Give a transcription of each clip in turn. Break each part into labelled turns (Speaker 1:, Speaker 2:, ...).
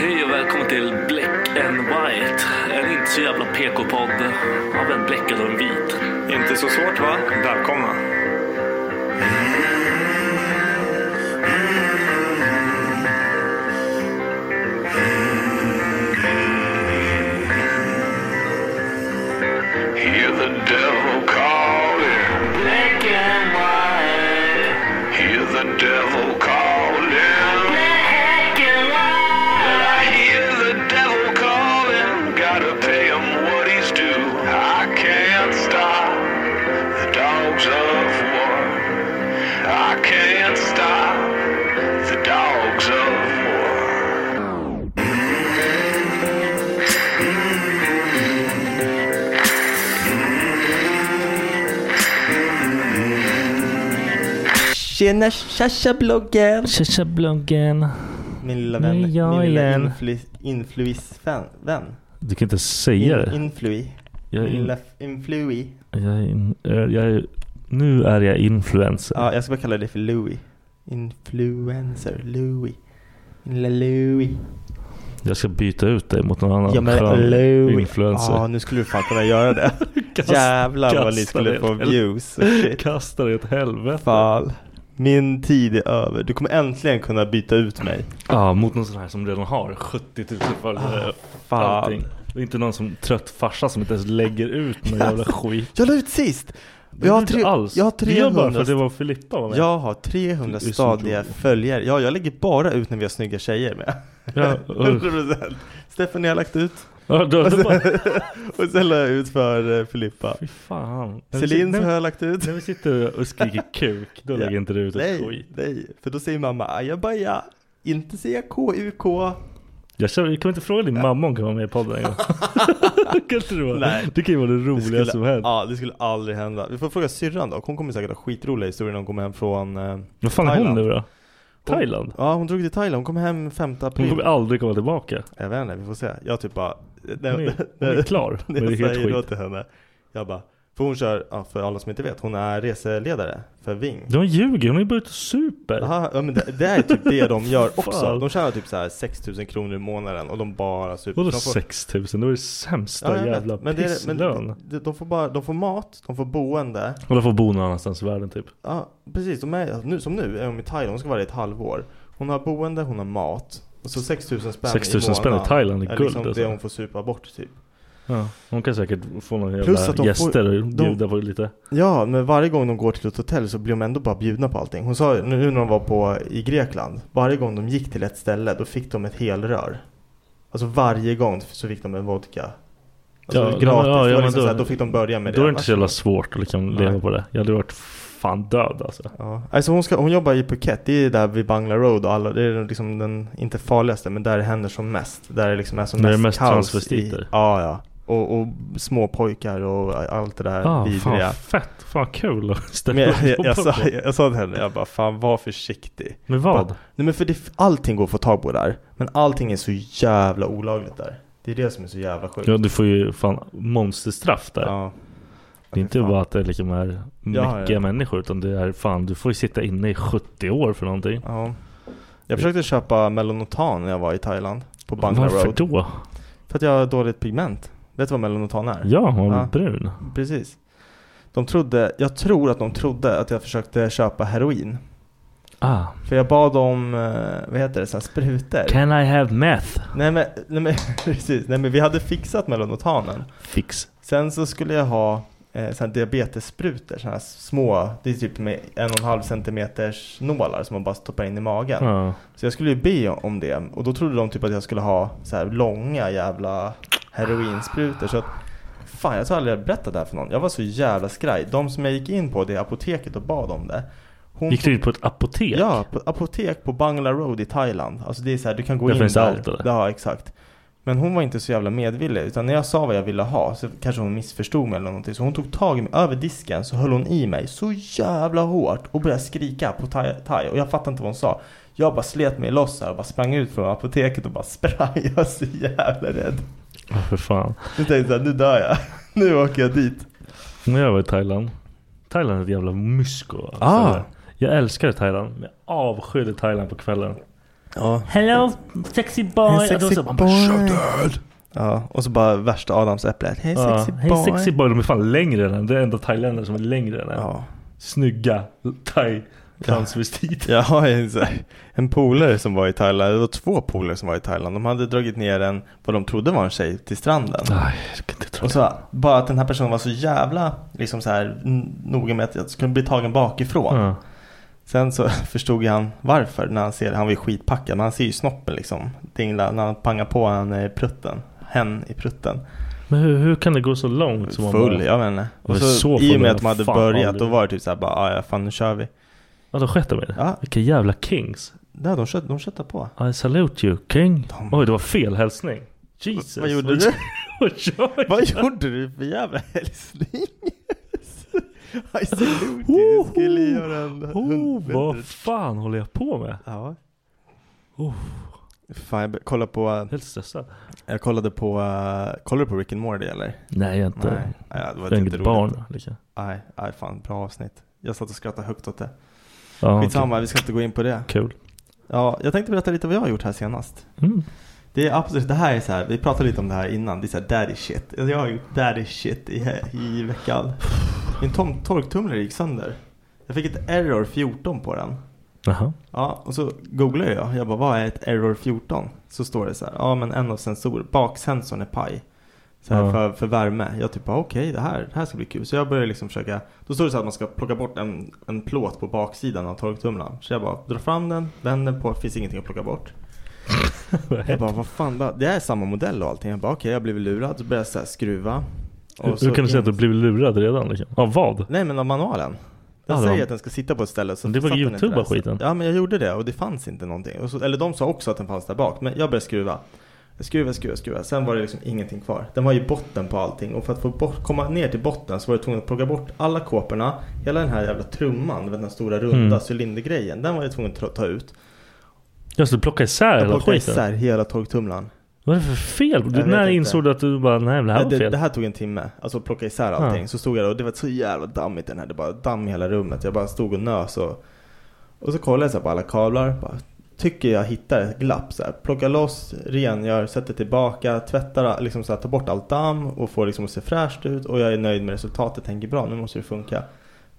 Speaker 1: Hej och välkommen till Black and White. En inte så jävla PK-podd av en bläckad och en vit.
Speaker 2: Inte så svårt va? Välkomna.
Speaker 3: Hear the devil calling. Black and white. Hear the devil calling. Black and white. I hear the devil calling. Gotta pay him what he's due. I can't stop the dogs of war. I can't stop the dogs of war.
Speaker 4: Tjena tjatja bloggen!
Speaker 1: Tja bloggen.
Speaker 4: Min lilla
Speaker 1: Nu är
Speaker 4: vän, min
Speaker 1: jag
Speaker 4: lilla
Speaker 1: igen.
Speaker 4: influ, influis-vän. Vän.
Speaker 5: Du kan inte säga
Speaker 4: In,
Speaker 5: det.
Speaker 4: influi.
Speaker 5: jag, är
Speaker 4: Min
Speaker 5: in,
Speaker 4: lilla f- influi.
Speaker 5: jag, är in, jag, är, Nu är jag influencer.
Speaker 4: Ja, jag ska bara kalla dig för Louis. Influencer, Louis. Min lilla Louis.
Speaker 5: Jag ska byta ut dig mot någon annan
Speaker 4: Ja men
Speaker 5: skön
Speaker 4: Louis.
Speaker 5: influencer.
Speaker 4: Ja, nu skulle du fan kunna göra det.
Speaker 5: Kast-
Speaker 4: Jävlar vad ni
Speaker 5: kasta
Speaker 4: skulle
Speaker 5: det.
Speaker 4: få views. och shit.
Speaker 5: Kasta dig åt helvete.
Speaker 4: Fan. Min tid är över. Du kommer äntligen kunna byta ut mig.
Speaker 5: Ja, mot någon sån här som redan har 70 000 följare. och
Speaker 4: Ah, fan.
Speaker 5: allting. Det är inte någon som trött farsa som inte ens lägger ut någon jävla skit.
Speaker 4: Jag la ut sist!
Speaker 5: Det
Speaker 4: Jag har,
Speaker 5: är inte
Speaker 4: tre,
Speaker 5: alls.
Speaker 4: jag har
Speaker 5: Det gör bara för
Speaker 4: 300
Speaker 5: att det var Filippa var med.
Speaker 4: Jag har 300
Speaker 5: Du är så
Speaker 4: stadiga
Speaker 5: rolig.
Speaker 4: följare. Ja, jag lägger bara ut när vi har snygga tjejer med.
Speaker 5: Ja, och-
Speaker 4: 100%. Stefan har lagt ut.
Speaker 5: Ja, då, då bara,
Speaker 4: Alltså- Och sen la jag ut för eh, Filippa.
Speaker 5: fy fan. När vi sit-
Speaker 4: Celine
Speaker 5: när vi-
Speaker 4: har jag lagt ut.
Speaker 5: När vi sitter och skriker kuk, då
Speaker 4: Ja.
Speaker 5: lägger inte du ut ett
Speaker 4: Nej,
Speaker 5: skit.
Speaker 4: nej. För då säger mamma "Ah, ajabaja. Inte säga KUK.
Speaker 5: Jag kör, kan vi inte fråga din mamma om hon kan vara med i podden en gång? kan inte du vara?
Speaker 4: Nej.
Speaker 5: Det kan ju vara det roligaste som hänt.
Speaker 4: ja, det skulle aldrig hända. Vi får fråga syrran då. Hon kommer säkert ha skitroliga historier när hon kommer hem från eh,
Speaker 5: Vad fan är hon
Speaker 4: Thailand.
Speaker 5: nu då? Thailand?
Speaker 4: Ja, hon drog till Thailand. Hon kom hem 5 april.
Speaker 5: Hon kommer aldrig komma tillbaka.
Speaker 4: Jag vet inte, vi får se. Jag typ bara...
Speaker 5: Hon är, hon är klar
Speaker 4: När
Speaker 5: med det
Speaker 4: jag
Speaker 5: helt
Speaker 4: säger då
Speaker 5: skit.
Speaker 4: till henne. Jag bara, för hon kör, ja, för alla som inte vet, hon är reseledare för Ving.
Speaker 5: De ljuger, hon är bara ute och super.
Speaker 4: Aha, ja, men det, det är typ det de gör också.
Speaker 5: Fan.
Speaker 4: De tjänar typ så här 6 000 kronor i månaden och de bara super.
Speaker 5: Vadå
Speaker 4: de får-
Speaker 5: 6000? Det var det sämsta
Speaker 4: jag vet.
Speaker 5: jävla
Speaker 4: Men det är- men
Speaker 5: pisslön.
Speaker 4: de- de får bara, de får mat, de får boende.
Speaker 5: Och de får bo någon annanstans i världen typ.
Speaker 4: Ja, precis. De är, nu, som nu är de i Thailand, hon ska vara där i ett halvår. Hon har boende, hon har mat. Och så 6 000 spänn
Speaker 5: 6 000
Speaker 4: i
Speaker 5: spänn i
Speaker 4: månaden.
Speaker 5: Thailand är
Speaker 4: är
Speaker 5: guld,
Speaker 4: liksom det
Speaker 5: alltså.
Speaker 4: hon får supa bort typ.
Speaker 5: Ja. Hon kan säkert få några
Speaker 4: Plus att de
Speaker 5: jävla
Speaker 4: får-
Speaker 5: gäster och
Speaker 4: de-
Speaker 5: bjuda på lite.
Speaker 4: Ja, men varje gång de går till ett hotell så blir de ändå bara bjudna på allting. Hon sa ju, nu när de var på, i Grekland, varje gång de gick till ett ställe då fick de ett helrör. Alltså varje gång så fick de en vodka. Alltså
Speaker 5: Ja,
Speaker 4: gratis.
Speaker 5: ja, ja,
Speaker 4: det
Speaker 5: men
Speaker 4: var liksom
Speaker 5: då-
Speaker 4: då, så här, då fick de börja med
Speaker 5: Då är
Speaker 4: det.
Speaker 5: det inte så jävla svårt att liksom leva på det. Jag hade varit fan död alltså.
Speaker 4: Ja. Alltså hon, ska, hon jobbar i Phuket, det är där vid Bangla Road och alla, det är liksom den, inte farligaste, men där det händer som mest. Där det liksom är som
Speaker 5: Där det
Speaker 4: mest
Speaker 5: är mest
Speaker 4: kaos
Speaker 5: transvestiter.
Speaker 4: I, ja, ja. och, och små pojkar och allt det där
Speaker 5: Ah,
Speaker 4: vidriga.
Speaker 5: fan fett. Fan kul att ställa
Speaker 4: Men jag,
Speaker 5: upp
Speaker 4: jag,
Speaker 5: på
Speaker 4: jag, sa,
Speaker 5: Popcorn.
Speaker 4: jag, jag sa till henne, jag bara fan var försiktig.
Speaker 5: Med vad?
Speaker 4: Bara, Nej men för det, allting går att få tag på där. Men allting är så jävla olagligt där. Det är det som är så jävla sjukt.
Speaker 5: Ja, du får ju fan monsterstraff där.
Speaker 4: Ja.
Speaker 5: det är inte
Speaker 4: Fan.
Speaker 5: bara att det är liksom är
Speaker 4: ja.
Speaker 5: mycket människor utan det är fan, du får ju sitta inne i 70 år för någonting.
Speaker 4: Ja. Jag försökte köpa Melonotan när jag var i Thailand. På Bangla
Speaker 5: Varför
Speaker 4: Road.
Speaker 5: då?
Speaker 4: För att jag har dåligt pigment. Vet du vad Melonotan är?
Speaker 5: Ja, man blir
Speaker 4: Ja.
Speaker 5: brun.
Speaker 4: Precis. De trodde, jag tror att de trodde att jag försökte köpa heroin.
Speaker 5: Ah.
Speaker 4: För jag bad om, eh, vad heter det, så här, sprutor.
Speaker 5: Can I have meth?
Speaker 4: Nej men, nej men precis, nej men vi hade fixat melonotanen.
Speaker 5: Fix.
Speaker 4: Sen så skulle jag ha eh, såna här diabetessprutor, såna här små, det är typ med en och en halv centimeters nålar som man bara stoppar in i magen.
Speaker 5: Ja.
Speaker 4: Så jag skulle ju be om det och då trodde de typ att jag skulle ha så här långa jävla heroinsprutor. Så att, fan jag tror aldrig jag berättat det här för någon. Jag var så jävla skraj. De som jag gick in på det apoteket och bad om det. Hon
Speaker 5: Gick du in på ett apotek?
Speaker 4: Ja, på apotek på Bangla Road i Thailand. Alltså det är så här, du kan gå
Speaker 5: Där
Speaker 4: in
Speaker 5: finns
Speaker 4: där.
Speaker 5: allt, eller?
Speaker 4: Ja, exakt. Men hon var inte så jävla medvillig. Utan när jag sa vad jag ville ha så kanske hon missförstod mig eller någonting. Så hon tog tag i mig över disken så höll hon i mig så jävla hårt och började skrika på thai. thai. Och jag fattade inte vad hon sa. Jag bara slet mig loss här och bara sprang ut från apoteket och bara sprang. Jag var så jävla rädd.
Speaker 5: Ja, för fan.
Speaker 4: Nu tänkte jag så här, nu dör jag. Nu åker jag dit.
Speaker 5: När jag var i Thailand. Thailand är ett jävla mysko. alltså.
Speaker 4: Ah.
Speaker 5: Jag älskar Thailand. men Jag avskyr Thailand på kvällen.
Speaker 4: Ja.
Speaker 5: Hello sexy boy.
Speaker 4: Hey, sexy
Speaker 5: Och då så- man bara,
Speaker 4: boy.
Speaker 5: "Shut up."
Speaker 4: Ja, och så bara värsta Adamsäpplet. Hej
Speaker 5: Ja,
Speaker 4: sexy boy.
Speaker 5: Hej sexy boy. De är fan längre än en. Det är enda thailändare som är längre än en.
Speaker 4: Ja.
Speaker 5: Snygga thai transvestiter.
Speaker 4: Jag har en, så här- en polare som var i Thailand, det var två polare som var i Thailand. De hade dragit ner en, vad de trodde var en tjej, till stranden.
Speaker 5: Nej, jag kan inte tro
Speaker 4: Och
Speaker 5: det.
Speaker 4: så bara att den här personen var så jävla liksom så här, n- noga med att jag skulle bli tagen bakifrån.
Speaker 5: Ja.
Speaker 4: Sen så förstod ju han varför när han ser, han var ju skitpackad, men han ser ju snoppen liksom dingla när han pangar på han i prutten. Hen i prutten.
Speaker 5: Men hur, hur kan det gå så långt? Som man
Speaker 4: Full,
Speaker 5: bara,
Speaker 4: jag vet inte.
Speaker 5: var
Speaker 4: Och så,
Speaker 5: så
Speaker 4: i
Speaker 5: full
Speaker 4: och med
Speaker 5: jag
Speaker 4: att de hade
Speaker 5: fan
Speaker 4: börjat,
Speaker 5: aldrig-
Speaker 4: då var det typ såhär bara, "Ah, ja fan nu kör vi.
Speaker 5: ja, de sket de i det.
Speaker 4: Ja.
Speaker 5: Vilka jävla kings.
Speaker 4: Ja, de kött- de köttade på.
Speaker 5: I salute you king.
Speaker 4: De-
Speaker 5: Oj, det var fel hälsning. Jesus.
Speaker 4: Vad gjorde du?
Speaker 5: Vad gör jag?
Speaker 4: Vad gjorde du för jävla hälsning? I salute you. Du skulle göra en
Speaker 5: Oh,
Speaker 4: hund-
Speaker 5: vad fan håller jag på med?
Speaker 4: Ja.
Speaker 5: Oh.
Speaker 4: Fan, jag be- kollar på,
Speaker 5: Helt stressad.
Speaker 4: jag kollade på, eh, kollar du på Rick and Morty eller?
Speaker 5: Nej, jag är inte.
Speaker 4: Nej. Ja, det var typ
Speaker 5: jag är
Speaker 4: inte
Speaker 5: inget
Speaker 4: roligt.
Speaker 5: barn. Liksom.
Speaker 4: Nej, nej fan bra avsnitt. Jag satt och skrattade högt åt det.
Speaker 5: Ja,
Speaker 4: Skitsamma, vi ska inte gå in på det.
Speaker 5: okej. Kul.
Speaker 4: Ja, jag tänkte berätta lite vad jag har gjort här senast.
Speaker 5: Mm.
Speaker 4: Det är absolut, det här är så här, vi pratade lite om det här innan, det är så här daddy shit. Alltså, Jag har gjort daddy shit i, i veckan. Min tom, torktumlare gick sönder. Jag fick ett error 14 på den.
Speaker 5: Jaha.
Speaker 4: Ja, och så googlade jag. Jag bara, vad är ett error 14? Så står det så här, ja men en av sensorer, baksensorn är paj. Så här
Speaker 5: Ja.
Speaker 4: för, för värme. Jag typ, bara, okej det, här, det här ska bli kul. Så jag började liksom försöka, då står det så här att man ska plocka bort en, en plåt på baksidan av torktumlaren. Så jag bara, drar fram den, vänder på, finns ingenting att plocka bort. Jag bara, vad fan, bara, det här är samma modell och allting. Jag bara, okej jag blev lurad. Så började jag så här skruva. Och
Speaker 5: Hur,
Speaker 4: så
Speaker 5: hur kan du säga
Speaker 4: in-
Speaker 5: att du blivit lurad redan? Liksom? Av vad?
Speaker 4: Nej men av manualen. Den
Speaker 5: Ja, det var-
Speaker 4: säger att den ska sitta på ett ställe. Så
Speaker 5: Men det var
Speaker 4: satt den inte
Speaker 5: YouTube
Speaker 4: där.
Speaker 5: och skiten.
Speaker 4: Ja men jag gjorde det och det fanns inte någonting. Och så, eller de sa också att den fanns där bak. Men jag började skruva. Skruva, skruva, skruva. Sen var det liksom ingenting kvar. Den var ju botten på allting. Och för att få bort, komma ner till botten så var jag tvungen att plocka bort alla kåporna. Hela den här jävla trumman, du vet, den här stora runda
Speaker 5: Mm.
Speaker 4: cylindergrejen. Den var jag tvungen att ta- ta ut.
Speaker 5: Just du plockade isär
Speaker 4: Jag
Speaker 5: hela
Speaker 4: plockade
Speaker 5: skiten.
Speaker 4: isär hela torktumlaren.
Speaker 5: Vad är det för fel? Du,
Speaker 4: vet
Speaker 5: när
Speaker 4: inte.
Speaker 5: insåg du att du bara, nej men det här var
Speaker 4: Nej, det,
Speaker 5: fel?
Speaker 4: det här tog en timme, alltså att plocka isär allting.
Speaker 5: Ja.
Speaker 4: Så stod jag där och det var så jävla dammigt den här, det bara damm i hela rummet. Jag bara stod och nös och, och så kollade jag så här på alla kablar. Bara, tycker jag hittar ett glapp så här. Plocka loss, rengör, sätter tillbaka, tvättar, liksom så här, tar bort allt damm och får liksom att se fräscht ut. Och jag är nöjd med resultatet, tänker bra nu måste det funka.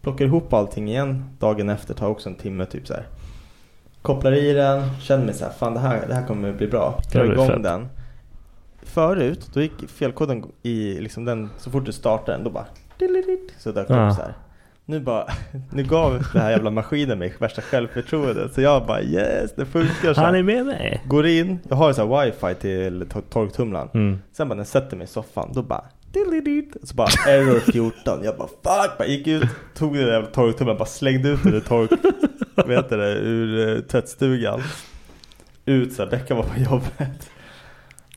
Speaker 4: Plockar ihop allting igen, dagen efter tar också en timme typ så här. Kopplar i den, känner mig så här, fan det här, det här kommer bli bra.
Speaker 5: Det
Speaker 4: Drar
Speaker 5: blir
Speaker 4: igång
Speaker 5: fett.
Speaker 4: den. Förut, då gick felkoden i liksom den, så fort du startade den, då bara dililit, så dök det
Speaker 5: Ja.
Speaker 4: upp så här. Nu bara, nu gav den här jävla maskinen mig värsta självförtroendet. Så jag bara yes, det funkar så
Speaker 5: Han är
Speaker 4: här.
Speaker 5: med mig.
Speaker 4: Går in, jag har så här wifi till to- torktumlaren.
Speaker 5: Mm.
Speaker 4: Sen bara när jag sätter mig i soffan, då bara dililit. Så bara error 14. Jag bara fuck, bara gick ut, tog den där jävla torktumlaren, bara slängde ut den ur tork, vet du det, ur eh, tvättstugan. Ut såhär, Becka var på jobbet.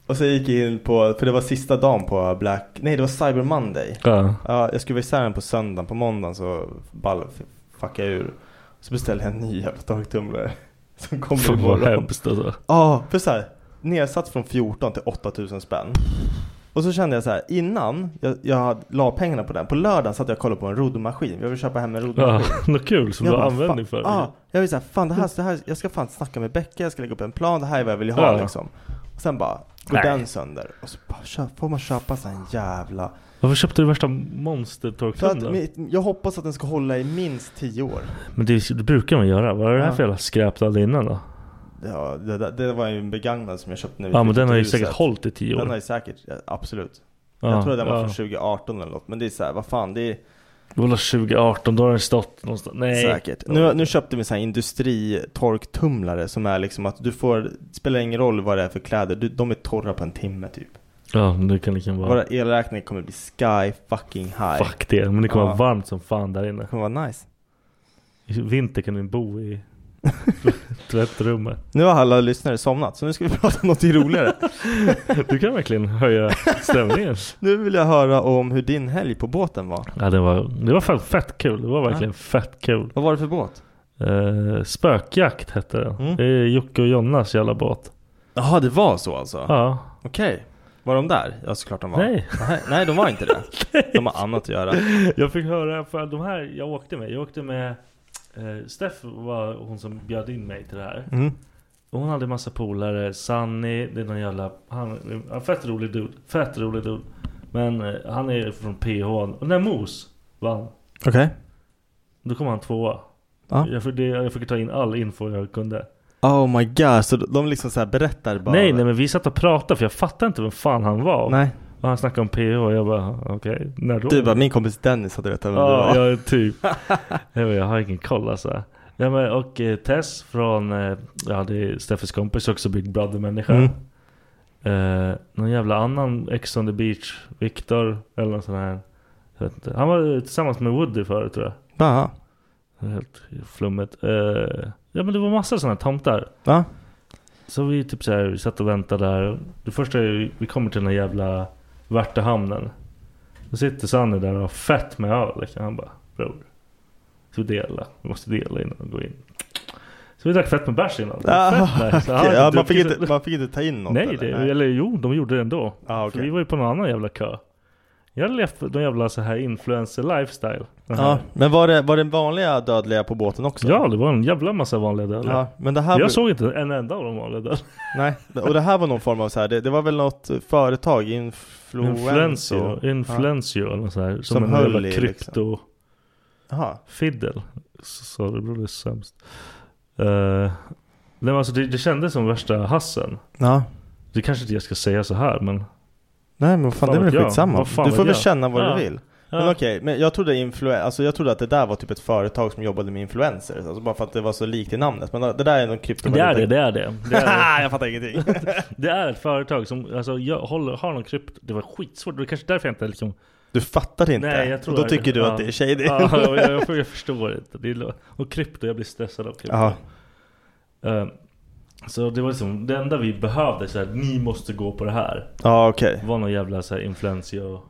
Speaker 4: Och så gick jag in på, för det var sista dagen på Black, nej det var Cyber Monday.
Speaker 5: Ja.
Speaker 4: Ja, jag skulle vara i Sälen på söndagen, på måndagen så ball, fuckade jag ur. Så beställde jag en ny jävla torktumlare. Som kommer
Speaker 5: Fan vad
Speaker 4: imorgon.
Speaker 5: hemskt alltså.
Speaker 4: Ja, för så här, nedsatt från 14 till 8000 spänn. Och så kände jag så här, innan jag, jag hade- la pengarna på den, på lördagen satt jag och kollade på en roddmaskin. Jag vill köpa hem en
Speaker 5: Ja,
Speaker 4: roddmaskin.
Speaker 5: något kul som
Speaker 4: Jag
Speaker 5: du har
Speaker 4: bara,
Speaker 5: användning
Speaker 4: fan, ah."
Speaker 5: för. liksom.
Speaker 4: Ja, jag vill säga fan det här, det här, jag ska fan snacka med Becka, jag ska lägga upp en plan, det här är vad jag vill ha
Speaker 5: Ja.
Speaker 4: liksom. Och sen bara, går
Speaker 5: Nej.
Speaker 4: den sönder. Och så bara, kö- får man köpa sig en jävla...
Speaker 5: Varför köpte du värsta
Speaker 4: För att,
Speaker 5: monstertorktumlaren?
Speaker 4: mitt- jag hoppas att den ska hålla i minst 10 år.
Speaker 5: Men det, det brukar man göra. Vad är det här
Speaker 4: Ja.
Speaker 5: för jävla skräp du hade innan då?
Speaker 4: Ja, det, det, det var ju en begagnad som jag köpte nu.
Speaker 5: Ja men den har ju
Speaker 4: Huset.
Speaker 5: säkert hållit i tio år.
Speaker 4: Den har ju säkert, ja, absolut.
Speaker 5: ja,
Speaker 4: jag tror att den var
Speaker 5: ja.
Speaker 4: från 2018 eller något. Men det är så här, vad fan, det är
Speaker 5: Det var väl 2018, då har den stått någonstans. Nej.
Speaker 4: säkert. Nu, nu köpte vi så här industritorktumlare som är liksom att du får, det spelar ingen roll vad det är för kläder, du, de är torra på en timme typ.
Speaker 5: Ja, men det kan liksom vara.
Speaker 4: Våra elräkningar kommer bli sky fucking high.
Speaker 5: Fuck det. Men det kommer
Speaker 4: Ja.
Speaker 5: vara varmt som fan där inne.
Speaker 4: Det kommer vara nice.
Speaker 5: I vinter kan du bo i tvättrummet.
Speaker 4: Nu har alla lyssnare somnat, så nu ska vi prata om något roligare.
Speaker 5: Du kan verkligen höja stämningen.
Speaker 4: nu vill jag höra om hur din helg på båten var.
Speaker 5: Ja, det var, det var fan fett kul. Det var verkligen fett kul.
Speaker 4: Vad var det för båt?
Speaker 5: Eh, spökjakt hette den.
Speaker 4: Mm.
Speaker 5: Det är Jocke och Jonnas jävla båt.
Speaker 4: Jaha, det var så alltså?
Speaker 5: Ja.
Speaker 4: Okej. Var de där? Ja, såklart de var.
Speaker 5: Nej.
Speaker 4: Nej, nej, de var inte det. De har annat att göra.
Speaker 5: Jag fick höra för de här jag åkte med. Jag åkte med eh, Steff var hon som bjöd in mig till det här.
Speaker 4: Mm.
Speaker 5: Och hon hade massa polare. Sunny, det är någon jävla... Han, ja, fett rolig dude. Fett rolig dude. Men eh, han är från PH. Och när Mos vann.
Speaker 4: Okej.
Speaker 5: Då kom han tvåa.
Speaker 4: Ja.
Speaker 5: Jag, fick, det, jag fick ta in all info jag kunde.
Speaker 4: Oh my god, så de liksom så här berättar bara?
Speaker 5: Nej, nej men vi satt och pratade för jag fattade inte vem fan han var.
Speaker 4: Nej.
Speaker 5: Och han snackade om PH och jag bara okej, när då?
Speaker 4: Du bara, min kompis Dennis hade vetat vem du
Speaker 5: Ja,
Speaker 4: var.
Speaker 5: jag är typ. jag, bara, jag har ingen koll alltså. Ja, men, och eh, Tess från, eh, ja det är Steffes kompis också Big Brother människa.
Speaker 4: Mm.
Speaker 5: Eh, någon jävla annan Ex on the beach, Viktor eller någon sån här. Jag vet inte. Han var eh, tillsammans med Woody förut tror jag.
Speaker 4: Ja.
Speaker 5: Det är Helt flummet. Eh, ja men det var massa såna här tomtar.
Speaker 4: Ja.
Speaker 5: Så vi typ så här, vi satt och väntade där. Det första är ju- vi kommer till den här jävla Värtahamnen. Då sitter Sanne där och har fett med öl. Liksom. Han bara bror. Ska vi dela? Vi måste dela innan vi går in. Så vi drack fett med bärs innan. Det var
Speaker 4: Ah,
Speaker 5: fett nice. Jag
Speaker 4: okej.
Speaker 5: hade
Speaker 4: ja, man, fick
Speaker 5: druckit-
Speaker 4: inte, man fick inte ta in något
Speaker 5: Nej, det,
Speaker 4: eller?
Speaker 5: eller jo de gjorde det ändå.
Speaker 4: Ah,
Speaker 5: För vi
Speaker 4: okej.
Speaker 5: var ju på någon annan jävla kö. Jag hade levt någon jävla så här influencer lifestyle. Den här-
Speaker 4: Ja, men var det, var det vanliga dödliga på båten också?
Speaker 5: ja det var en jävla massa vanliga döda.
Speaker 4: Ja, men det här
Speaker 5: Jag
Speaker 4: var,
Speaker 5: såg inte en enda av de vanliga döda.
Speaker 4: nej, och det här var någon form av så här, det, det var väl något företag, influencer?
Speaker 5: Influencio, influencio eller något sånt här. Som,
Speaker 4: Som
Speaker 5: en
Speaker 4: höll
Speaker 5: jävla
Speaker 4: i, liksom.
Speaker 5: krypto
Speaker 4: Jaha,
Speaker 5: fiddle. Så det blev sämst. Eh, nej, men alltså det, det kändes som värsta hassen.
Speaker 4: ja.
Speaker 5: Det kanske inte jag ska säga så här men.
Speaker 4: Nej men vad fan,
Speaker 5: Fan
Speaker 4: det är
Speaker 5: vet
Speaker 4: väl
Speaker 5: jag.
Speaker 4: skitsamma.
Speaker 5: Vad fan
Speaker 4: Du
Speaker 5: vet
Speaker 4: får väl
Speaker 5: jag.
Speaker 4: känna vad
Speaker 5: Ja.
Speaker 4: du vill.
Speaker 5: Ja.
Speaker 4: Men okej, men jag trodde, influen- alltså, jag trodde att det där var typ ett företag som jobbade med influencers. Alltså bara för att det var så likt i namnet. Men det där är någon
Speaker 5: Det
Speaker 4: kryptovaluta.
Speaker 5: är det, det är det. Det är,
Speaker 4: jag fattar ingenting.
Speaker 5: det är ett företag som alltså, jag håller, har någon krypto. Det var skitsvårt. Det är kanske därför jag inte liksom.
Speaker 4: Du fattar inte?
Speaker 5: Nej jag tror
Speaker 4: Och då
Speaker 5: jag-
Speaker 4: tycker du
Speaker 5: ja.
Speaker 4: att det är shady?
Speaker 5: Ja, jag, jag, jag förstår inte. Det är, lo- och krypto, jag blir stressad av krypto.
Speaker 4: Ja.
Speaker 5: Eh, så det var liksom det enda vi behövde. Så här, ni måste gå på det här.
Speaker 4: Ja okej.
Speaker 5: Det var någon jävla så här influencio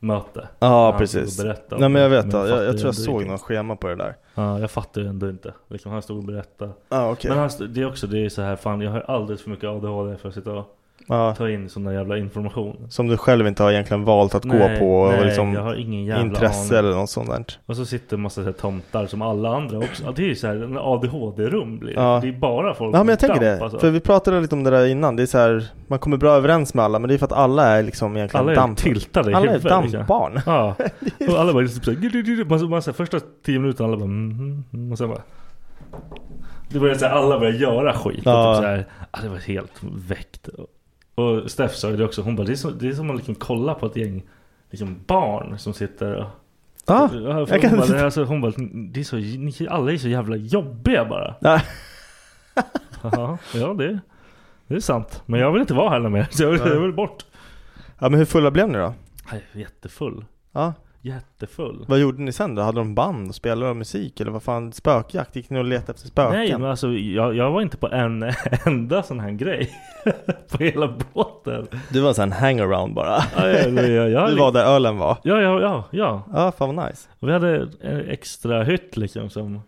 Speaker 5: möte.
Speaker 4: Ja
Speaker 5: Han
Speaker 4: precis.
Speaker 5: stod och berättade om
Speaker 4: Nej men jag
Speaker 5: det,
Speaker 4: vet, jag,
Speaker 5: fattar
Speaker 4: jag,
Speaker 5: ju
Speaker 4: tror jag
Speaker 5: ändå
Speaker 4: såg
Speaker 5: inte.
Speaker 4: något schema på det där.
Speaker 5: Ja, jag fattar ju ändå inte. Liksom, han stod och berättade.
Speaker 4: Ja okej.
Speaker 5: Men han, stod- det är också det är så här, fan jag har alldeles för mycket ADHD för att sitta och
Speaker 4: Ja.
Speaker 5: ta in sån där jävla information.
Speaker 4: Som du själv inte har egentligen valt att gå på och
Speaker 5: nej, jag
Speaker 4: liksom
Speaker 5: har ingen jävla
Speaker 4: intresse
Speaker 5: aning.
Speaker 4: eller något sånt där.
Speaker 5: Och så sitter en massa så här tomtar som alla andra också. Ja, Det är ju såhär, en ADHD-rum blir det.
Speaker 4: Ja.
Speaker 5: Det är bara folk
Speaker 4: Ja men
Speaker 5: med
Speaker 4: jag tänker
Speaker 5: damp,
Speaker 4: det.
Speaker 5: alltså.
Speaker 4: För vi pratade lite om det där innan. Det är så här, man kommer bra överens med alla men det är för att alla är liksom egentligen
Speaker 5: Alla är
Speaker 4: damp.
Speaker 5: tiltade i
Speaker 4: alla är
Speaker 5: huvudet, liksom.
Speaker 4: dampbarn.
Speaker 5: Ja, och alla bara liksom såhär, "Gud, gud, gud." man, man, såhär, första tio minuterna alla bara mm, mm, och sen bara Det började såhär, alla började göra skit
Speaker 4: Ja.
Speaker 5: och typ såhär, ah, det var helt väckt Och Steff sa ju det också, hon bara det är som, det är som att liksom kolla på ett gäng liksom barn som sitter och
Speaker 4: Ja,
Speaker 5: för
Speaker 4: Ah, jag
Speaker 5: hon,
Speaker 4: kan
Speaker 5: bara, det, är alltså, hon bara, det är så, ni, alla är så jävla jobbiga bara
Speaker 4: Ja.
Speaker 5: Jaha, Ja det, det är sant, men jag vill inte vara här längre så jag vill, jag vill bort
Speaker 4: Ja men hur fulla blev ni då?
Speaker 5: Jag är jättefull
Speaker 4: Ja.
Speaker 5: jättefull.
Speaker 4: Vad gjorde ni sen då? Hade de band och spelade de musik eller vad fan? Spökjakt? Gick ni och letade efter spöken?
Speaker 5: Nej men alltså jag, jag var inte på en enda sån här grej på hela båten.
Speaker 4: Du var sån hangaround bara.
Speaker 5: Ja, ja, ja, ja, ja,
Speaker 4: Du var där ölen var.
Speaker 5: ja, ja, ja, ja.
Speaker 4: Ja, fan vad nice.
Speaker 5: Och vi hade en extra hytt liksom som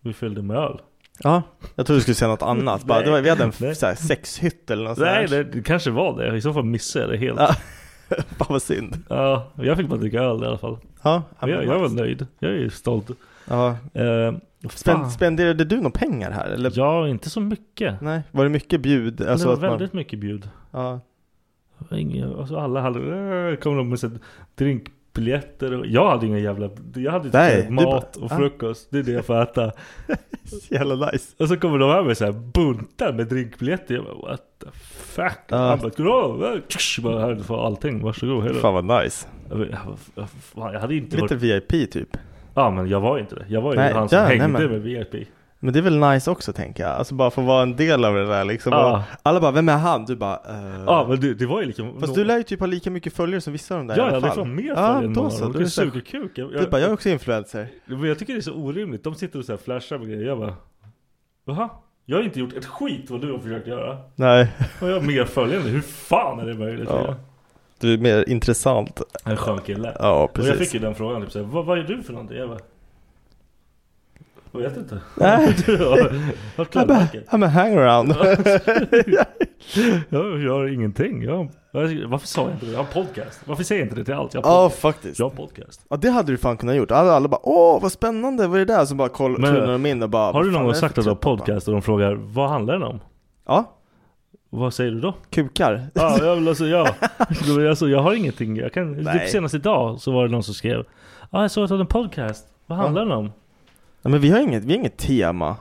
Speaker 5: vi fyllde med öl.
Speaker 4: Ja. Jag trodde du skulle säga något annat. Bara, det var, vi hade en
Speaker 5: Nej.
Speaker 4: f- så här, sexhytt eller något sånt
Speaker 5: Nej,
Speaker 4: här.
Speaker 5: det, det kanske var det. I så fall missade jag det helt.
Speaker 4: Ja.
Speaker 5: Ja.
Speaker 4: Fan vad synd.
Speaker 5: jag fick bara dricka öl i alla fall.
Speaker 4: Ja.
Speaker 5: Men jag, jag var nöjd. Jag är ju stolt.
Speaker 4: ja.
Speaker 5: Eh,
Speaker 4: Spen-
Speaker 5: fan.
Speaker 4: Spenderade du några pengar här eller?
Speaker 5: Ja, inte så mycket.
Speaker 4: Nej. Var det mycket bjud? Alltså
Speaker 5: det
Speaker 4: att
Speaker 5: var
Speaker 4: man-
Speaker 5: väldigt mycket bjud.
Speaker 4: Ja.
Speaker 5: Ingen, alltså alla hade, äh, kom de med sina drinkbiljetter och jag hade inga jävla, jag hade
Speaker 4: Nej,
Speaker 5: typ
Speaker 4: du
Speaker 5: mat
Speaker 4: bara-
Speaker 5: och
Speaker 4: ah.
Speaker 5: frukost, det är det jag får äta.
Speaker 4: Så Jävla nice.
Speaker 5: Och så kommer de här med så här buntar med drinkbiljetter, jag bara what the fuck.
Speaker 4: Ja.
Speaker 5: Han bara, "Goddag." Tsch, bara här du får allting, varsågod, hej då.
Speaker 4: Fan vad nice.
Speaker 5: Jag, bara, "Ja, vad fan, jag hade inte
Speaker 4: Lite
Speaker 5: varit,
Speaker 4: VIP typ.
Speaker 5: ja men jag var ju inte det. Jag var ju
Speaker 4: Nej,
Speaker 5: han som
Speaker 4: ja, nej,
Speaker 5: hängde
Speaker 4: men-
Speaker 5: med VIP.
Speaker 4: Men det är väl nice också tänker jag. Alltså bara få vara en del av det där liksom.
Speaker 5: Ja.
Speaker 4: Och Alla bara, vem är han? Du bara, eh.
Speaker 5: Ja men det, det var ju liksom.
Speaker 4: Fast du lär ju typ ha lika mycket följare som vissa av de där
Speaker 5: Ja,
Speaker 4: i
Speaker 5: jag
Speaker 4: alla
Speaker 5: hade
Speaker 4: fall.
Speaker 5: fan mer
Speaker 4: ja,
Speaker 5: för än
Speaker 4: då så.
Speaker 5: någon.
Speaker 4: Då är
Speaker 5: Vilken
Speaker 4: det så här-
Speaker 5: sugerkuk. Jag-
Speaker 4: Du
Speaker 5: jag-
Speaker 4: bara, jag är också influencer.
Speaker 5: Men jag tycker det är så orimligt. De sitter och så här flashar med grejer. Jag bara Jaha? Jag har inte gjort ett skit vad du har försökt göra.
Speaker 4: Nej,
Speaker 5: Och jag har mer följande. Hur fan är det möjligt?
Speaker 4: Ja. du är mer intressant.
Speaker 5: En skön kille.
Speaker 4: Ja,
Speaker 5: och jag fick
Speaker 4: precis.
Speaker 5: ju den frågan typ så här, vad, vad är du för någonting? Jag bara jag vet inte.
Speaker 4: Nej.
Speaker 5: Du har- Vart
Speaker 4: Jag bara,
Speaker 5: klädmärket?
Speaker 4: I'm a hangaround.
Speaker 5: Jag gör ingenting. Jag, jag, varför sa jag inte det? Jag har podcast. Varför säger jag inte det till allt? Jag har
Speaker 4: Ja,
Speaker 5: podcast.
Speaker 4: faktiskt.
Speaker 5: jag har podcast.
Speaker 4: Ja, det hade du fan kunnat gjort. Alla, alla bara, åh vad spännande, vad är det där? Så bara koll-
Speaker 5: Men,
Speaker 4: tunar de in och bara,
Speaker 5: Har du
Speaker 4: "Vad fan
Speaker 5: någon
Speaker 4: är
Speaker 5: gång
Speaker 4: det
Speaker 5: sagt
Speaker 4: för
Speaker 5: att du har
Speaker 4: trött?" Bara,
Speaker 5: podcast och de frågar vad handlar den om?
Speaker 4: Ja,
Speaker 5: Och vad säger du då?
Speaker 4: kukar.
Speaker 5: Ja, jag vill alltså, ja. Det var- Alltså, jag har ingenting. Jag kan,
Speaker 4: Nej.
Speaker 5: typ senast idag så var det någon som skrev Ja, jag såg att du hade en podcast. Vad handlar den om?
Speaker 4: Ja, men vi har inget, vi har inget tema.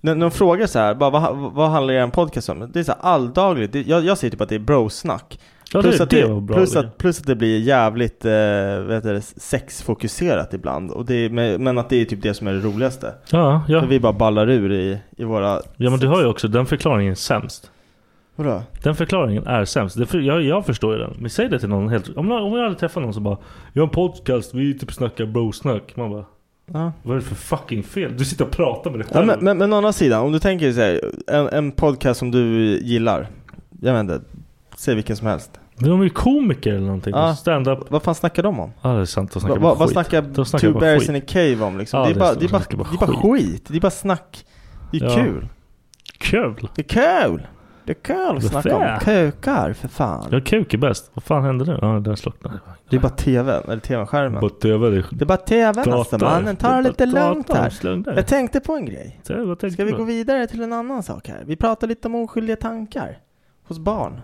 Speaker 4: När när de frågar så här, bara, vad, vad handlar er podcast om? Det är så här alldagligt. Det, jag, jag säger typ att det är brosnack.
Speaker 5: Ja,
Speaker 4: plus,
Speaker 5: det,
Speaker 4: att det,
Speaker 5: det var bra.
Speaker 4: plus, att, plus att det blir jävligt eh, vet du, sexfokuserat ibland. Och det är, men men att det är typ det som är det roligaste.
Speaker 5: ja,
Speaker 4: För
Speaker 5: ja.
Speaker 4: vi bara ballar ur i, i våra...
Speaker 5: ja, men du har ju också den förklaringen är sämst.
Speaker 4: Vadå?
Speaker 5: Den förklaringen är sämst. Det för, jag, jag förstår ju den. Men säg det till någon helt... Om, någon- om jag hade träffat någon som bara Jag har en podcast, vi typ snackar brosnack. Man bara
Speaker 4: Ja.
Speaker 5: Vad är det för fucking fel? Du sitter och pratar med dig
Speaker 4: Ja,
Speaker 5: själv.
Speaker 4: men, men, men å andra sidan, om du tänker dig en, en podcast som du gillar. Jag vet inte, säg vilken som helst.
Speaker 5: De är ju komiker eller någonting.
Speaker 4: Ja.
Speaker 5: Stand-up.
Speaker 4: Vad fan snackar de om?
Speaker 5: Ja, det är sant. De snackar
Speaker 4: Va,
Speaker 5: bara
Speaker 4: va, vad
Speaker 5: skit.
Speaker 4: snackar
Speaker 5: De snackar
Speaker 4: Two
Speaker 5: bara
Speaker 4: Bears
Speaker 5: skit.
Speaker 4: in a Cave om liksom?
Speaker 5: Ja,
Speaker 4: det, är
Speaker 5: det
Speaker 4: bara,
Speaker 5: är-
Speaker 4: det, är
Speaker 5: de
Speaker 4: bara,
Speaker 5: snackar bara
Speaker 4: det är bara skit. Det är bara snack. Det är
Speaker 5: Ja.
Speaker 4: kul.
Speaker 5: Kul!
Speaker 4: Det är kul. Det är kul att
Speaker 5: Det är
Speaker 4: snacka om
Speaker 5: fair.
Speaker 4: kukar för fan.
Speaker 5: Ja, kuk är bäst. Vad fan hände nu? Ja, den slocknade.
Speaker 4: Det är bara tvn, eller tv-skärmen.
Speaker 5: På TV. Det
Speaker 4: Det är bara tvn alltså mannen, ta det lite lugnt här. Jag
Speaker 5: här.
Speaker 4: tänkte på en grej.
Speaker 5: Vad tänkte
Speaker 4: Ska vi
Speaker 5: du?
Speaker 4: gå vidare till en annan sak här? Vi pratar lite om oskyldiga tankar hos barn.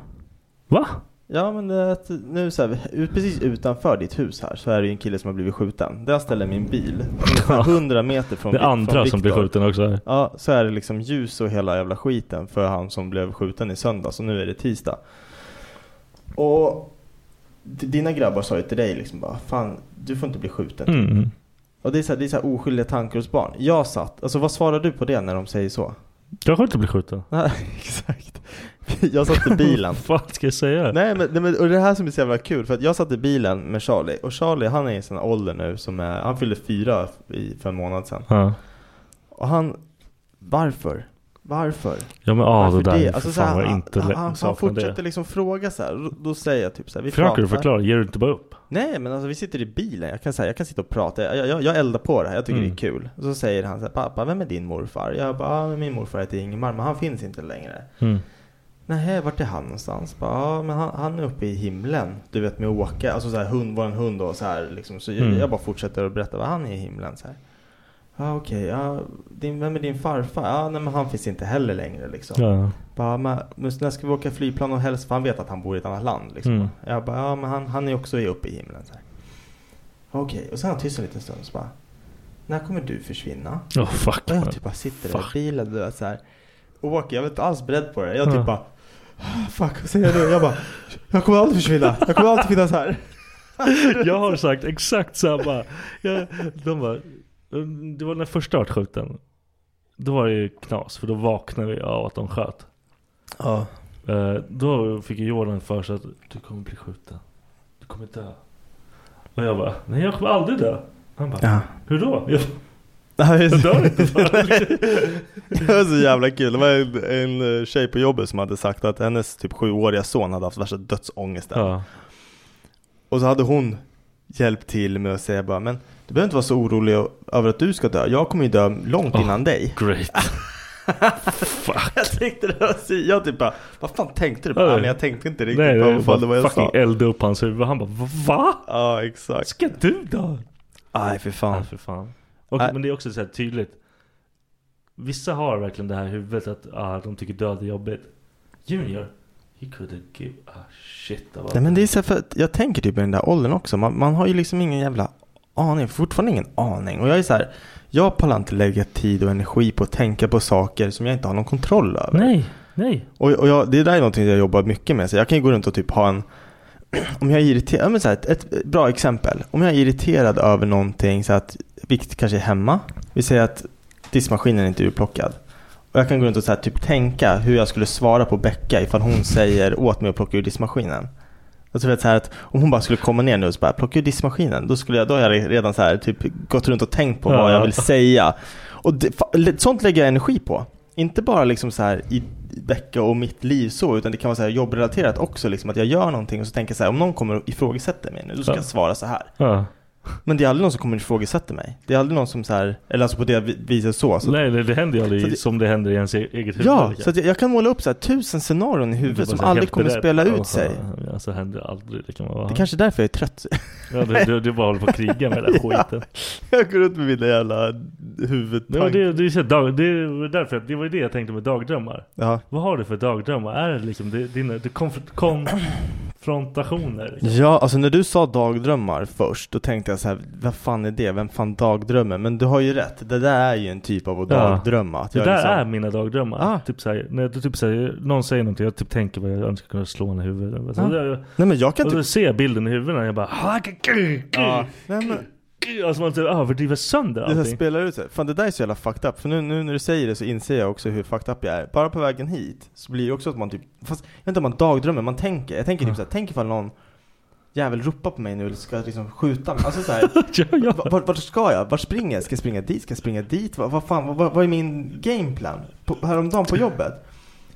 Speaker 5: Va?
Speaker 4: Ja men det är att nu så här, ut- precis utanför ditt hus här så är det ju en kille som har blivit skjuten. Där ställer min bil, ungefär 100 meter från
Speaker 5: Det är
Speaker 4: Vic- från
Speaker 5: andra som blir
Speaker 4: Viktor.
Speaker 5: skjuten också. här.
Speaker 4: Ja, så är det liksom ljus och hela jävla skiten för han som blev skjuten i söndags och nu är det tisdag. Och d- dina grabbar sa ju till dig liksom bara, fan du får inte bli skjuten.
Speaker 5: Mm.
Speaker 4: Och det är så här, det är så här oskyldiga tankar hos barn. Jag satt, alltså vad svarar du på det när de säger så?
Speaker 5: Jag kommer inte bli skjuten.
Speaker 4: Nej, exakt. Jag satt i bilen.
Speaker 5: Vad fan ska jag säga?
Speaker 4: Nej men, nej, men och det här som är så jävla kul för att jag satt i bilen med Charlie och Charlie han är i sin ålder nu som är, han fyllde fyra i, för en månad sedan.
Speaker 5: Ja.
Speaker 4: Och han, varför? Varför?
Speaker 5: Ja men ah,
Speaker 4: Varför
Speaker 5: det där.
Speaker 4: Alltså,
Speaker 5: Alltså,
Speaker 4: så här,
Speaker 5: fan vad jag
Speaker 4: han-
Speaker 5: inte
Speaker 4: han,
Speaker 5: lä-
Speaker 4: han, han
Speaker 5: saknar
Speaker 4: fortsätter
Speaker 5: det.
Speaker 4: liksom fråga så här. och Då säger jag typ så här, vi
Speaker 5: Försöker du
Speaker 4: pratar.
Speaker 5: förklara? Ger du inte bara upp?
Speaker 4: Nej men alltså vi sitter i bilen, jag kan säga, jag kan sitta och prata, jag, jag, jag eldar på det här, jag tycker
Speaker 5: Mm.
Speaker 4: det är kul. Och så säger han så här, pappa vem är din morfar? Jag bara, ah, men min morfar heter Ingemar men han finns inte längre.
Speaker 5: Mm.
Speaker 4: Nej, vart är han någonstans? Bara, ja, men han, han är uppe i himlen. Du vet med Åke, alltså så här, hund, vår hund och så här liksom. Så jag,
Speaker 5: Mm.
Speaker 4: jag bara fortsätter att berätta, vad han är i himlen så här. Ja okej, ja, din, vem är din farfar? Ja nej men han finns inte heller längre liksom.
Speaker 5: Ja.
Speaker 4: Bara, men, men när ska vi åka flygplan och hälsa? För han vet att han bor i ett annat land liksom.
Speaker 5: Mm.
Speaker 4: Jag bara, ja men han, han är också uppe i himlen så här. Okej, och sen är han tyst en liten stund så bara. När kommer du försvinna?
Speaker 5: Åh fuck.
Speaker 4: Och
Speaker 5: man.
Speaker 4: jag typ bara sitter där i
Speaker 5: Fuck.
Speaker 4: bilen du vet så här. Och åker, jag var inte alls beredd på det. Jag typ
Speaker 5: Ja.
Speaker 4: bara "Ah, Fuck, vad säger jag nu? Jag bara Jag kommer alltid försvinna. Jag kommer alltid finnas här.
Speaker 5: Jag har sagt exakt samma. Jag, de bara, um, det var när första vart skjuten. Då var det ju knas för då vaknade vi av att de sköt.
Speaker 4: Ja.
Speaker 5: Eh, då fick ju Jordan för sig att du kommer bli skjuten. Du kommer dö. Och jag bara, nej jag kommer aldrig dö. Han bara,
Speaker 4: Ja.
Speaker 5: hur då? Jag,
Speaker 4: Det här är
Speaker 5: jag
Speaker 4: så,
Speaker 5: dör inte bara.
Speaker 4: det var så jävla kul. Det var en, en eh, tjej på jobbet som hade sagt att hennes typ sjuåriga son hade haft värsta dödsångesten.
Speaker 5: ja.
Speaker 4: Och så hade hon hjälpt till med att säga bara, men du behöver inte vara så orolig över att du ska dö. Jag kommer ju dö långt
Speaker 5: Ah.
Speaker 4: innan dig.
Speaker 5: Great.
Speaker 4: Jag tyckte det var så, jag typ bara, vad fan tänkte du på?
Speaker 5: Ja,
Speaker 4: Ja,
Speaker 5: det-
Speaker 4: men jag tänkte inte riktigt
Speaker 5: Nej,
Speaker 4: på
Speaker 5: jag
Speaker 4: vad fan det var
Speaker 5: bara
Speaker 4: jag
Speaker 5: fucking
Speaker 4: sa.
Speaker 5: elda upp hans huvud. Han bara, va?
Speaker 4: Ja, exakt.
Speaker 5: Ska du dö?
Speaker 4: Aj, för
Speaker 5: Ja,
Speaker 4: fan.
Speaker 5: för fan. Och,
Speaker 4: Nej.
Speaker 5: men det är också så här tydligt. Vissa har verkligen det här i huvudet att ah, de tycker död är jobbigt. Junior, he couldn't give a shit about
Speaker 4: Nej men det är så här för att jag tänker typ i den där åldern också. Man, man har ju liksom ingen jävla aning. Fortfarande ingen aning. Och jag är så här, jag pallar inte lägga tid och energi på att tänka på saker som jag inte har någon kontroll över.
Speaker 5: Nej, nej.
Speaker 4: Och, och jag, det där är någonting jag jobbar mycket med. Så jag kan ju gå runt och typ ha en... Om jag är irriterad, ja, men så här, ett, ett bra exempel. Om jag är irriterad över någonting, så att, vilket kanske är hemma. Vi säger att diskmaskinen inte är urplockad. Och jag kan gå runt och så här, typ tänka hur jag skulle svara på Becka ifall hon säger åt mig att plocka ur diskmaskinen. Alltså vet så här att om hon bara skulle komma ner nu och så bara plocka ur diskmaskinen. Då skulle jag, då har jag redan så här typ gått runt och tänkt på vad
Speaker 5: Ja.
Speaker 4: jag vill säga. Och det, fa- sånt lägger jag energi på. Inte bara liksom så här i Becka och mitt liv så, utan det kan vara så här jobbrelaterat också. Liksom, att jag gör någonting och så tänker jag så här, om någon kommer och ifrågasätter mig nu, då ska
Speaker 5: Ja.
Speaker 4: jag svara så här.
Speaker 5: Ja.
Speaker 4: Men det är aldrig någon som kommer och ifrågasätter mig. Det är aldrig någon som så här, eller alltså på det vi- viset så. så
Speaker 5: nej, det, det händer ju aldrig
Speaker 4: Så det-
Speaker 5: som det händer i ens e- eget huvud.
Speaker 4: ja,
Speaker 5: liksom.
Speaker 4: så att jag, jag kan måla upp så här tusen scenarion i
Speaker 5: Du bara
Speaker 4: huvudet som
Speaker 5: så här
Speaker 4: aldrig
Speaker 5: helt
Speaker 4: kommer
Speaker 5: beredd.
Speaker 4: spela
Speaker 5: Aha,
Speaker 4: ut sig.
Speaker 5: Alltså händer aldrig. Det kan man
Speaker 4: Det
Speaker 5: vara.
Speaker 4: är kanske är därför jag är trött.
Speaker 5: Ja, du, du, du bara håller på att kriga med den här
Speaker 4: Ja.
Speaker 5: skiten.
Speaker 4: jag går runt med mina jävla
Speaker 5: Nej, men
Speaker 4: huvudtankar.
Speaker 5: det, det, är så här dag, det är därför att det var ju det jag tänkte med dagdrömmar.
Speaker 4: Ja.
Speaker 5: Vad har du för dagdrömmar? Är det liksom det- dina det konf- konfrontationer? Liksom?
Speaker 4: Ja, alltså när du sa dagdrömmar först, då tänkte jag så här, vad fan är det? Vem fan dagdrömmer? Men du har ju rätt, det där är ju en typ av att
Speaker 5: Ja.
Speaker 4: dagdrömma. Att
Speaker 5: Det
Speaker 4: jag
Speaker 5: där
Speaker 4: liksom-
Speaker 5: är mina dagdrömmar.
Speaker 4: Ah.
Speaker 5: Typ såhär, när jag, typ såhär, någon säger någonting, jag typ tänker vad jag önskar kunna slå henne i huvudet. Så
Speaker 4: Ah.
Speaker 5: där-
Speaker 4: Nej men jag typ- kan
Speaker 5: Och
Speaker 4: inte...
Speaker 5: då ser jag bilden i huvudet och jag bara ah, k- k- k-
Speaker 4: Nej, men...
Speaker 5: k- Alltså man typ överdriver sönder
Speaker 4: Det här
Speaker 5: allting.
Speaker 4: spelar ut sig. Fan det där är så jävla fucked up. För nu, nu när du säger det så inser jag också hur fucked up jag är. Bara på vägen hit så blir det också att man typ, fast jag vet inte om man dagdrömmer, man tänker. Jag tänker typ såhär, tänk ifall någon jävel ropar på mig nu eller ska liksom skjuta mig. Alltså såhär,
Speaker 5: ja, ja.
Speaker 4: vart, vart ska jag? Vart springer jag? Ska jag springa dit? Ska jag springa dit? Vad, vad fan, vad, vad är min gameplan? På, häromdagen på jobbet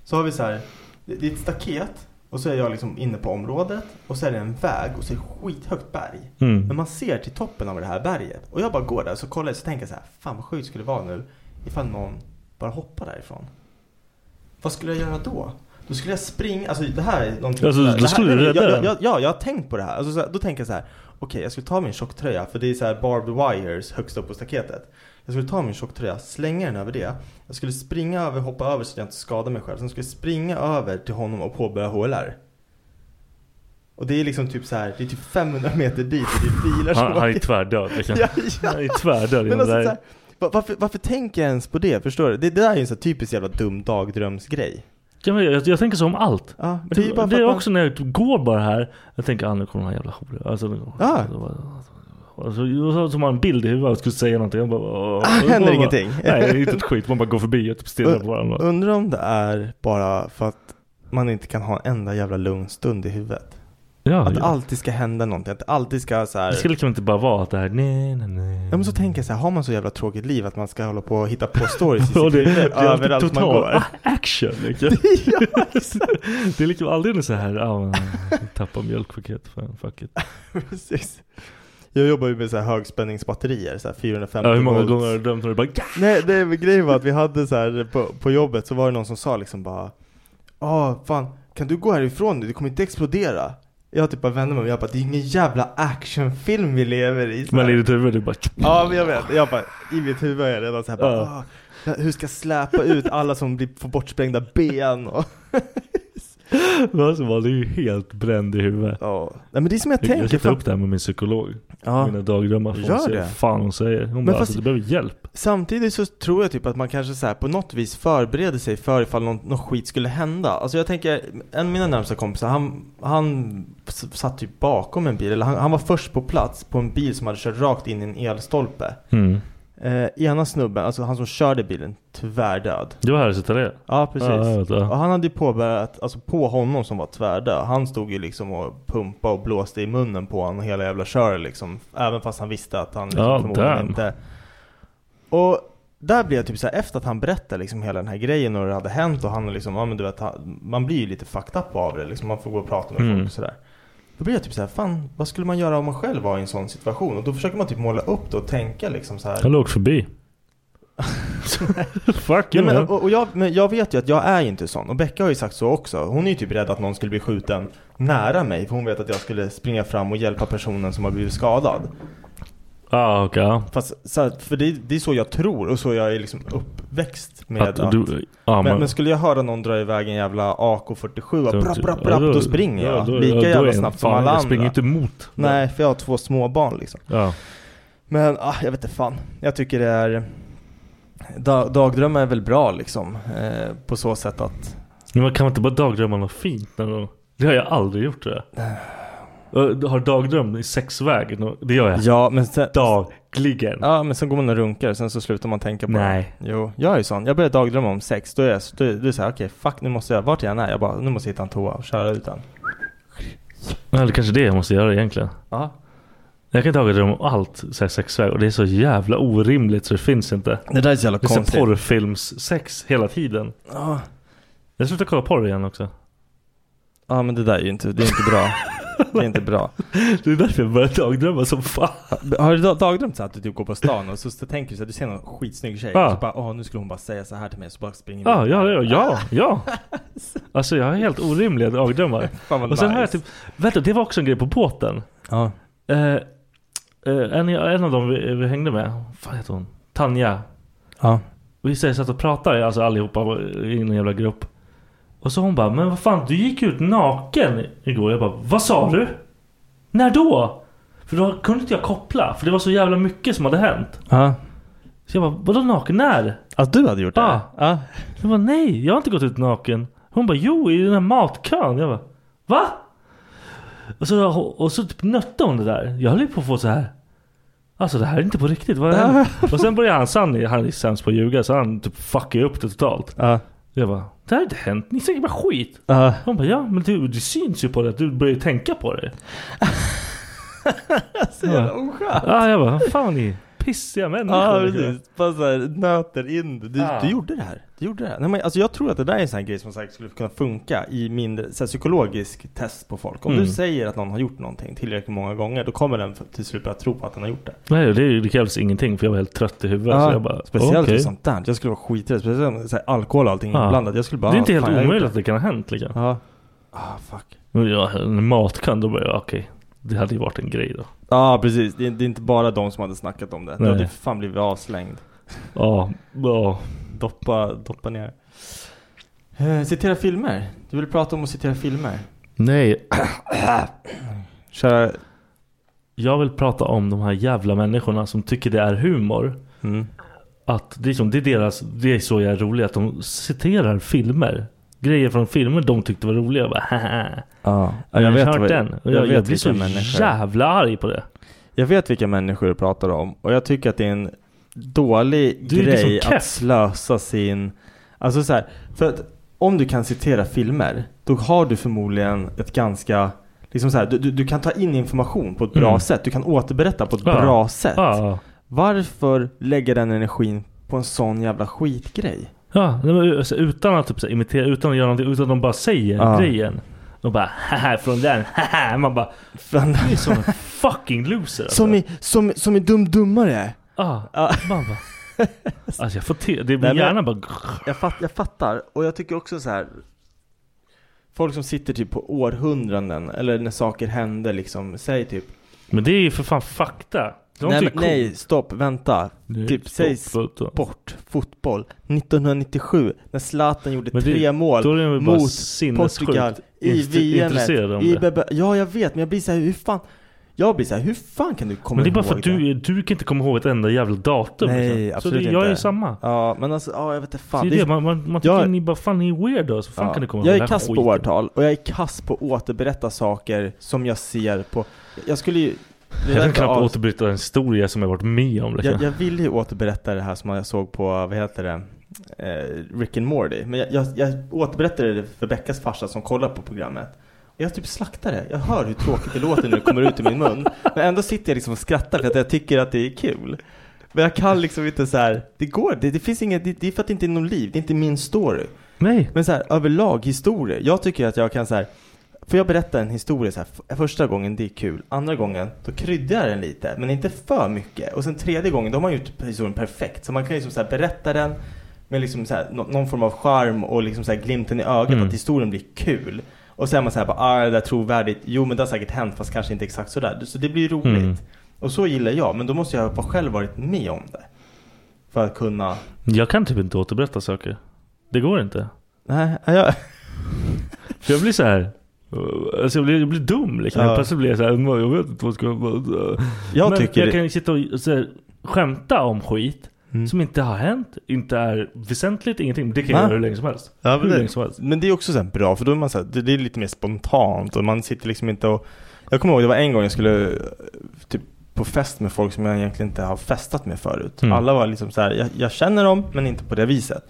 Speaker 4: så har vi så här, det det är ett staket och så är jag liksom inne på området och så är det en väg och så är det skithögt berg. Men
Speaker 5: Mm.
Speaker 4: man ser till toppen av det här berget. Och jag bara går där och så kollar jag så tänker jag så här. Fan vad sjukt skulle det vara nu ifall någon bara hoppar därifrån. Vad skulle jag göra då? Då skulle jag springa, alltså det här är någonting
Speaker 5: Alltså,
Speaker 4: det
Speaker 5: då skulle
Speaker 4: här,
Speaker 5: du rädda
Speaker 4: jag,
Speaker 5: den.
Speaker 4: jag, jag, Ja, jag har tänkt på det här. Alltså, så här då tänker jag så här. Okej, jag skulle ta min tjocktröja, för det är så här barbed wires högst upp på staketet. Jag skulle ta min tjocktröja, slänga den över det. Jag skulle springa över, hoppa över så att jag inte skadar mig själv. Sen skulle jag springa över till honom och påbörja HLR. Och det är liksom typ så här, det är typ 500 meter dit och det är bilar som
Speaker 5: Han, han är tvärdöd. Liksom.
Speaker 4: Ja, ja.
Speaker 5: Han är tvärdöd.
Speaker 4: Men
Speaker 5: genom
Speaker 4: alltså,
Speaker 5: det här.
Speaker 4: så här, va- varför, varför tänker jag ens på det? Förstår du? Det, det där är ju en så här typisk jävla dum dagdrömsgrej.
Speaker 5: Ja, men jag, jag tänker så om allt.
Speaker 4: Ja, men
Speaker 5: Det är,
Speaker 4: bara för
Speaker 5: det är
Speaker 4: att man-
Speaker 5: också när jag typ går bara här. Jag tänker ah, nu kommer den här jävla horan. Alltså, nu-
Speaker 4: Ja.
Speaker 5: Och så, och så, så har man en bild i huvudet och skulle säga någonting. Jag bara, åh.
Speaker 4: Ah, händer
Speaker 5: Och bara,
Speaker 4: ingenting.
Speaker 5: Nej, inte ett skit. Man bara går förbi och typ stirrar på varandra.
Speaker 4: Undrar om det är bara för att man inte kan ha en enda jävla lugn stund i huvudet.
Speaker 5: Ja,
Speaker 4: Att det
Speaker 5: ja.
Speaker 4: alltid ska hända någonting, att det alltid ska så här...
Speaker 5: Det ska liksom inte bara vara att det här nej, nej, nej.
Speaker 4: Ja men så tänker jag så här, har man så jävla tråkigt liv att man ska hålla på och hitta på stories i sitt
Speaker 5: Och det, det
Speaker 4: huvud
Speaker 5: är alltid
Speaker 4: överallt man
Speaker 5: total
Speaker 4: går?
Speaker 5: a- action liksom. Det är liksom aldrig något så här, ja men tappa mjölkpaket, fan, fuck it.
Speaker 4: Precis. Jag jobbar ju med så här högspänningsbatterier, så här 450
Speaker 5: Ja, hur många
Speaker 4: volt.
Speaker 5: gånger har du drömt när du bara ja!
Speaker 4: Nej, det är grejen var att vi hade så här på, på jobbet så var det någon som sa liksom bara Ja, fan, kan du gå härifrån nu? Det kommer inte explodera. Jag typ bara vände mig om och jag bara, det är ingen jävla actionfilm vi lever i. Så
Speaker 5: Men
Speaker 4: här.
Speaker 5: i ditt huvud du bara
Speaker 4: Ja, men jag vet. Jag bara, i mitt huvud är jag redan så här bara,
Speaker 5: Ja.
Speaker 4: "Ah, hur ska jag släpa ut alla som blir, får bortsprängda ben och...
Speaker 5: Men alltså man är ju helt bränd i huvudet.
Speaker 4: Ja. Nej men det är som jag,
Speaker 5: Jag,
Speaker 4: tänker.
Speaker 5: jag ska ta
Speaker 4: fan-
Speaker 5: upp det här med min psykolog.
Speaker 4: Ja.
Speaker 5: Mina dagdrömmar. För
Speaker 4: Gör
Speaker 5: hon säger
Speaker 4: det.
Speaker 5: fan hon säger. Hon bara
Speaker 4: fast-
Speaker 5: alltså, du behöver hjälp.
Speaker 4: Samtidigt så tror jag typ att man kanske så här på något vis förbereder sig för ifall någon, någon skit skulle hända. Alltså jag tänker, en av mina närmsta kompisar, han, han s- satt typ
Speaker 5: Mm.
Speaker 4: bakom en bil, eller han, han var först på plats på en bil som hade kört rakt in i en elstolpe. Eh, ena snubben, alltså han som körde bilen, tvärdöd.
Speaker 5: Du var här och sittade ner?
Speaker 4: Ja precis.
Speaker 5: Ja, jag vet det.
Speaker 4: och han hade ju påbörjat, alltså på honom som var tvärdöd. Han stod ju liksom och pumpade och blåste i munnen på honom hela jävla kör liksom. Även fast han visste att han liksom
Speaker 5: Ja,
Speaker 4: förmodligen
Speaker 5: damn.
Speaker 4: inte... Och där blev jag typ såhär, efter att han berättade liksom hela den här grejen och det hade hänt och han liksom, ja men du vet, han, man blir ju lite fucked up av det liksom. Man får gå och prata med folk
Speaker 5: Mm.
Speaker 4: och sådär. Då blir jag typ såhär, fan vad skulle man göra om man själv var i en sån situation? Och då försöker man typ måla upp det och tänka liksom så här.
Speaker 5: Han låg förbi. Fuck
Speaker 4: Ja,
Speaker 5: you
Speaker 4: men,
Speaker 5: man.
Speaker 4: och, och jag, men jag vet ju att jag är ju inte sån. Och Becka har ju sagt så också. Hon är ju typ rädd att någon skulle bli skjuten nära mig. För hon vet att jag skulle springa fram och hjälpa personen som har blivit skadad.
Speaker 5: Ah, okej. ja.
Speaker 4: Fast, så här, för det, det är så jag tror och så jag är liksom uppväxt med att...
Speaker 5: Att du... Ja,
Speaker 4: men,
Speaker 5: men,
Speaker 4: men skulle jag höra någon dra iväg en jävla AK47 och
Speaker 5: Då-
Speaker 4: brapp, brapp,
Speaker 5: ja,
Speaker 4: brapp, då springer
Speaker 5: ja,
Speaker 4: jag.
Speaker 5: då-
Speaker 4: Lika
Speaker 5: ja, då är
Speaker 4: jävla
Speaker 5: jag-
Speaker 4: snabbt som
Speaker 5: fan,
Speaker 4: alla
Speaker 5: Jag springer
Speaker 4: andra.
Speaker 5: inte emot.
Speaker 4: Nej, för jag har två småbarn liksom.
Speaker 5: Ja.
Speaker 4: Men ah, jag vet inte fan. Jag tycker det är... Da, dagdrömmar är väl bra liksom. Eh, på så sätt att...
Speaker 5: Men man kan man inte bara dagdrömma något fint? Någon... gång? Det har jag aldrig gjort tror jag. Jag har dagdrömt i sexväg. nå- Det gör jag.
Speaker 4: Ja, men sen,
Speaker 5: Dagligen.
Speaker 4: ja, men sen går man och runkar och sen så slutar man tänka på
Speaker 5: Nej.
Speaker 4: det. Jo, jag är ju sån. Jag börjar dagdrömma om sex. Då är jag, då, är- då är det såhär, okej fuck nu måste jag, vart jag än är, jag bara, nu måste jag hitta en toa och köra ut den.
Speaker 5: Nej, det kanske är det jag måste göra egentligen.
Speaker 4: Ja.
Speaker 5: Jag kan dagdrömma om allt så här sexväg och det är så jävla orimligt så det finns inte.
Speaker 4: Det där är så jävla
Speaker 5: Det är så här
Speaker 4: konstigt.
Speaker 5: porrfilms-sex hela tiden.
Speaker 4: Ja.
Speaker 5: Jag slutar kolla porr igen också.
Speaker 4: ja, men det där är ju inte, det är inte bra. Det är inte bra.
Speaker 5: Det är därför jag börjar dagdrömma som fan.
Speaker 4: Har du da- dagdrömt så här att du typ går på stan och så tänker du så här, du ser någon skitsnygg tjej
Speaker 5: Ja.
Speaker 4: och så bara, åh nu skulle hon bara säga så här till mig så bara springer
Speaker 5: Ja, ja, ja, ja, ja. Alltså jag har helt orimliga dagdrömmar.
Speaker 4: Fan vad
Speaker 5: Och sen
Speaker 4: nice.
Speaker 5: har jag typ, vänta det var också en grej på båten.
Speaker 4: Ja.
Speaker 5: Eh, eh, en, en av dem vi, vi hängde med, vad fan heter hon? Tanja.
Speaker 4: Ja.
Speaker 5: Vi så- satt och pratade, alltså allihopa i en jävla grupp. Och så hon bara, men vad fan du gick ut naken igår. Jag bara, vad sa du? När då? För då kunde inte jag koppla, för det var så jävla mycket som hade hänt.
Speaker 4: ja.
Speaker 5: Så jag bara, vadå naken? När?
Speaker 4: Att Alltså, du hade gjort det?
Speaker 5: typ- Ja.
Speaker 4: ja.
Speaker 5: Jag bara, nej, jag har inte gått ut naken. Hon bara, jo i den här matkön. Jag bara, va? Och så, och så typ nötte hon det där. Jag höll ju på att få så här. Alltså det här är inte på riktigt. Vad är det? och sen började han, så han, han är sämst på att ljuga så han typ fuckade upp det totalt.
Speaker 4: Ja.
Speaker 5: Jag bara, det här har inte hänt. Ni säger bara skit.
Speaker 4: Ja.
Speaker 5: Hon bara, ja men du, det syns ju på det att du börjar tänka på det.
Speaker 4: Så jävla oskönt.
Speaker 5: Ja, jag bara, fan vad ni pissiga människor.
Speaker 4: Ja precis, bara såhär nöter in det. Du,
Speaker 5: liksom. Ja.
Speaker 4: du gjorde det här. Du gjorde det här. Nej, men, alltså, jag tror att det där är en sån här grej som säkert skulle kunna funka i mindre, så här, psykologisk test på folk. Om
Speaker 5: Mm.
Speaker 4: du säger att någon har gjort någonting tillräckligt många gånger, då kommer den till slut börja tro på att den har gjort det.
Speaker 5: Nej, det, det krävs ingenting för jag var helt trött i huvudet. Så alltså, jag bara,
Speaker 4: Speciellt
Speaker 5: okej.
Speaker 4: okay. sånt där. Jag skulle vara skiträdd. Speciellt med så här, alkohol och allting
Speaker 5: Ja.
Speaker 4: inblandat. Jag skulle bara,
Speaker 5: Det är inte
Speaker 4: ah,
Speaker 5: helt
Speaker 4: fan, jag har gjort
Speaker 5: omöjligt att det kan ha hänt liksom.
Speaker 4: det. Ja. Ah fuck.
Speaker 5: Men Ja, en matkön, då började jag, okej. Det hade ju varit en grej då.
Speaker 4: Ja ah, precis, det är, det är inte bara de som hade snackat om det. Du
Speaker 5: Nej.
Speaker 4: hade fan blivit avslängd.
Speaker 5: Ja, ja.
Speaker 4: Doppa, doppa ner. Eh, citera filmer. Du vill prata om att citera filmer.
Speaker 5: Nej,
Speaker 4: Köra...
Speaker 5: jag vill prata om de här jävla människorna som tycker det är humor.
Speaker 4: Mm.
Speaker 5: Att det är, som, det är deras, det är så jag är rolig att de citerar filmer. Grejer från filmer de tyckte var roliga. Jag bara, haha.
Speaker 4: Ja,
Speaker 5: Jag,
Speaker 4: jag,
Speaker 5: har
Speaker 4: vet
Speaker 5: hört
Speaker 4: vad,
Speaker 5: den. Och
Speaker 4: jag,
Speaker 5: jag, jag,
Speaker 4: vet
Speaker 5: blir så
Speaker 4: vilka människor.
Speaker 5: jävla arg på det.
Speaker 4: Jag vet vilka människor du pratar om och jag tycker att det är en dålig
Speaker 5: Du är liksom
Speaker 4: grej
Speaker 5: keff.
Speaker 4: att slösa sin... Alltså så här, för att om du kan citera filmer, då har du förmodligen ett ganska... Liksom så här, du, du, du kan ta in information på ett bra
Speaker 5: Mm.
Speaker 4: sätt. Du kan återberätta på ett
Speaker 5: Ja.
Speaker 4: bra sätt.
Speaker 5: Ja,
Speaker 4: Varför lägga den energin på en sån jävla skitgrej?
Speaker 5: ja nej, men, alltså, utan att typ, så här, imitera, utan att göra någonting, utan att de bara säger
Speaker 4: Ja.
Speaker 5: grejen. De bara haha från den, haha. Man bara
Speaker 4: Fan.
Speaker 5: du är som en fucking loser. Alltså.
Speaker 4: Som är, som, som är dum dummare.
Speaker 5: Ja,
Speaker 4: Ja.
Speaker 5: man bara. Alltså jag får till, det
Speaker 4: Nej,
Speaker 5: blir
Speaker 4: men-
Speaker 5: hjärnan bara
Speaker 4: Jag, fatt, jag fattar, och jag tycker också så här. Folk som sitter typ på århundraden, eller när saker händer liksom, säg typ
Speaker 5: Men det är ju för fan fakta. De
Speaker 4: Nej, men,
Speaker 5: tycker cool.
Speaker 4: nej stopp, vänta.
Speaker 5: Det är
Speaker 4: typ,
Speaker 5: stopp,
Speaker 4: säg
Speaker 5: stopp.
Speaker 4: Bort, fotboll. 1997, när Zlatan gjorde
Speaker 5: Men det-
Speaker 4: tre mål.
Speaker 5: Då är de ju bara
Speaker 4: mot
Speaker 5: sinnessjukt
Speaker 4: Portugal i
Speaker 5: int-
Speaker 4: VM.
Speaker 5: intresserade om
Speaker 4: I
Speaker 5: det.
Speaker 4: Bebe- Ja, jag vet, men jag blir så här, hur fan? Jag blir så här, hur fan kan du komma
Speaker 5: Men det är bara för
Speaker 4: ihåg
Speaker 5: att du, du kan inte komma ihåg ett enda jävla datum.
Speaker 4: Nej,
Speaker 5: liksom.
Speaker 4: absolut
Speaker 5: Så det, jag är ju
Speaker 4: inte.
Speaker 5: samma.
Speaker 4: Ja, men alltså, ja, jag vet inte
Speaker 5: Så
Speaker 4: fan.
Speaker 5: det är det, man, man, man tycker
Speaker 4: Jag-
Speaker 5: ni bara fan ni är weirdos. Hur fan
Speaker 4: Ja.
Speaker 5: kan ni komma
Speaker 4: jag
Speaker 5: ihåg
Speaker 4: är
Speaker 5: den här
Speaker 4: kass på
Speaker 5: skiten?
Speaker 4: årtal och jag är kass på att återberätta saker som jag ser på Jag skulle ju Det
Speaker 5: Jag
Speaker 4: där
Speaker 5: kan knappt
Speaker 4: av-
Speaker 5: återberätta en historia som jag varit med om. Liksom.
Speaker 4: jag, jag vill ju återberätta det här som jag såg på, vad heter det, eh, Rick and Morty. Men jag, jag, jag återberättade det för Beckas farsa som kollar på programmet. Och jag typ slaktar det. Jag hör hur tråkigt det låter när det kommer ut ur min mun. Men ändå sitter jag liksom och skrattar för att jag tycker att det är kul. Men jag kan liksom inte så här. det går, det, det finns inget, det, det är för att det inte är någon liv, det är inte min story.
Speaker 5: Nej.
Speaker 4: Men så här, överlag historier. Jag tycker att jag kan så här. Får jag berätta en historia så här, f- första gången det är kul, andra gången då kryddar jag den lite, men inte för mycket. Och sen tredje gången då har man gjort historien perfekt. Så man kan liksom så här berätta den med liksom så här, nå- någon form av charm och liksom så här glimten i ögat
Speaker 5: Mm.
Speaker 4: att historien blir kul. Och sen är man så här bara, ah det där är trovärdigt, jo men det har säkert hänt fast kanske inte exakt sådär. Så det blir roligt.
Speaker 5: Mm.
Speaker 4: Och så gillar jag, men då måste jag ha själv varit med om det. För att kunna,
Speaker 5: Jag kan typ inte återberätta saker. Det går inte.
Speaker 4: nej, jag,
Speaker 5: För jag blir så här. Alltså jag blir, jag blir dum liksom.
Speaker 4: Ja.
Speaker 5: Jag plötsligt blir jag så här, "Nej, jag vet inte vad jag ska
Speaker 4: jag
Speaker 5: Men
Speaker 4: tycker
Speaker 5: jag
Speaker 4: det-
Speaker 5: kan ju sitta och så här, skämta om skit
Speaker 4: Mm.
Speaker 5: som inte har hänt, inte är väsentligt, ingenting. Det kan
Speaker 4: Va?
Speaker 5: jag göra hur länge som helst.
Speaker 4: Ja,
Speaker 5: hur
Speaker 4: men,
Speaker 5: länge
Speaker 4: det,
Speaker 5: som helst.
Speaker 4: men det är också så här bra för då är man så här, det, det är lite mer spontant och man sitter liksom inte och Jag kommer ihåg det var en gång jag skulle eh, typ på fest med folk som jag egentligen inte har festat med förut.
Speaker 5: Mm.
Speaker 4: Alla var liksom så här, jag, jag känner dem men inte på det viset.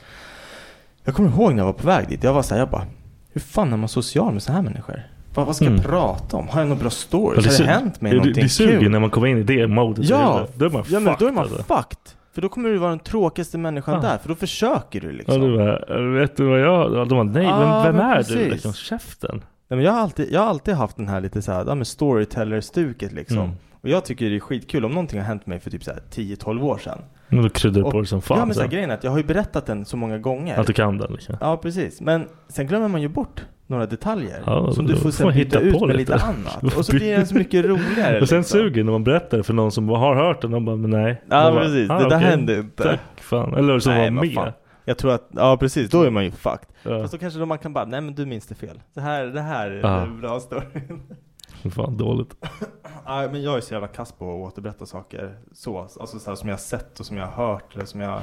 Speaker 4: Jag kommer ihåg när jag var på väg dit, jag var så här, jag bara Hur fan är man social med så här människor? Vad, vad ska
Speaker 5: Mm.
Speaker 4: jag prata om? Har jag någon bra story?
Speaker 5: Ja,
Speaker 4: Har det
Speaker 5: su-
Speaker 4: hänt mig
Speaker 5: det-
Speaker 4: någonting
Speaker 5: Det suger
Speaker 4: kul?
Speaker 5: när man kommer in i det modet.
Speaker 4: Ja,
Speaker 5: då är man
Speaker 4: Ja men då är man
Speaker 5: fucked, alltså.
Speaker 4: fucked! För då kommer du vara den tråkigaste människan
Speaker 5: Ja.
Speaker 4: där, för då försöker du
Speaker 5: Ja,
Speaker 4: liksom.
Speaker 5: du bara, vet du vad jag... Ja, De bara, nej,
Speaker 4: Ja,
Speaker 5: vem, vem
Speaker 4: men
Speaker 5: är du?
Speaker 4: precis.
Speaker 5: Liksom, käften.
Speaker 4: Nej, men jag, har alltid, jag har alltid haft den här lite så här, ja, men storyteller-stuket liksom.
Speaker 5: Mm.
Speaker 4: Och jag tycker det är skitkul om någonting har hänt mig för typ så här 10-12 år sedan.
Speaker 5: Men då kryddar du
Speaker 4: Och-
Speaker 5: på det Typ som fan.
Speaker 4: ja men så här,
Speaker 5: sen.
Speaker 4: grejen är att jag har ju berättat den så många gånger.
Speaker 5: att du kan den liksom.
Speaker 4: Ja precis, men sen glömmer man ju bort några detaljer.
Speaker 5: Ja,
Speaker 4: som du
Speaker 5: då
Speaker 4: får
Speaker 5: får man
Speaker 4: sen byta
Speaker 5: hitta
Speaker 4: ut
Speaker 5: på
Speaker 4: med
Speaker 5: lite.
Speaker 4: lite annat. Och så blir den så mycket roligare.
Speaker 5: Och sen
Speaker 4: liksom.
Speaker 5: suger det när man berättar det för någon som har hört den. De bara, men nej.
Speaker 4: Ja
Speaker 5: De bara,
Speaker 4: precis,
Speaker 5: "Ah,
Speaker 4: det där
Speaker 5: okej.
Speaker 4: händer inte.
Speaker 5: Tack fan. Eller som
Speaker 4: Nej,
Speaker 5: var
Speaker 4: men
Speaker 5: med.
Speaker 4: fan. Jag tror att, ja precis, då är man ju fucked.
Speaker 5: Ja,
Speaker 4: Fast då kanske då man kan bara, nej men du minns det fel. Det här, det här är
Speaker 5: Ja.
Speaker 4: en bra story.
Speaker 5: fan dåligt.
Speaker 4: Ja, men jag är så jävla kass på att återberätta saker så, alltså så här, som jag har sett och som jag har hört eller som jag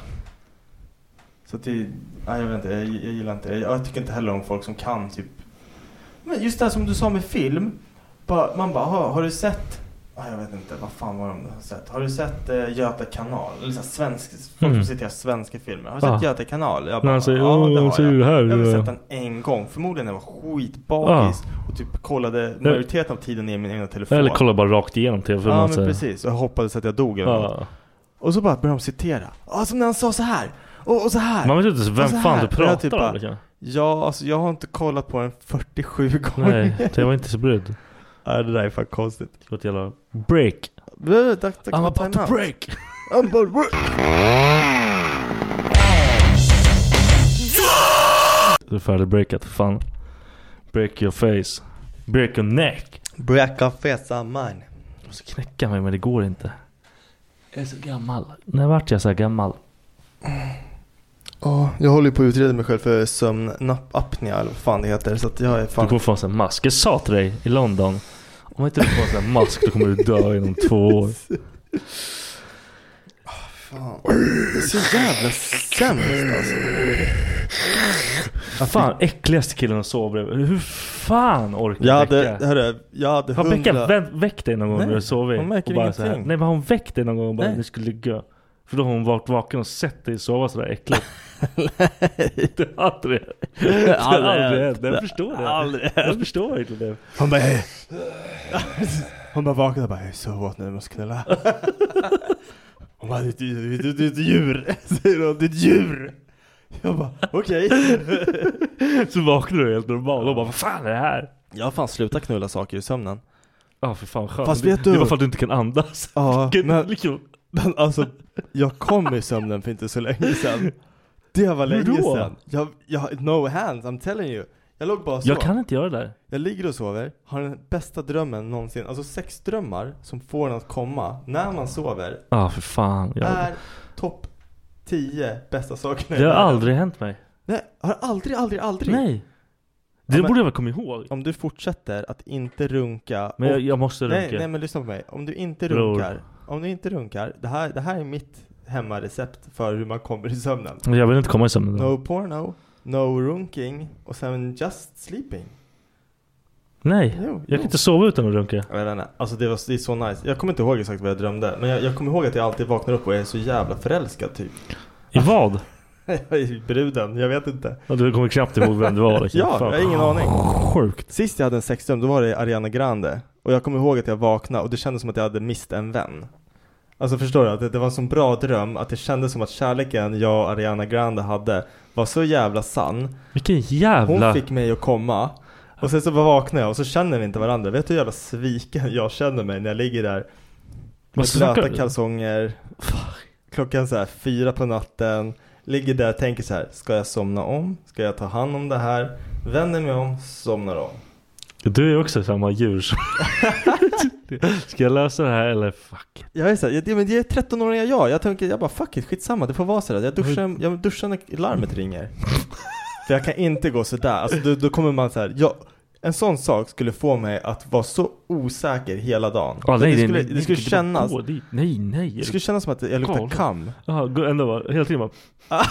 Speaker 4: Så att det, nej, jag vet inte, jag, jag gillar inte det. Jag tycker inte heller om folk som kan typ Men just det här som du sa med film bara, Man bara, "Aha, har du sett Ja, jag vet inte, vad fan var de har sett? Har du sett eh, Göta kanal? Eller så här, svensk, folk
Speaker 5: Mm.
Speaker 4: som citerar svenska filmer. Har du
Speaker 5: Ja.
Speaker 4: sett Göta kanal? Jag
Speaker 5: När han säger, åh,
Speaker 4: det har
Speaker 5: oh, ser du det här?
Speaker 4: jag har väl sett
Speaker 5: Ja.
Speaker 4: den en gång, förmodligen när jag var skitbakis och typ kollade majoriteten av tiden i min egna telefon.
Speaker 5: Ah. Eh. Eller kolla bara rakt igenom tv. för
Speaker 4: Ja
Speaker 5: man
Speaker 4: men
Speaker 5: säger-
Speaker 4: precis, och jag hoppades att jag dog eller något.
Speaker 5: Ja.
Speaker 4: Och så bara började de citera. Ja som när han sa så här och, och så här.
Speaker 5: Man vet inte ens
Speaker 4: Och så
Speaker 5: vem fan
Speaker 4: här.
Speaker 5: du
Speaker 4: Och jag
Speaker 5: pratar
Speaker 4: typ
Speaker 5: om.
Speaker 4: bara,
Speaker 5: Liksom.
Speaker 4: Ja alltså jag har inte kollat på den 47 gånger.
Speaker 5: Nej, det var inte så brydd.
Speaker 4: Nej det där är fan konstigt.
Speaker 5: Gå till jävla break.
Speaker 4: Dags- Dags
Speaker 5: I'm
Speaker 4: för
Speaker 5: about to
Speaker 4: timeout.
Speaker 5: break!
Speaker 4: I'm about to break.
Speaker 5: Du är färdigbreakat för fan. Break your face. Break your neck.
Speaker 4: Break a fesa mine.
Speaker 5: Jag måste knäcka mig men det går inte. Jag är så gammal. När vart jag så här gammal?
Speaker 4: Ja, jag håller ju på att utreda mig själv för sömnapnea eller vad fan det heter. Så att jag är
Speaker 5: Du kommer
Speaker 4: fan...
Speaker 5: få en sån här mask. Jag sa till dig i London. Om inte du får en sån här mask då kommer du dö inom två år.
Speaker 4: Alltså, fan. Det är så jävla sämst alltså.
Speaker 5: Fan äckligaste killen att sova bredvid. Hur fan orkar
Speaker 4: Jag
Speaker 5: Becka?
Speaker 4: hade, hörru, jag hade
Speaker 5: Har
Speaker 4: hundra...
Speaker 5: Becka vä- väckt dig någon gång
Speaker 4: Nej,
Speaker 5: när du sovit?
Speaker 4: hon märker
Speaker 5: Och bara så här-
Speaker 4: ingenting.
Speaker 5: Nej men har hon väckt dig någon gång och bara
Speaker 4: Nej.
Speaker 5: nu ska du ligga? För då har hon varit vaken och sett dig sova sådär äckligt. det har aldrig Det har aldrig hänt. Jag förstår det. Jag förstår inte det.
Speaker 4: Hon bara hej. Hon bara vaknade och bara jag är så våt nu, jag måste knulla. Hon bara du du- du- du är ett djur. Säger hon, du är ett djur. Jag bara okej.
Speaker 5: Så vaknar du helt normal och bara vad fan är det här?
Speaker 4: Jag har fan slutat knulla saker i sömnen.
Speaker 5: Ja för fan skönt.
Speaker 4: Fast
Speaker 5: Det-
Speaker 4: vet du-
Speaker 5: Det är bara för att du inte kan andas.
Speaker 4: Ja,
Speaker 5: Gud,
Speaker 4: men,
Speaker 5: liksom,
Speaker 4: men alltså jag kom i sömnen för inte så länge sedan. Det var
Speaker 5: Hur
Speaker 4: länge
Speaker 5: då?
Speaker 4: sedan. Jag, jag, no hands, I'm telling you. Jag låg bara så.
Speaker 5: jag kan inte göra det där.
Speaker 4: Jag ligger och sover, har den bästa drömmen någonsin. Alltså sex drömmar som får en att komma när man sover
Speaker 5: Ja ah, för fan. Jag,
Speaker 4: är topp 10 bästa sakerna i
Speaker 5: det har
Speaker 4: världen.
Speaker 5: aldrig hänt mig.
Speaker 4: Nej, har aldrig, aldrig, aldrig.
Speaker 5: Nej. Det
Speaker 4: Typ. Ja, men-
Speaker 5: borde jag väl komma ihåg.
Speaker 4: Om du fortsätter att inte runka
Speaker 5: Men jag,
Speaker 4: och,
Speaker 5: jag måste runka.
Speaker 4: nej, nej men lyssna på mig. Om du inte
Speaker 5: Bror.
Speaker 4: runkar, om du inte runkar, det här, det här är mitt hemmarecept för hur man kommer i sömnen.
Speaker 5: Jag vill inte komma i sömnen.
Speaker 4: No porno, no runking och sen just sleeping.
Speaker 5: Nej,
Speaker 4: Jo,
Speaker 5: jag
Speaker 4: jo.
Speaker 5: kan inte sova utan att runka.
Speaker 4: Jag vet inte. Alltså det, var, det är så nice. Jag kommer inte ihåg exakt vad jag drömde. Men jag, jag kommer ihåg att jag alltid vaknar upp och är så jävla förälskad typ.
Speaker 5: I vad?
Speaker 4: I bruden, jag vet inte.
Speaker 5: Ja, Du kommer knappt ihåg vem det var. Liksom.
Speaker 4: Ja, jag har ingen aning.
Speaker 5: Sjukt.
Speaker 4: Sist jag hade en sexdröm, då var det Ariana Grande. Och jag kommer ihåg att jag vaknade och det kändes som att jag hade mist en vän. Alltså förstår du? Att det, det var en sån bra dröm att det kändes som att kärleken jag och Ariana Grande hade var så jävla sann.
Speaker 5: Vilken
Speaker 4: Hon
Speaker 5: jävla...
Speaker 4: fick mig att komma. Och sen så bara vaknade jag och så känner vi inte varandra. Vet du hur jävla sviken jag känner mig när jag ligger där
Speaker 5: Vad
Speaker 4: med blöta
Speaker 5: snackar du?
Speaker 4: kalsonger. Klockan så här fyra på natten. Ligger där och tänker så här. Ska jag somna om? Ska jag ta hand om det här? Vänder mig om, somnar om.
Speaker 5: Du är också samma djur som... Ska jag lösa det här eller fuck?
Speaker 4: Jag är så här, jag, men det är 13-åriga jag. Jag tänker, jag bara fuck it, skitsamma. Det får vara så där. Jag duschar, jag duschar när larmet ringer. För jag kan inte gå så där. Alltså då, då kommer man så här. Jag, en sån sak skulle få mig att vara så osäker hela dagen.
Speaker 5: Ah, nej,
Speaker 4: det,
Speaker 5: nej,
Speaker 4: skulle,
Speaker 5: nej,
Speaker 4: det skulle
Speaker 5: nej, bara
Speaker 4: kännas.
Speaker 5: gå dit. Nej, nej.
Speaker 4: Det skulle kännas som att jag luktar
Speaker 5: Galen.
Speaker 4: kam.
Speaker 5: Jaha, gå- ändå bara, hela tiden bara...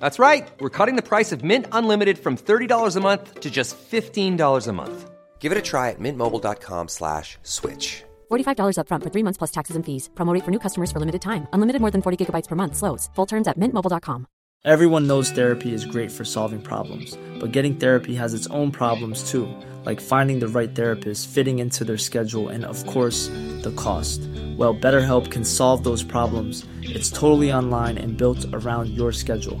Speaker 6: That's right. We're cutting the price of Mint Unlimited from $30 a month to just $15 a month. Give it a try at mintmobile.com slash switch.
Speaker 7: $45 upfront for three months plus taxes and fees. Promo rate for new customers for limited time. Unlimited more than 40 gigabytes per month. Slows. Full terms at mintmobile.com.
Speaker 8: Everyone knows therapy is great for solving problems, but getting therapy has its own problems too, like finding the right therapist, fitting into their schedule, and of course, the cost. Well, BetterHelp can solve those problems. It's totally online and built around your schedule.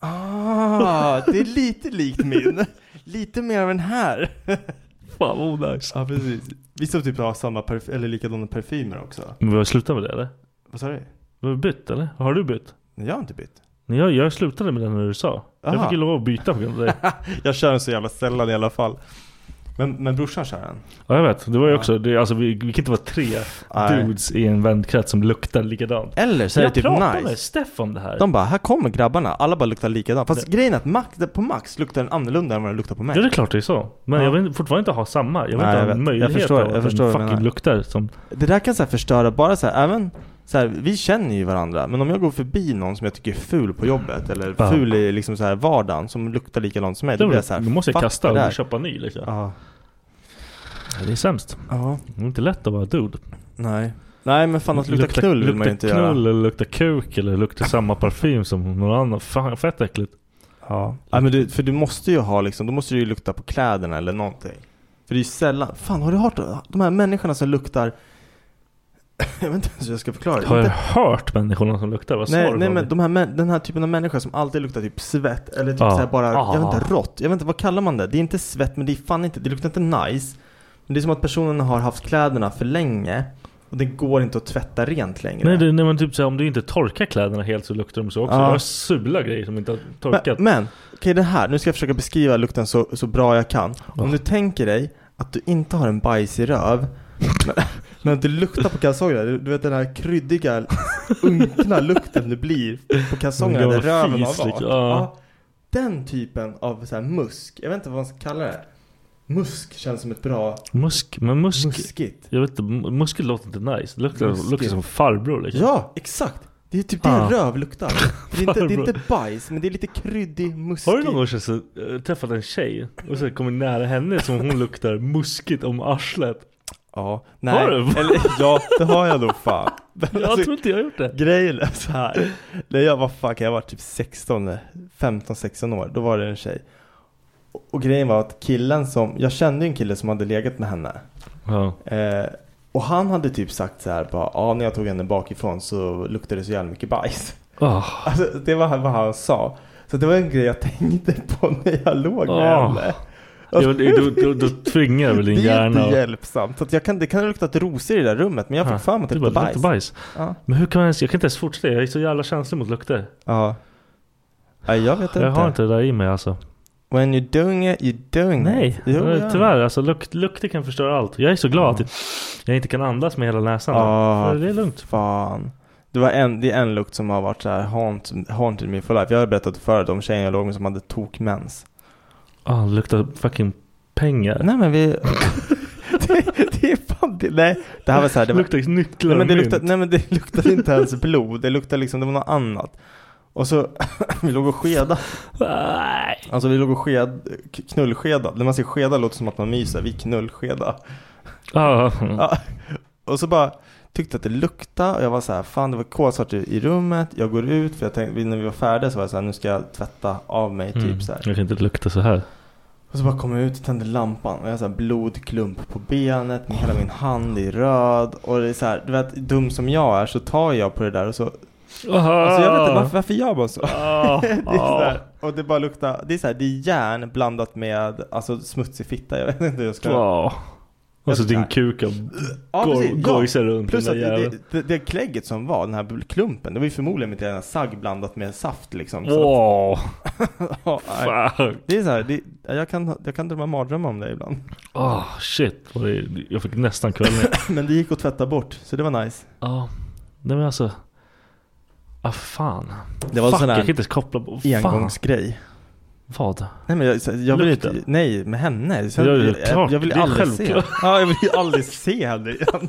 Speaker 4: Ah, det är lite likt min. Lite mer av den här.
Speaker 5: Fan vad onajs.
Speaker 4: Ja, precis. Vi som typ har samma perf- eller likadana parfymer också.
Speaker 5: Men vi har slutat med det eller?
Speaker 4: Vad sa du?
Speaker 5: Vi har bytt eller? Har du bytt?
Speaker 4: Nej, Jag har inte bytt.
Speaker 5: Nej, Jag, jag slutade med den i USA. Jag
Speaker 4: Aha.
Speaker 5: fick ju lov att byta på grund av det.
Speaker 4: Jag kör den så jävla sällan i alla fall. Men, men brorsan kör den.
Speaker 5: Ja jag vet, det var ju också, det, alltså, vi, vi kan inte vara tre
Speaker 4: Nej.
Speaker 5: dudes i en vänkrets som luktar likadant.
Speaker 4: Eller så är det
Speaker 5: Jag
Speaker 4: typ
Speaker 5: pratade
Speaker 4: nice.
Speaker 5: med Steff om det här.
Speaker 4: De bara, här kommer grabbarna. Alla bara luktar likadant. Fast grejen är att Max, på Max luktar den annorlunda än vad den luktar på mig.
Speaker 5: Ja det är klart det är så. Men
Speaker 4: Ja.
Speaker 5: jag vill fortfarande inte ha samma. Jag vill
Speaker 4: Nej,
Speaker 5: inte
Speaker 4: jag
Speaker 5: ha
Speaker 4: vet.
Speaker 5: en
Speaker 4: Jag
Speaker 5: möjlighet
Speaker 4: förstår-
Speaker 5: av
Speaker 4: jag
Speaker 5: att
Speaker 4: förstår vad
Speaker 5: den
Speaker 4: du
Speaker 5: fucking
Speaker 4: menar.
Speaker 5: luktar som...
Speaker 4: Det där kan så här förstöra, bara så här, även så här, vi känner ju varandra, men om jag går förbi någon som jag tycker är ful på jobbet eller
Speaker 5: Ja.
Speaker 4: ful i liksom så här vardagen som luktar likadant som mig, då
Speaker 5: Då,
Speaker 4: blir jag så här,
Speaker 5: då måste jag
Speaker 4: fuck
Speaker 5: kasta
Speaker 4: det
Speaker 5: och
Speaker 4: där.
Speaker 5: köpa ny liksom.
Speaker 4: Ja,
Speaker 5: Det är sämst.
Speaker 4: ja,
Speaker 5: Det är inte lätt att vara dude.
Speaker 4: nej. Nej men fan att lukta, knull vill man ju inte
Speaker 5: Lukta
Speaker 4: göra.
Speaker 5: knull eller lukta kuk eller lukta samma parfym som någon annan. Fan fett äckligt.
Speaker 4: Ja. ja men du, för du måste ju ha liksom, då måste du ju lukta på kläderna eller någonting. För det är ju sällan, fan har du hört de här människorna som luktar jag vet inte ens hur jag ska förklara det.
Speaker 5: Har jag
Speaker 4: Inte-
Speaker 5: hört människorna som luktar? Vad sa
Speaker 4: Nej,
Speaker 5: du,
Speaker 4: nej men
Speaker 5: Robin?
Speaker 4: de här, mä- den här typen av människor som alltid luktar typ svett eller typ
Speaker 5: Ja.
Speaker 4: så här bara, jag vet
Speaker 5: Ah.
Speaker 4: inte, rått. Jag vet inte, vad kallar man det? Det är inte svett men det är fan inte, det luktar inte nice. Men det är som att personen har haft kläderna för länge och det går inte att tvätta rent längre.
Speaker 5: Nej, det, nej men typ såhär, om du inte torkar kläderna helt så luktar de så också.
Speaker 4: Ja.
Speaker 5: Jag har sula grejer som inte har torkat.
Speaker 4: Men, men okej det här, nu ska jag försöka beskriva lukten så, så bra jag kan. Om du tänker dig att du inte har en bajsig röv, men, men att du luktar på kalsongerna, du, du vet den här kryddiga, unkna lukten det blir på kalsongerna där
Speaker 5: Gammal
Speaker 4: röven har
Speaker 5: fis,
Speaker 4: varit.
Speaker 5: liksom. Ja.
Speaker 4: Ja. Den typen av så här musk, jag vet inte vad man ska kalla det. Musk känns som ett bra...
Speaker 5: Musk, men musk.
Speaker 4: Muskigt.
Speaker 5: Jag vet inte, m- musket låter inte nice. Det luktar,
Speaker 4: Muskigt.
Speaker 5: luktar som farbror liksom.
Speaker 4: Ja, exakt! Det är typ det
Speaker 5: Ja.
Speaker 4: röv luktar. Det är, inte, det är
Speaker 5: Farbror.
Speaker 4: inte bajs, men det är lite kryddig, muskig.
Speaker 5: Har du någon gång känt så- äh, träffat en tjej och så kommit nära henne som hon luktar muskigt om arslet?
Speaker 4: Ja,
Speaker 5: nej. Har du?
Speaker 4: Eller, ja, det har jag nog fan.
Speaker 5: Jag
Speaker 4: Alltså-
Speaker 5: tror inte jag har gjort det.
Speaker 4: Grejen är så här. När jag var fuck, jag var typ 16, 15-16 år. Då var det en tjej. Och, och grejen var att killen som, jag kände ju en kille som hade legat med henne.
Speaker 5: Ja.
Speaker 4: Eh, och han hade typ sagt så här bara, ja när jag tog henne bakifrån så luktade det så jävla mycket bajs.
Speaker 5: Ah.
Speaker 4: Alltså, det var vad han sa. Så det var en grej jag tänkte på när jag låg med
Speaker 5: Ah.
Speaker 4: henne.
Speaker 5: Ja, men det- då, då, då tvingar väl din
Speaker 4: Det är
Speaker 5: hjärna. Ah.
Speaker 4: inte hjälpsamt. Så att jag kan, det kan ha luktat rosor i det där rummet men jag fick för mig att det
Speaker 5: det bara
Speaker 4: luktade
Speaker 5: luktar
Speaker 4: bajs.
Speaker 5: bajs.
Speaker 4: Ja.
Speaker 5: Men hur kan man ens, jag kan inte ens fortsätta. Jag är så jävla känslig mot lukter.
Speaker 4: Ja. Nej, jag vet
Speaker 5: Jag
Speaker 4: inte.
Speaker 5: har inte det där i mig alltså.
Speaker 4: When you're doing it, you're doing
Speaker 5: Nej,
Speaker 4: it. Mm. Jo, ja. Mm.
Speaker 5: tyvärr alltså lukt, lukter kan förstöra allt. Jag är så glad att jag inte kan andas med hela näsan.
Speaker 4: Ah,
Speaker 5: För det är lugnt.
Speaker 4: Fan. Det, var en, det är en lukt som har varit så här haunt, haunted me for life. Jag har berättat förut om tjejen jag låg med som hade tokmens.
Speaker 5: Ah, det luktar fucking pengar.
Speaker 4: Nej men vi... det, det är fan det, Nej, det här var så här. Det var,
Speaker 5: luktar nycklar
Speaker 4: nej, men det
Speaker 5: och
Speaker 4: luktade,
Speaker 5: mynt.
Speaker 4: nej men det luktade inte ens blod. Det luktade liksom, det var något annat. Och så, vi låg och skeda. Alltså vi låg och sked, knullskeda. När man säger skeda låter det som att man myser. Vi knullskeda.
Speaker 5: Ja.
Speaker 4: Ja. Och så bara tyckte att det luktade och jag var så här, fan det var kolsvart i, i rummet. Jag går ut för jag tänkte, när vi var färdiga så var jag så här, nu ska jag tvätta av mig
Speaker 5: Mm.
Speaker 4: typ så här.
Speaker 5: Jag kan inte lukta så här.
Speaker 4: Och så bara kom jag ut och tände lampan och jag har så här blodklump på benet, med hela min hand är röd och det är så här, du vet dum som jag är så tar jag på det där och så Alltså jag vet
Speaker 5: Ah.
Speaker 4: inte varför, varför gör man så? det är så här, och det bara luktar, det är så här, det är järn blandat med alltså smutsig fitta, jag vet inte hur jag ska
Speaker 5: Ja. Och så
Speaker 4: Jag vet
Speaker 5: din
Speaker 4: inte.
Speaker 5: kuk och go-
Speaker 4: precis,
Speaker 5: gojsar runt
Speaker 4: Plus
Speaker 5: den
Speaker 4: att
Speaker 5: där
Speaker 4: det,
Speaker 5: jäveln.
Speaker 4: det, det klägget som var, den här bul- klumpen, det var ju förmodligen mitt egna sagg blandat med saft liksom. Så att-
Speaker 5: Åh,
Speaker 4: Ja, nej.
Speaker 5: fuck.
Speaker 4: det är så här, det, jag, kan, jag kan drömma mardrömmar om det ibland.
Speaker 5: Åh, Ah, shit. Vad det- Jag fick nästan kvällning.
Speaker 4: Men det gick att tvätta bort, så det var nice.
Speaker 5: Ja. Nej men alltså. Ah fan.
Speaker 4: Det var
Speaker 5: Fuck,
Speaker 4: sån
Speaker 5: jag
Speaker 4: här
Speaker 5: kan inte ens koppla på. Fan.
Speaker 4: Engångsgrej.
Speaker 5: Vad?
Speaker 4: Nej men jag, så- jag vill inte,
Speaker 5: Lukten.
Speaker 4: nej med henne. Så
Speaker 5: Ja, ja,
Speaker 4: jag,
Speaker 5: klart.
Speaker 4: jag, jag vill
Speaker 5: Det är
Speaker 4: aldrig se.
Speaker 5: självklart.
Speaker 4: Ja, jag vill ju aldrig se henne igen.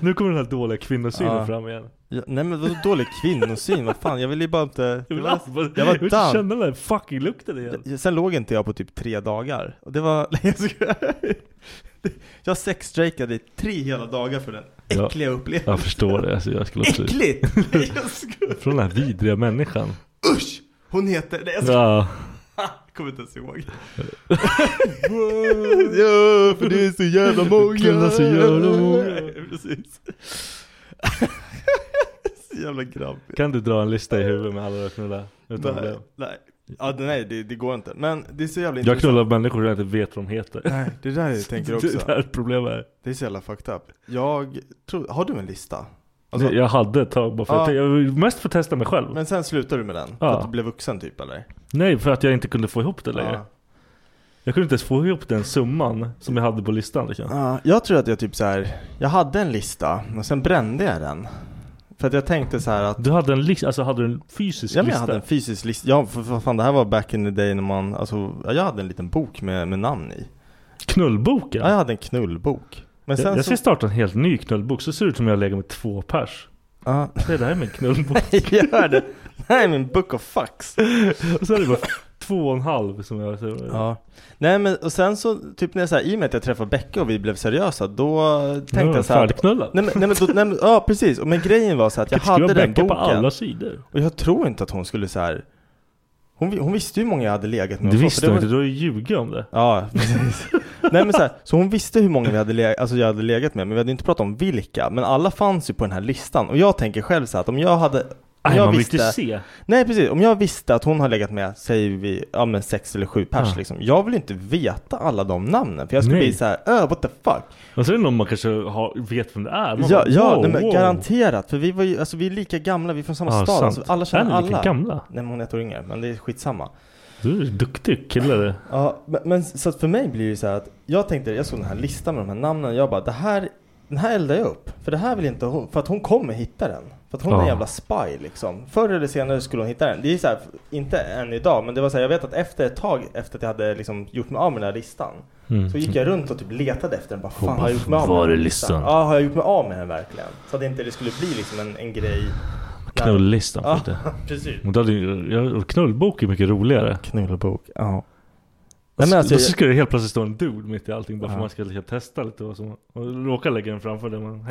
Speaker 5: Nu kommer den här dåliga kvinnosynen
Speaker 4: Ja.
Speaker 5: fram igen.
Speaker 4: Ja, nej men vadå dålig kvinnosyn, vad fan, jag vill ju bara inte.
Speaker 5: Jag vill,
Speaker 4: det
Speaker 5: aldrig-
Speaker 4: jag var
Speaker 5: jag vill inte
Speaker 4: done.
Speaker 5: känna den där fucking lukten igen.
Speaker 4: var- Sen låg inte jag på typ tre dagar. Och det var, nej jag skojar. Jag sexstrejkade i tre hela dagar för den
Speaker 5: Ja.
Speaker 4: äckliga upplevelsen.
Speaker 5: Jag förstår det. Alltså, jag skulle också...
Speaker 4: Äckligt! Nej, jag skojar.
Speaker 5: Från den här vidriga människan.
Speaker 4: Usch! Hon heter, nej jag skojar.
Speaker 5: Ja.
Speaker 4: Jag kommer inte ens ihåg. ja, för det är så jävla många.
Speaker 5: Killar så jävla många.
Speaker 4: Precis. så jävla grabbigt.
Speaker 5: Kan du dra en lista i huvudet med alla du har knullat?
Speaker 4: Nej,
Speaker 5: Utan problem.
Speaker 4: nej. Ja, nej det, det går inte. Men det är så jävla
Speaker 5: Jag
Speaker 4: intressant.
Speaker 5: knullar människor jag inte vet vad de heter.
Speaker 4: Nej, det är där jag tänker också.
Speaker 5: Det där problemet är.
Speaker 4: Det är så jävla fucked up. Jag tror, har du en lista? Alltså-
Speaker 5: Alltså, jag hade ett tag bara för att
Speaker 4: Ja.
Speaker 5: jag vill mest få testa mig själv.
Speaker 4: Men sen slutar du med den? För
Speaker 5: Ja.
Speaker 4: att du blev vuxen typ eller?
Speaker 5: Nej, för att jag inte kunde få ihop det längre.
Speaker 4: Ja.
Speaker 5: Jag kunde inte ens få ihop den summan som jag hade på listan. Liksom.
Speaker 4: Ja, jag tror att jag typ så här. jag hade en lista och sen brände jag den. För att jag tänkte så här att
Speaker 5: Du hade en lista, alltså hade du en fysisk
Speaker 4: Ja men jag
Speaker 5: lista?
Speaker 4: hade en fysisk lista, ja för, för fan det här var back in the day när man, alltså ja, jag hade en liten bok med, med namn i
Speaker 5: Knullboken?
Speaker 4: Ja jag hade en knullbok Men sen
Speaker 5: jag, jag
Speaker 4: så,
Speaker 5: ska starta en helt ny knullbok, så ser det ut som jag lägger med två pers.
Speaker 4: ja,
Speaker 5: Det där är min knullbok.
Speaker 4: gör det! Nej min book of fucks!
Speaker 5: Och så är det bara två och en halv som jag... Så,
Speaker 4: Ja Nej men och sen så, typ när jag så här, i och med att jag träffade Becka och vi blev seriösa då tänkte jag så här att-
Speaker 5: Färdigknullad.
Speaker 4: Nej men, nej, men, då, nej, men ja precis, och men grejen var så att jag
Speaker 5: Skulle
Speaker 4: hade den
Speaker 5: bäcka Typ på
Speaker 4: boken
Speaker 5: alla sidor.
Speaker 4: Och jag tror inte att hon skulle så här. Hon, vi- hon visste ju hur många jag hade legat med.
Speaker 5: Det
Speaker 4: och så,
Speaker 5: visste
Speaker 4: för
Speaker 5: hon
Speaker 4: var-
Speaker 5: inte, du har ju ljugit om det.
Speaker 4: Ja, precis. Nej men så, här, så hon visste hur många vi hade le- alltså jag hade legat med, men vi hade inte pratat om vilka. Men alla fanns ju på den här listan. Och jag tänker själv så här, att om jag hade... Om
Speaker 5: Aj,
Speaker 4: jag
Speaker 5: man vill inte se.
Speaker 4: Nej precis, om jag visste att hon har legat med, säger vi, ja men sex eller sju pers
Speaker 5: Ja.
Speaker 4: liksom. Jag vill inte veta alla de namnen, för jag skulle
Speaker 5: Nej.
Speaker 4: bli så här, öh what the fuck.
Speaker 5: Och så är det någon man kanske har, vet vem det är. Man
Speaker 4: Ja,
Speaker 5: bara,
Speaker 4: ja
Speaker 5: wow,
Speaker 4: nej, men
Speaker 5: wow.
Speaker 4: garanterat. För vi var ju, alltså vi är lika gamla, vi är från samma
Speaker 5: Ja,
Speaker 4: stad.
Speaker 5: sant.
Speaker 4: Alltså, alla känner
Speaker 5: Är ni
Speaker 4: alla.
Speaker 5: lika gamla?
Speaker 4: Nej men hon är ett år yngre, men det är skitsamma.
Speaker 5: Du är duktig kille du.
Speaker 4: Ja, men, men så att för mig blir det ju så här att jag tänkte, jag såg den här listan med de här namnen och jag bara, det här, den här eldar jag upp. För det här vill inte hon, för att hon kommer hitta den. För att hon är en
Speaker 5: Ja.
Speaker 4: jävla spy liksom. Förr eller senare skulle hon hitta den. Det är så här, inte än idag, men det var så här, jag vet att efter ett tag, efter att jag hade liksom gjort mig av med den här listan.
Speaker 5: Mm.
Speaker 4: Så gick jag runt och typ letade efter den, bara
Speaker 5: Och
Speaker 4: fan
Speaker 5: bara,
Speaker 4: har jag gjort mig av med
Speaker 5: var
Speaker 4: den här
Speaker 5: är listan?
Speaker 4: Ja, har jag gjort mig av med den verkligen? Så att inte det skulle bli liksom en, en grej. när-
Speaker 5: Knulllistan.
Speaker 4: Ja,
Speaker 5: för det.
Speaker 4: precis.
Speaker 5: Och då hade ju- ja, Knullbok är mycket roligare.
Speaker 4: Knullbok, ja.
Speaker 5: Nej, men
Speaker 4: alltså,
Speaker 5: alltså,
Speaker 4: jag-
Speaker 5: så ska det helt plötsligt stå en dude mitt i allting bara för
Speaker 4: Ja.
Speaker 5: man ska liksom testa lite vad som... Och råka lägga den framför där man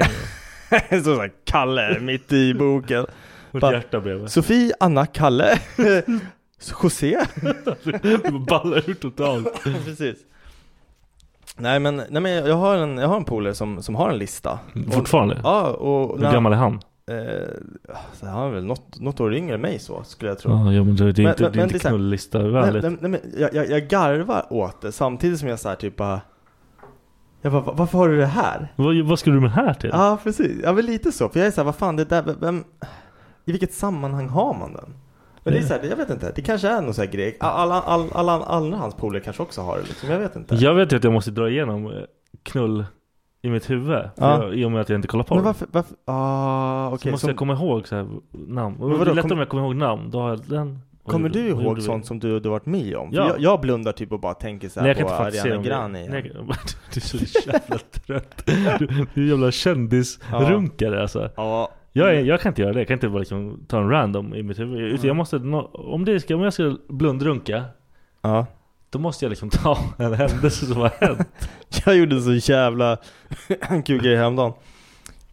Speaker 5: hänger.
Speaker 4: så såhär, Kalle mitt i boken.
Speaker 5: Och ett
Speaker 4: Bara,
Speaker 5: hjärta bredvid.
Speaker 4: Sofie, Anna, Kalle, José.
Speaker 5: Det ballar ur totalt.
Speaker 4: Precis. Nej men, nej, men jag har en, jag har en polare som, som har en lista.
Speaker 5: Fortfarande?
Speaker 4: Och, ja, och...
Speaker 5: Hur gammal är han?
Speaker 4: Eh, så han är väl något, något år yngre än mig så, skulle jag tro.
Speaker 5: Ja, ja men det, det är
Speaker 4: Men-
Speaker 5: inte,
Speaker 4: men-
Speaker 5: det är
Speaker 4: men
Speaker 5: inte
Speaker 4: det är så här-
Speaker 5: knullista
Speaker 4: nej,
Speaker 5: vänligt.
Speaker 4: nej, nej, men jag, jag, jag garvar åt det samtidigt som jag såhär typ bara... Jag bara, "Va- varför har du det här?
Speaker 5: Vad, vad ska du med det här till?
Speaker 4: Ja precis, ja men lite så. För jag är såhär, vad fan det där, vem, i vilket sammanhang har man den? Men det är
Speaker 5: Ja.
Speaker 4: såhär, jag vet inte, det kanske är någon sån här grej. Alla, alla, alla, alla hans polare kanske också har det liksom, jag vet inte.
Speaker 5: Jag vet ju att jag måste dra igenom eh, knull i mitt huvud.
Speaker 4: Ja.
Speaker 5: Jag, I och med att jag inte kollar på
Speaker 4: Men
Speaker 5: det.
Speaker 4: varför, varför, ah okej.
Speaker 5: Så måste
Speaker 4: som-
Speaker 5: jag komma ihåg så här, namn. Och
Speaker 4: Men vadå,
Speaker 5: det är lättare
Speaker 4: kom-
Speaker 5: om jag kommer ihåg namn. Då har jag den. Och
Speaker 4: Kommer
Speaker 5: gjorde-
Speaker 4: du
Speaker 5: och gjorde
Speaker 4: ihåg
Speaker 5: vi.
Speaker 4: sånt som du, du har varit med om? För
Speaker 5: Ja.
Speaker 4: Jag, jag blundar typ och bara tänker
Speaker 5: Nej
Speaker 4: såhär
Speaker 5: jag
Speaker 4: på
Speaker 5: kan inte
Speaker 4: Ariana
Speaker 5: fantisera om det.
Speaker 4: Grande igen.
Speaker 5: Nej, jag kan- Du är så jävla trött. Du, du är jävla kändisrunkare alltså.
Speaker 4: Ja.
Speaker 5: Jag, är, jag kan inte göra det. Jag kan inte bara liksom ta en random i mitt huvud. Utan jag måste, nå- om, det ska, om jag ska blundrunka.
Speaker 4: Ja.
Speaker 5: Då måste jag liksom ta en händelse som har hänt.
Speaker 4: Jag gjorde en så jävla kul grej häromdagen.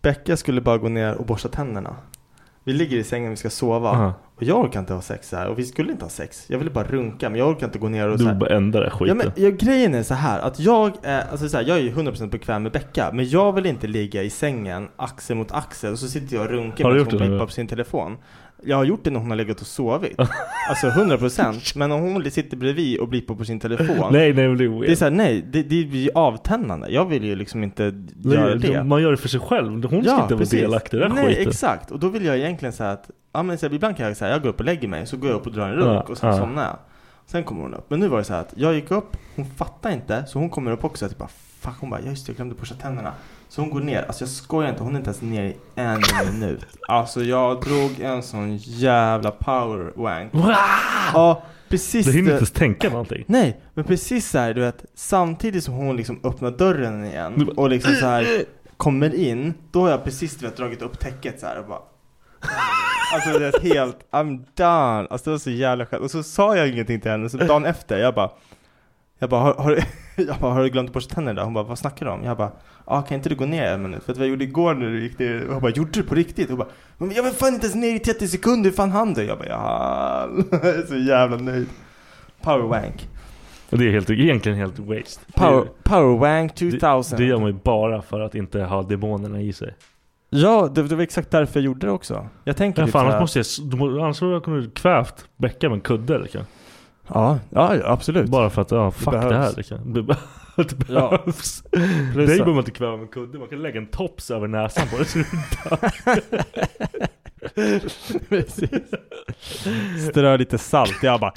Speaker 4: Becka skulle bara gå ner och borsta tänderna. Vi ligger i sängen, vi ska sova.
Speaker 5: Aha.
Speaker 4: Och jag orkar inte ha sex så här. Och vi skulle inte ha sex. Jag ville bara runka, men jag orkar inte gå ner och så
Speaker 5: Du
Speaker 4: här.
Speaker 5: bara ändra den här
Speaker 4: Ja,
Speaker 5: skiten.
Speaker 4: men, ja, grejen är så här att jag är, alltså så här, jag är ju 100% bekväm med Becka Men jag vill inte ligga i sängen axel mot axel och så sitter jag och runkar
Speaker 5: Har du
Speaker 4: medan
Speaker 5: gjort
Speaker 4: hon
Speaker 5: det någon
Speaker 4: blippar
Speaker 5: gång?
Speaker 4: på sin telefon Jag har gjort det när hon har legat och sovit Alltså 100% Men om hon sitter bredvid och blippar på sin telefon
Speaker 5: nej nej men det är weird.
Speaker 4: Det är såhär, nej, det, det blir ju avtändande Jag vill ju liksom inte göra det
Speaker 5: Man gör det för sig själv. Hon ska inte vara delaktig i den här
Speaker 4: Nej
Speaker 5: skiten.
Speaker 4: exakt, och då vill jag egentligen säga att ja, men så här, Ibland kan jag säga jag går upp och lägger mig, så går jag upp och drar en runk
Speaker 5: Ja,
Speaker 4: och sen
Speaker 5: ja.
Speaker 4: somnar jag Sen kommer hon upp, men nu var det så här att jag gick upp, hon fattar inte, så hon kommer upp också Jag typ bara fuck, hon bara ja just det, jag glömde borsta tänderna Så hon går ner, alltså jag skojar inte, hon är inte ens ner i en minut Alltså jag drog en sån jävla power wank Ja, precis
Speaker 5: Du hinner
Speaker 4: det-
Speaker 5: inte ens tänka någonting.
Speaker 4: Nej, men precis så här, du vet, samtidigt som hon liksom öppnar dörren
Speaker 5: Du
Speaker 4: igen
Speaker 5: bara-
Speaker 4: och liksom så här kommer in, då har jag precis du vet, dragit upp täcket så här och bara Alltså det är helt, I'm done! Alltså det var så jävla skönt, och så sa jag ingenting till henne, så dagen efter, jag bara Jag bara, har, har, du- jag bara, har du glömt att borsta tänderna? Hon bara, vad snackar du om? Jag bara, ah, kan inte du gå ner en minut? För att vad jag gjorde igår när du gick ner, hon bara, gjorde du på riktigt? Hon bara, men jag var fan inte ens ner i 30 sekunder, hur fan hann du? Jag bara, ja, jag är så jävla nöjd Powerwank
Speaker 5: Och det är helt, egentligen helt waste.
Speaker 4: Power, Powerwank
Speaker 5: det, det,
Speaker 4: 2000
Speaker 5: det gör man ju bara för att inte ha demonerna i sig.
Speaker 4: Typ Ja, det, det var exakt därför jag gjorde det också Jag tänker
Speaker 5: Ja,
Speaker 4: typ
Speaker 5: fan,
Speaker 4: såhär-
Speaker 5: annars måste jag, s- då må- annars hade jag kunnat kvävt Becka med en kudde. Liksom.
Speaker 4: ja, ja, ja, absolut
Speaker 5: Bara för att, ja fuck det,
Speaker 4: behövs.
Speaker 5: här. Liksom. Det, be- det
Speaker 4: Ja. Plus
Speaker 5: behövs. Dig
Speaker 4: att-
Speaker 5: behöver man inte kväva med en kudde. Man kan lägga en tops över näsan på dig så du dör.
Speaker 4: Precis. Strö lite salt, jag bara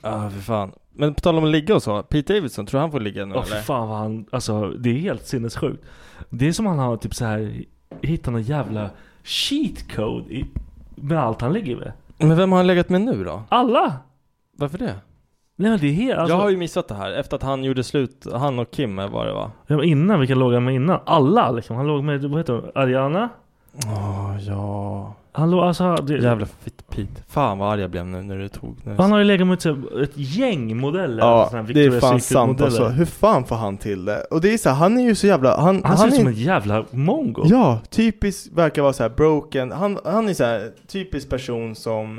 Speaker 4: ah, för fan Men på tal om att ligga och så, Pete Davidson, tror du han får ligga nu
Speaker 5: Ja fy
Speaker 4: eller?
Speaker 5: fan vad han, alltså det är helt sinnessjukt. Det är som han har typ så här hittat någon jävla cheat code i, med allt han ligger med.
Speaker 4: Men vem har han legat med nu då?
Speaker 5: Alla!
Speaker 4: Varför det?
Speaker 5: Nej men det är helt, alltså,
Speaker 4: jag har ju missat det här, efter att han gjorde slut, han och Kim var det va?
Speaker 5: Ja, men Innan, vilka låg han med innan? Alla liksom. Han låg med, vad heter hon? Ariana?
Speaker 4: Åh ja
Speaker 5: Han låg, alltså. Det,
Speaker 4: Jävla fitt Pete Fan vad arg jag blev nu när du tog nu.
Speaker 5: Han har ju legat med ett, ett gäng modeller. alltså,
Speaker 4: Ja,
Speaker 5: såna här
Speaker 4: det är
Speaker 5: Victoria's
Speaker 4: fan
Speaker 5: Secret
Speaker 4: sant
Speaker 5: modeller.
Speaker 4: alltså. Hur fan får han till det? Och det är så här, han är ju så jävla... Han,
Speaker 5: Han, ser ut
Speaker 4: är,
Speaker 5: som en jävla mongo.
Speaker 4: Ja, typiskt verkar vara så här broken. Han, han är så här typisk person som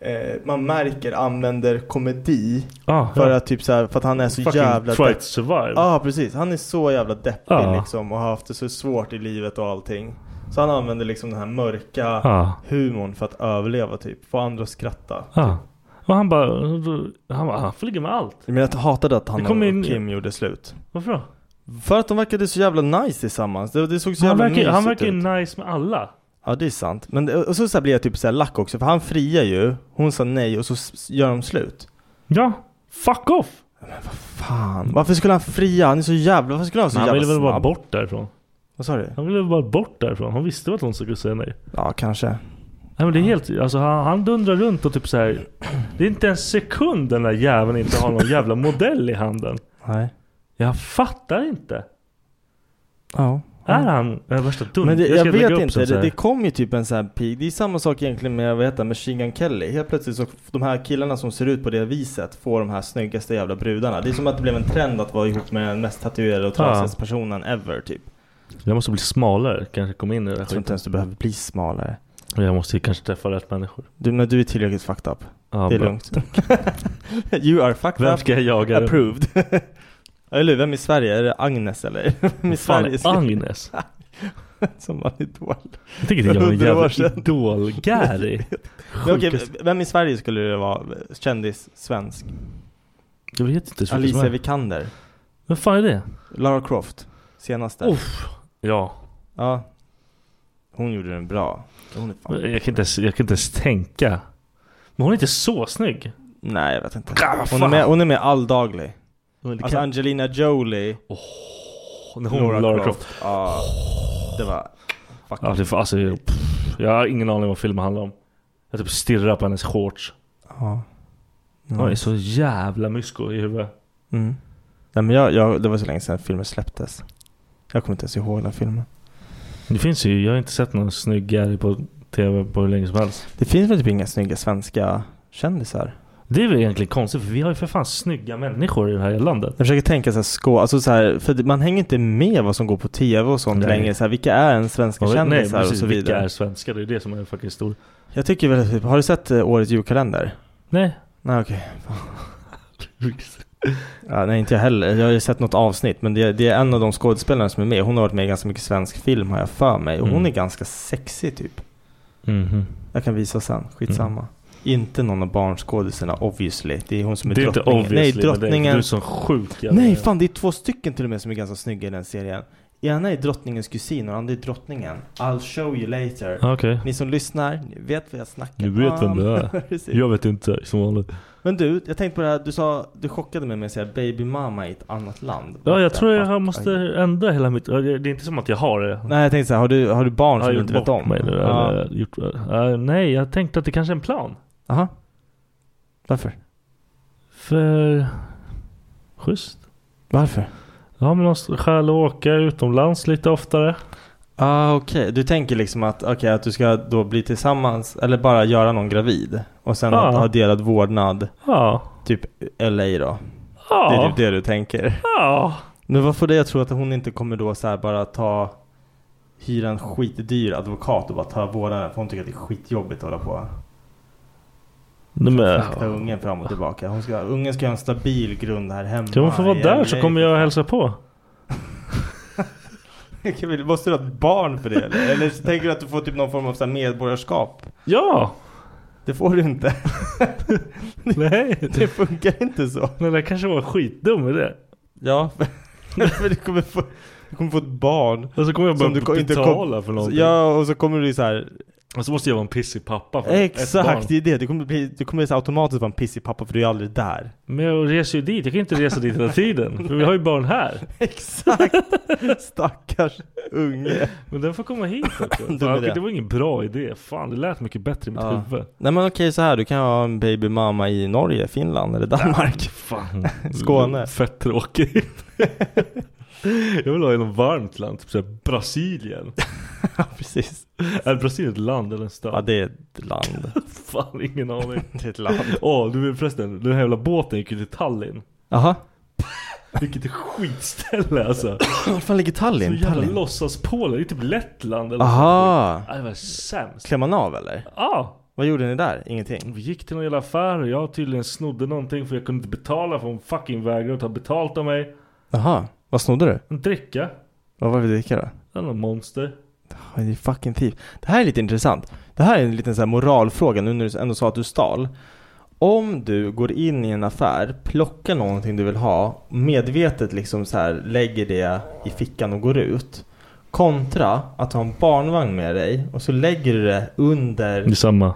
Speaker 4: eh, man märker använder komedi
Speaker 5: Ah,
Speaker 4: för
Speaker 5: ja.
Speaker 4: att typ så här, för att han är så
Speaker 5: Fucking
Speaker 4: jävla Ah.
Speaker 5: try
Speaker 4: depp-
Speaker 5: to survive.
Speaker 4: Ja precis, han är så jävla deppig
Speaker 5: Ja.
Speaker 4: liksom och har haft det så svårt i livet och allting. Så han använder liksom den här mörka
Speaker 5: Ja.
Speaker 4: humorn för att överleva typ, få andra att skratta.
Speaker 5: Ja. ah. Och han bara, han bara, han får ligga med allt.
Speaker 4: Men jag hatade att han
Speaker 5: Det kom
Speaker 4: och
Speaker 5: in-
Speaker 4: Kim gjorde slut.
Speaker 5: Varför då?
Speaker 4: För att de verkade så jävla nice tillsammans. Det, det såg så
Speaker 5: Han
Speaker 4: jävla
Speaker 5: verkar, han
Speaker 4: mysigt
Speaker 5: verkar ju
Speaker 4: ut.
Speaker 5: nice med alla.
Speaker 4: Ja det är sant. Men det- och så, så här blir jag typ så här lack också för han friar ju. Hon sa nej och så s- s- gör de slut.
Speaker 5: Ja, fuck off!
Speaker 4: Fan, varför skulle han fria? Han är så jävla, varför skulle han vara så
Speaker 5: Men han
Speaker 4: jävla
Speaker 5: ville väl bara
Speaker 4: snabb?
Speaker 5: bort därifrån.
Speaker 4: Vad sa du?
Speaker 5: Han ville väl bara bort därifrån. Han visste väl att hon skulle säga nej.
Speaker 4: Ja kanske.
Speaker 5: Nej men det är helt, alltså han, han dundrar runt och typ så här. Det är inte en sekund den där jäveln inte har någon jävla modell i handen.
Speaker 4: Nej.
Speaker 5: Jag fattar inte.
Speaker 4: Ja.
Speaker 5: Är han den värsta dunken?
Speaker 4: Mm. Men det,
Speaker 5: ska
Speaker 4: jag,
Speaker 5: lägga
Speaker 4: vet
Speaker 5: upp
Speaker 4: inte,
Speaker 5: som så
Speaker 4: det,
Speaker 5: här.
Speaker 4: det kom ju typ en sån här pig. Det är samma sak egentligen med vad heter han, Machine Gun Kelly. Helt plötsligt så de här killarna som ser ut på det viset får de här snyggaste jävla brudarna. Det är som att det blev en trend att vara ihop med den mest tatuerade och trasigaste personen ever typ.
Speaker 5: Jag måste bli smalare, kanske komma in i det där
Speaker 4: Jag tror inte ens du behöver bli smalare.
Speaker 5: Jag måste ju kanske träffa rätt människor.
Speaker 4: Du, men du är tillräckligt fucked up.
Speaker 5: Ja,
Speaker 4: det är
Speaker 5: bra.
Speaker 4: lugnt. you are fucked
Speaker 5: Vem
Speaker 4: up.
Speaker 5: ska jag jaga?
Speaker 4: Approved. eller hur, vem i Sverige? Är det Agnes eller? Vem i
Speaker 5: Fan,
Speaker 4: Sverige?
Speaker 5: Agnes?
Speaker 4: som var idol.
Speaker 5: Jag tänker det är en
Speaker 4: 100 år
Speaker 5: jävla
Speaker 4: sedan.
Speaker 5: idol-Gary.
Speaker 4: Men okej,
Speaker 5: Sjukaste-
Speaker 4: vem i Sverige skulle det vara? Kändis, svensk?
Speaker 5: Jag vet inte. så mycket som
Speaker 4: Alicia
Speaker 5: är.
Speaker 4: Vikander?
Speaker 5: Vem fan är det?
Speaker 4: Lara Croft? Senaste?
Speaker 5: Uff. Ja.
Speaker 4: Ja. Hon gjorde den bra. Hon är fan...
Speaker 5: Jag kan, inte ens, jag kan inte ens tänka. Men hon är inte så snygg.
Speaker 4: Nej, jag vet inte.
Speaker 5: Ah, vad
Speaker 4: Hon är
Speaker 5: fan.
Speaker 4: med, hon är med alldaglig.
Speaker 5: Men det
Speaker 4: Alltså
Speaker 5: kan-
Speaker 4: Angelina Jolie,
Speaker 5: Hon är hon, Lara Croft.
Speaker 4: Ja, det var... Fuck.
Speaker 5: Ja, det, får- alltså, jag- pff, jag har ingen aning vad filmen handlar om. Jag typ stirrar på hennes shorts.
Speaker 4: Ja. Mm.
Speaker 5: Hon är så jävla mysko i huvudet.
Speaker 4: Mm. Nej men jag, jag, det var så länge sedan filmen släpptes. Jag kommer inte ens ihåg den filmen.
Speaker 5: Det finns ju, jag har inte sett någon snygg Gary på TV på hur länge som helst.
Speaker 4: Det finns väl typ inga snygga svenska kändisar?
Speaker 5: Det är väl egentligen konstigt för vi har ju för fan snygga människor i det här landet.
Speaker 4: Jag försöker tänka så här, skå, alltså så här, för man hänger inte med vad som går på tv och sånt
Speaker 5: Nej.
Speaker 4: längre. Så här, vilka är en svenska
Speaker 5: Man vet-
Speaker 4: kändisar och
Speaker 5: precis,
Speaker 4: så
Speaker 5: vilka
Speaker 4: vidare.
Speaker 5: är svenskar? Det är det som är fucking stor.
Speaker 4: Jag tycker väl, att typ, har du sett eh, årets julkalender?
Speaker 5: Nej.
Speaker 4: Nej okej. Ja, nej inte jag heller. Jag har ju sett något avsnitt men det, det är en av de skådespelarna som är med. Hon har varit med i ganska mycket svensk film har jag för mig. Och hon
Speaker 5: Mm.
Speaker 4: är ganska sexig typ.
Speaker 5: Mhm.
Speaker 4: Jag kan visa sen,
Speaker 5: Mm.
Speaker 4: skitsamma. Inte någon av barnskådisarna obviously. Det är hon som är
Speaker 5: Det är inte
Speaker 4: drottningen.
Speaker 5: obviously.
Speaker 4: nej,
Speaker 5: men det är-
Speaker 4: drottningen.
Speaker 5: Du är sån sjuk jävla...
Speaker 4: Nej fan det är två stycken till och med som är ganska snygga i den serien. Ena är drottningens kusin och den andra är drottningen. I'll show you later.
Speaker 5: Ah, Okej.
Speaker 4: Ni som lyssnar, ni vet vad jag snackar
Speaker 5: Du vet vem det är.
Speaker 4: Precis.
Speaker 5: Jag vet inte, som vanligt.
Speaker 4: Men du, jag tänkte på det här. Du sa, du chockade mig med att säga baby mama i ett annat land.
Speaker 5: Ja, jag
Speaker 4: Vart
Speaker 5: tror
Speaker 4: fattar
Speaker 5: jag måste ändra hela mitt... Det är inte som att jag har det.
Speaker 4: Nej jag tänkte så här, har du, har du barn
Speaker 5: Jag
Speaker 4: som
Speaker 5: har
Speaker 4: du
Speaker 5: gjort
Speaker 4: inte vet
Speaker 5: bort
Speaker 4: om?
Speaker 5: mig nu.
Speaker 4: Ja.
Speaker 5: eller Gjort, eh, nej, jag tänkte att det kanske är en plan.
Speaker 4: Aha. Varför?
Speaker 5: För... Schysst.
Speaker 4: Varför?
Speaker 5: Ja men någon skäl att åka utomlands lite oftare.
Speaker 4: Ah, okej. Du tänker liksom att, okej att du ska då bli tillsammans, eller bara göra någon gravid. Och sen
Speaker 5: Ja.
Speaker 4: ha, ha delad vårdnad,
Speaker 5: Ja.
Speaker 4: typ LA då. Det är
Speaker 5: Ja.
Speaker 4: typ det du tänker.
Speaker 5: Ja.
Speaker 4: Men vad får dig att tro att hon inte kommer då så här bara ta hyra en skitdyr advokat och bara ta vårdnaden för hon tycker att det är skitjobbigt att hålla på.
Speaker 5: Nej, men,
Speaker 4: Frakta ungen fram och tillbaka. Hon ska, ungen ska ha en stabil grund här hemma.
Speaker 5: kan hon få vara
Speaker 4: i
Speaker 5: där så
Speaker 4: LA.
Speaker 5: kommer jag hälsa på.
Speaker 4: Kevin, Måste du ha ett barn för det eller? Eller så tänker du att du får typ någon form av så här medborgarskap?
Speaker 5: Ja.
Speaker 4: Det får du inte.
Speaker 5: Nej.
Speaker 4: Det funkar inte så.
Speaker 5: Men det kanske var en skitdum idé.
Speaker 4: Ja, för, för du, kommer få, du kommer få ett barn.
Speaker 5: Och så kommer jag
Speaker 4: Som
Speaker 5: bara
Speaker 4: du ko- inte kom-
Speaker 5: betala för någonting.
Speaker 4: Ja, och så kommer du så här.
Speaker 5: Och så måste jag vara en pissig pappa för
Speaker 4: Exakt,
Speaker 5: ett
Speaker 4: det
Speaker 5: barn.
Speaker 4: är det. Du kommer, bli, du kommer så automatiskt vara en pissig pappa för du är aldrig där.
Speaker 5: Men jag reser ju dit. Jag kan ju inte resa dit hela tiden. För vi har ju barn här.
Speaker 4: Exakt! Stackars unge.
Speaker 5: Men den får komma hit också.
Speaker 4: Dum
Speaker 5: Fan,
Speaker 4: idé.
Speaker 5: okej, det var ingen bra idé. Fan det lät mycket bättre i mitt
Speaker 4: Ja.
Speaker 5: huvud.
Speaker 4: Nej men okej så här, du kan ha en baby mamma i Norge, Finland eller Danmark.
Speaker 5: Fan.
Speaker 4: Skåne.
Speaker 5: Mm, Fett tråkigt. Jag vill ha i något varmt land, typ såhär Brasilien.
Speaker 4: Ja, precis.
Speaker 5: Är Brasilien ett land eller en
Speaker 4: Ja,
Speaker 5: stad?
Speaker 4: det är ett land.
Speaker 5: Fan ingen aning.
Speaker 4: Det är ett land.
Speaker 5: Åh, du vet förresten, den här jävla båten gick ju till Tallinn.
Speaker 4: Jaha.
Speaker 5: Vilket skitställe alltså.
Speaker 4: Var fan ligger
Speaker 5: Så
Speaker 4: Tallinn?
Speaker 5: jävla
Speaker 4: Tallinn?
Speaker 5: låtsas Polen, det är typ Lettland eller
Speaker 4: Aha!
Speaker 5: så. Nej, Det var sämst.
Speaker 4: Klär man av eller?
Speaker 5: Ja, ah,
Speaker 4: Vad gjorde ni där? Ingenting?
Speaker 5: Vi gick till någon jävla affär och jag tydligen snodde någonting för jag kunde inte betala för hon fucking vägrade ta betalt av mig.
Speaker 4: Jaha, vad snodde du?
Speaker 5: En dricka.
Speaker 4: Vad var det för dricka då?
Speaker 5: Den var monster.
Speaker 4: Ja, det är fucking thief. Det här är lite intressant. Det här är en liten så här moralfråga nu när du ändå sa att du stal. Om du går in i en affär, plockar någonting du vill ha, medvetet liksom så här lägger det i fickan och går ut. Kontra att ha en barnvagn med dig och så lägger du det under...
Speaker 5: Det är samma.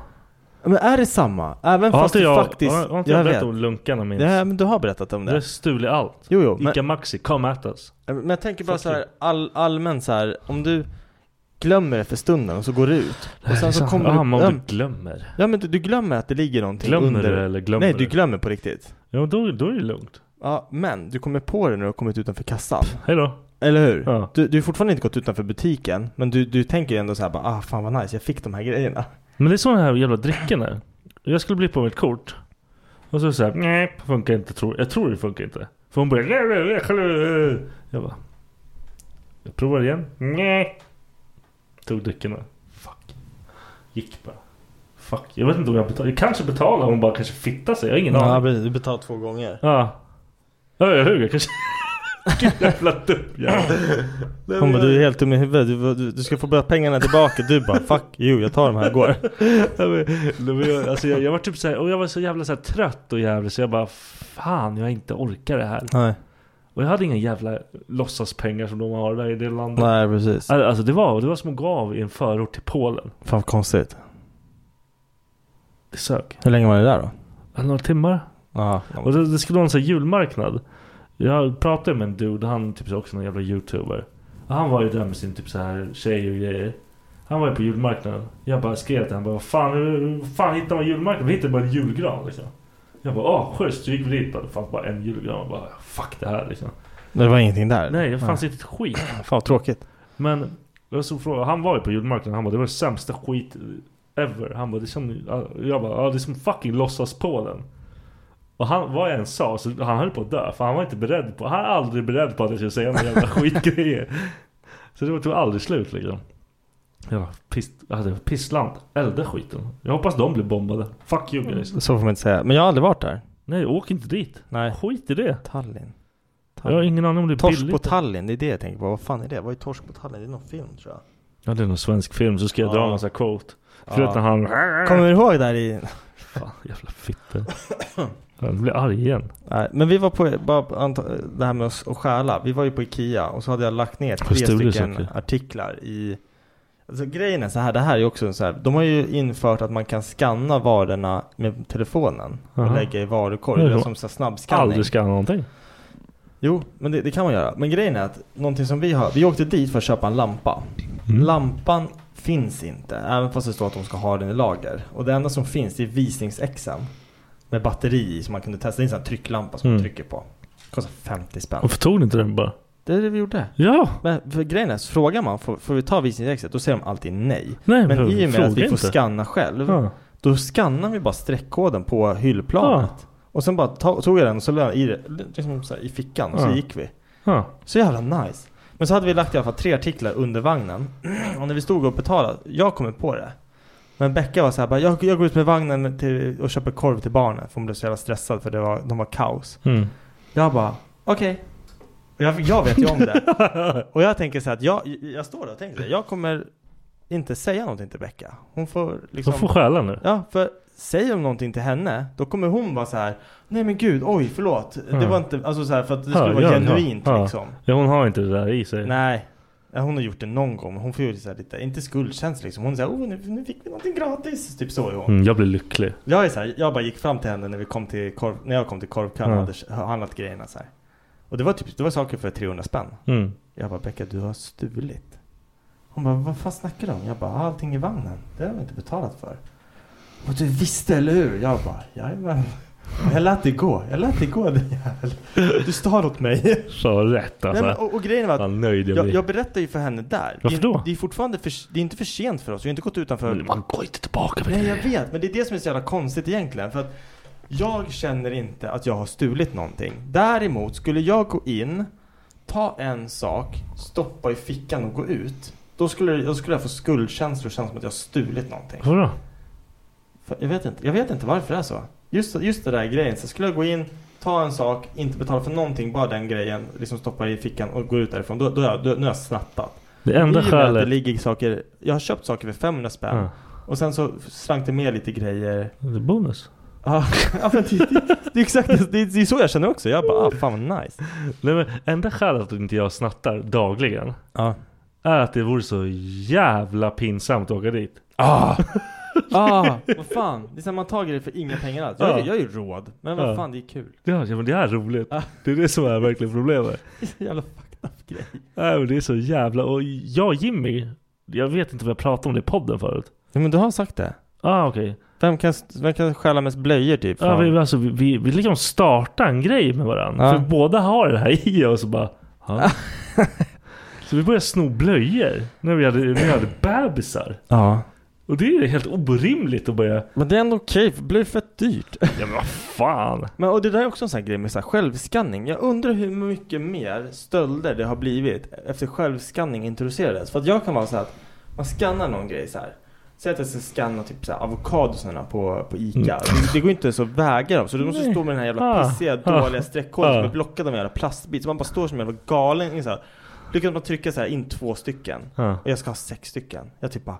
Speaker 4: Men är det samma? Även
Speaker 5: Har
Speaker 4: fast
Speaker 5: inte
Speaker 4: du
Speaker 5: jag,
Speaker 4: faktiskt...
Speaker 5: har, har inte jag, berättat om lunkarna minst?
Speaker 4: Ja, men du har berättat om det.
Speaker 5: Du har stulit allt.
Speaker 4: Jo, jo, men-
Speaker 5: Ica Maxi, come at us.
Speaker 4: Äh, Men jag tänker bara
Speaker 5: Fuck
Speaker 4: så här,
Speaker 5: you.
Speaker 4: all, allmänt så här, om du glömmer det för stunden och så går du ut. Och sen så kommer
Speaker 5: ah,
Speaker 4: du...
Speaker 5: man
Speaker 4: ja,
Speaker 5: du glömmer.
Speaker 4: Ja men du, du glömmer att det ligger någonting
Speaker 5: Glömmer
Speaker 4: under.
Speaker 5: du eller glömmer
Speaker 4: Nej du
Speaker 5: du?
Speaker 4: glömmer på riktigt.
Speaker 5: Ja, då, då är det lugnt.
Speaker 4: Ja men du kommer på det när du har kommit utanför kassan.
Speaker 5: Hej då.
Speaker 4: Eller hur?
Speaker 5: Ja.
Speaker 4: Du, du har fortfarande inte gått utanför butiken. Men du, du tänker ju ändå så här bara ah fan vad nice jag fick de här grejerna.
Speaker 5: Men det är sådana här jävla drickan är. Jag skulle bli på mitt kort. Och så såhär, nej funkar inte tror jag. tror det funkar inte. För hon börjar Jag bara. Jag provar igen. Nej. Tog drickorna. Fuck. Gick bara. Fuck. Jag vet inte om jag betalar. Jag kanske betalar. Hon bara kanske fittar sig. Jag har ingen aning.
Speaker 4: du betalar två gånger.
Speaker 5: Ja. Ja, jag ljuger kanske. Vilken jävla dum jävel.
Speaker 4: Hon bara du är helt dum i huvudet. Du, du, du ska få bara pengarna tillbaka. Du bara fuck you jag tar de här och går.
Speaker 5: Ja, men- nej, men jag- Alltså jag, jag var typ såhär, och jag var så jävla såhär trött och jävlig så jag bara Fan jag inte orkar det här
Speaker 4: Nej.
Speaker 5: Och jag hade inga jävla låtsaspengar som de har där i det landet
Speaker 4: Nej precis.
Speaker 5: Al- Alltså det var, det var som att gå av i en förort till Polen
Speaker 4: Fan vad konstigt.
Speaker 5: Det sög
Speaker 4: Hur länge var ni där då?
Speaker 5: Några timmar
Speaker 4: Ja.
Speaker 5: Och det, det skulle vara en sån här julmarknad Jag pratade med en dude, han typ så också någon jävla youtuber och Han var ju där med sin typ så här tjej och grejer Han var ju på julmarknaden Jag bara skrev till honom, bara, "Vad fan, hur- hur fan hittar man julmarknaden? Vi hittade bara en julgran liksom Jag bara åh schysst, så gick vi dit bara, det fanns bara en julgran och bara fuck det här liksom
Speaker 4: Det var ingenting där?
Speaker 5: Nej det fanns inte ett skit
Speaker 4: Fan vad tråkigt.
Speaker 5: Men jag såg frågan, han var ju på julmarknaden, han bara det var det sämsta skit ever Han bara det är som, jag bara ja, det är som fucking låtsas Polen Och han, vad jag än sa, så han höll på att dö för han var inte beredd på, han är aldrig beredd på att jag skulle säga några jävla skitgrejer Så det var- tog aldrig slut liksom jag var piss, alltså, pissland, elda skiten Jag hoppas de blir bombade, fuck you guys
Speaker 4: Så får man inte säga. Men jag har aldrig varit där.
Speaker 5: Nej åk inte dit,
Speaker 4: Mm. Nej.
Speaker 5: skit i det
Speaker 4: Tallinn.
Speaker 5: Jag har ingen aning om det är
Speaker 4: Torsk på
Speaker 5: billigt
Speaker 4: Tallinn, det är det jag tänker på. Vad fan är det? Vad är Torsk på Tallinn? Det är någon film tror jag.
Speaker 5: Ja det är någon svensk film så ska jag dra
Speaker 4: Ja.
Speaker 5: en massa quote Förutom han
Speaker 4: Kommer du ihåg där i...
Speaker 5: Fan, jävla fitta. Jag blir arg igen.
Speaker 4: Nej, men vi var på, bara anta, det här med oss att stjäla. Vi var ju på Ikea och så hade jag lagt ner tre
Speaker 5: stulit
Speaker 4: stycken
Speaker 5: saker.
Speaker 4: artiklar i... Alltså grejen är så här, det här är också en så här. De har ju infört att man kan scanna varorna med telefonen. Och
Speaker 5: Aha.
Speaker 4: lägga i
Speaker 5: Nej,
Speaker 4: varukorgen.
Speaker 5: det
Speaker 4: Det är
Speaker 5: var-
Speaker 4: som så här snabbskanning.
Speaker 5: Aldrig skanna någonting.
Speaker 4: Jo, men det, det kan man göra. Men grejen är att någonting som vi har, vi åkte dit för att köpa en lampa. Lampan finns inte, även fast det står att de ska ha den i lager. Och det enda som finns det är visningsexen. Med batteri i som man kunde testa. Det är en sån här trycklampa som man
Speaker 5: Mm.
Speaker 4: trycker på. Kostar 50 spänn.
Speaker 5: Varför tog ni inte den bara?
Speaker 4: Det är det vi gjorde.
Speaker 5: Ja!
Speaker 4: Men för grejen är, så frågar man får, får vi ta visningsexet? Då säger de alltid nej.
Speaker 5: Nej,
Speaker 4: Men i och med att vi
Speaker 5: fråga
Speaker 4: får
Speaker 5: inte.
Speaker 4: scanna själv.
Speaker 5: Ja.
Speaker 4: Då skannar vi bara streckkoden på hyllplanet. Och sen bara ta- tog jag den och så la jag i, det- liksom så här, i fickan och så
Speaker 5: Ja.
Speaker 4: gick vi.
Speaker 5: Ja.
Speaker 4: Så jävla nice. Men så hade vi lagt i alla fall tre artiklar under vagnen. Och när vi stod och betalade, jag kommer på det. Men Becka var så här, bara, jag, jag går ut med vagnen till, och köper korv till barnen. För hon blev så jävla stressad för det var, de var kaos.
Speaker 5: Mm.
Speaker 4: Jag bara, okej. Och Jag, jag vet ju om det. och jag tänker så här att jag, jag står där och tänker så här, jag kommer inte säga någonting till Becka. Hon får
Speaker 5: De
Speaker 4: liksom...
Speaker 5: får stjäla nu.
Speaker 4: Ja, för säger de någonting till henne, då kommer hon vara så här. Nej men gud, oj förlåt. Det
Speaker 5: Ja.
Speaker 4: var inte, alltså så här, för att det
Speaker 5: Ja,
Speaker 4: skulle vara
Speaker 5: ja, ja.
Speaker 4: genuint
Speaker 5: Ja.
Speaker 4: liksom.
Speaker 5: Ja, hon har inte det där i sig.
Speaker 4: Nej. Ja, Hon har gjort det någon gång, men hon får ju så här lite, inte skuldkänsla liksom. Hon är såhär, oh nu, nu fick vi någonting gratis. Typ så är hon.
Speaker 5: Mm, jag blir lycklig.
Speaker 4: Jag är så här, jag bara gick fram till henne när vi kom till korv, när jag kom till korvkön och
Speaker 5: Ja.
Speaker 4: hade kö- handlat grejerna så här. Och det var typ, det var saker för 300 spänn.
Speaker 5: Mm.
Speaker 4: Jag bara, Becka du har stulit. Hon bara, vad fan snackar du om? Jag bara, allting i vagnen. Det har vi inte betalat för. Och du visste, eller hur? Jag bara, jajamän. Jag lät det gå, jag lät det gå din jävel. Du stal åt mig.
Speaker 5: Så rätt
Speaker 4: Nej,
Speaker 5: alltså.
Speaker 4: men, och, och grejen var att
Speaker 5: Vad nöjd jag
Speaker 4: jag,
Speaker 5: blir.
Speaker 4: jag berättar ju för henne där.
Speaker 5: Varför
Speaker 4: det, är-
Speaker 5: då?
Speaker 4: Det är fortfarande för, det är inte för sent för oss. Vi har inte gått utanför.
Speaker 5: Men Man går inte tillbaka med
Speaker 4: Nej,
Speaker 5: det.
Speaker 4: jag vet. Men det är det som är så jävla konstigt egentligen. För att jag känner inte att jag har stulit någonting. Däremot skulle jag gå in, ta en sak, stoppa i fickan och gå ut. Då skulle, då skulle jag få skuldkänslor och känna som att jag har stulit någonting.
Speaker 5: Varför då?
Speaker 4: För Jag vet, inte, jag vet inte varför det är så. Just, just det där grejen. Så skulle jag gå in, ta en sak, inte betala för någonting, bara den grejen, liksom stoppa i fickan och gå ut därifrån. Då, då, är jag- då, nu har jag snattat.
Speaker 5: Det enda
Speaker 4: I och med att
Speaker 5: skälet-
Speaker 4: Det ligger saker, jag har köpt saker för 500 spänn.
Speaker 5: Ja.
Speaker 4: Och sen så slank det med lite grejer.
Speaker 5: Det är bonus.
Speaker 4: Ja, ja, men det, det, det är exakt det, det är så jag känner också. Jag bara, ah, fan vad nice.
Speaker 5: Nej, men enda skälet att inte jag snattar dagligen
Speaker 4: Ja.
Speaker 5: är att det vore så jävla pinsamt att åka dit.
Speaker 4: Ah. Ah, vad fan. Det är så här, man tar grejer för inga pengar alls. Jag,
Speaker 5: Ja.
Speaker 4: jag är ju råd, men vad
Speaker 5: Ja.
Speaker 4: fan det är kul.
Speaker 5: Ja, ja, men det är roligt. Det är det som är verkligen problemet.
Speaker 4: Det är så jävla fucked up grej.
Speaker 5: Nej, men det är så jävla... Och jag och Jimmy, jag vet inte vad jag pratade om det i podden förut.
Speaker 4: Ja, men du har sagt det.
Speaker 5: Ah, okej.
Speaker 4: Vem kan, vem kan stjäla mest blöjor typ?
Speaker 5: Ja, vi, alltså, vi, vi, vi liksom startar en grej med varandra.
Speaker 4: Ja.
Speaker 5: För båda har det här i oss och bara... Ja. så vi började sno blöjor när vi hade, när vi hade bebisar.
Speaker 4: Ja.
Speaker 5: Och det är ju helt orimligt att börja...
Speaker 4: Men det är ändå okej, för det blir fett dyrt.
Speaker 5: Ja men vad fan.
Speaker 4: Men och det där är också en sån här grej med så här självskanning. Jag undrar hur mycket mer stölder det har blivit efter självskanning introducerades. För att jag kan vara så här att man skannar någon grej så här. Säg att jag ska skanna typ så här avokadosarna på, på ICA.
Speaker 5: Mm.
Speaker 4: Det, det går inte ens att väga dem. Så du måste
Speaker 5: Nej.
Speaker 4: stå med den här jävla
Speaker 5: Ah.
Speaker 4: pissiga,
Speaker 5: Ah.
Speaker 4: dåliga streckkoden som
Speaker 5: Ah.
Speaker 4: är blockad av en jävla plastbit. Så man bara står som en jävla galen. Så här. Lyckas man trycka så här in två stycken.
Speaker 5: Ja.
Speaker 4: Och jag ska ha sex stycken. Jag typ bara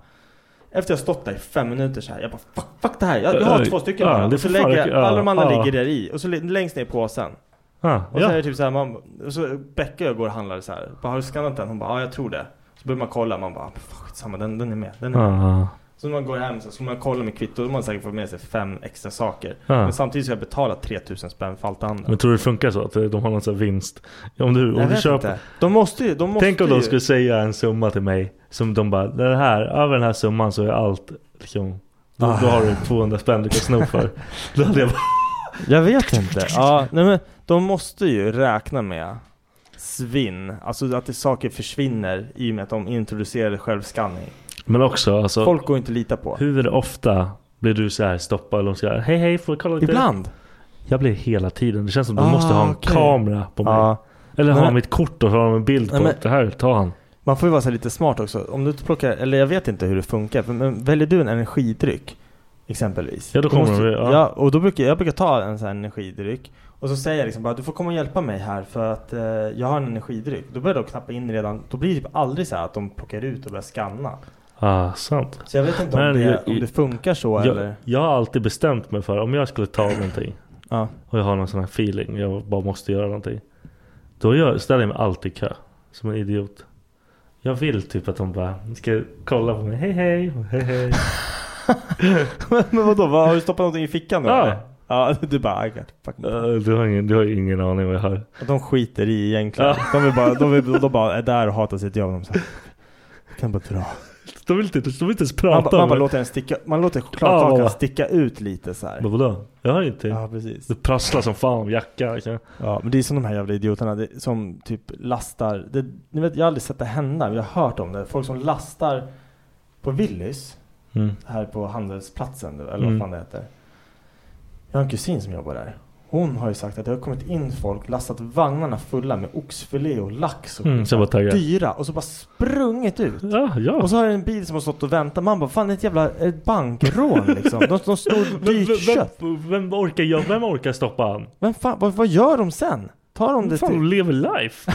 Speaker 4: efter jag har stått där i fem minuter så här, jag bara fuck, fuck det här, jag, jag har
Speaker 5: Oj.
Speaker 4: två stycken
Speaker 5: Ja,
Speaker 4: bara.
Speaker 5: Äh, det
Speaker 4: Och så
Speaker 5: är för fan äh,
Speaker 4: lägger jag,
Speaker 5: mycket. Ja,
Speaker 4: alla de andra
Speaker 5: ja.
Speaker 4: ligger där i och så li- längst ner i påsen.
Speaker 5: Ja,
Speaker 4: Och så är
Speaker 5: ja.
Speaker 4: det typ så här, man, och så Becka och jag går och handlar så här. Bara, har du skannat den? Hon bara, ja jag tror det. Så börjar man kolla, man bara, fuck samma, den, den är med, den är med.
Speaker 5: Ja.
Speaker 4: Så när man går hem så ska man kolla med kvitto, då har man säkert fått med sig fem extra saker.
Speaker 5: Ja.
Speaker 4: Men samtidigt så har jag betalat 3000 spänn för allt det andra.
Speaker 5: Men tror du det funkar så? Att de har någon sån här vinst? Om du, om
Speaker 4: jag
Speaker 5: du
Speaker 4: vet
Speaker 5: köper...
Speaker 4: inte. De måste ju, de måste
Speaker 5: Tänk om
Speaker 4: ju.
Speaker 5: de skulle säga en summa till mig som de bara det här, över den här summan så är allt liksom då, då har du 200 spänn du kan sno för. Då hade jag bara,
Speaker 4: Jag vet inte. Ja, nej men de måste ju räkna med svinn. Alltså att det saker försvinner i och med att de introducerade självskanning.
Speaker 5: men också alltså,
Speaker 4: Folk går inte att lita på.
Speaker 5: hur ofta blir du så här stoppad eller de säger hej hej får jag kolla lite?
Speaker 4: Ibland.
Speaker 5: Jag blir hela tiden, det känns som de
Speaker 4: Ah,
Speaker 5: måste ha en
Speaker 4: okej.
Speaker 5: kamera på mig.
Speaker 4: Ja.
Speaker 5: Eller
Speaker 4: Nej,
Speaker 5: ha
Speaker 4: men-
Speaker 5: mitt kort och så har de en bild på
Speaker 4: Nej, men-
Speaker 5: det här, ta han.
Speaker 4: Man får ju vara så här lite smart också. Om du inte plockar, eller jag vet inte hur det funkar, men- men väljer du en energidryck exempelvis.
Speaker 5: Ja, då
Speaker 4: Du
Speaker 5: kommer de,
Speaker 4: ja.
Speaker 5: ja.
Speaker 4: ja, och då brukar jag brukar ta en sån här energidryck. Och så säger jag liksom bara du får komma och hjälpa mig här för att eh, jag har en energidryck. Då börjar de knappa in redan. Då blir det typ aldrig så här att de plockar ut och börjar skanna.
Speaker 5: Ah, sant.
Speaker 4: Så jag vet inte om,
Speaker 5: Men
Speaker 4: det,
Speaker 5: jag-
Speaker 4: om det funkar så
Speaker 5: Jag,
Speaker 4: eller?
Speaker 5: jag har alltid bestämt mig för om jag skulle ta någonting
Speaker 4: Ja.
Speaker 5: och jag har någon sån här feeling, jag bara måste göra någonting. Då gör, ställer jag mig alltid i kö. Som en idiot. Jag vill typ att de bara ska kolla på mig. Hej hej, hej hej.
Speaker 4: Men vadå, vad, har du stoppat någonting i fickan då
Speaker 5: Ja.
Speaker 4: eller? Ja, du bara I got fucking
Speaker 5: Eh, du, har ingen, du har ju ingen aning vad jag har.
Speaker 4: Och De skiter i egentligen. De, vill bara, de, vill, de bara är där och hatar sitt jobb. De så här, "Jag kan bara dra.
Speaker 5: De vill inte, de vill inte ens
Speaker 4: Man, bara-
Speaker 5: prata
Speaker 4: man bara
Speaker 5: om det.
Speaker 4: låter den sticka, man låter
Speaker 5: Ja,
Speaker 4: chokladkakan
Speaker 5: bara-
Speaker 4: sticka ut lite så här.
Speaker 5: Men vadå? Jag har inte.
Speaker 4: Ja precis.
Speaker 5: Det prasslar som fan om jackan. liksom.
Speaker 4: Ja, men det är som de här jävla idioterna det, som typ lastar. Det, ni vet, jag har aldrig sett det hända, men jag har hört om det. Folk som lastar på Willys
Speaker 5: Mm.
Speaker 4: här på handelsplatsen eller vad
Speaker 5: Mm.
Speaker 4: fan det heter. Jag har en kusin som jobbar där. Hon har ju sagt att det har kommit in folk, lastat vagnarna fulla med oxfilé och lax och
Speaker 5: Mm, sen bara Oh. taggar.
Speaker 4: dyra och så bara sprungit ut.
Speaker 5: Ja, ja.
Speaker 4: Och så har det en bil som har stått och väntat. Man bara, fan det är ett jävla ett bankrån liksom. De, de snor
Speaker 5: Vem,
Speaker 4: dyrt
Speaker 5: vem,
Speaker 4: kött.
Speaker 5: vem, vem, orkar, jag, vem orkar stoppa han?
Speaker 4: Men fan, vad, vad gör de sen? Tar de det typ-
Speaker 5: Fan, de
Speaker 4: till?
Speaker 5: lever life.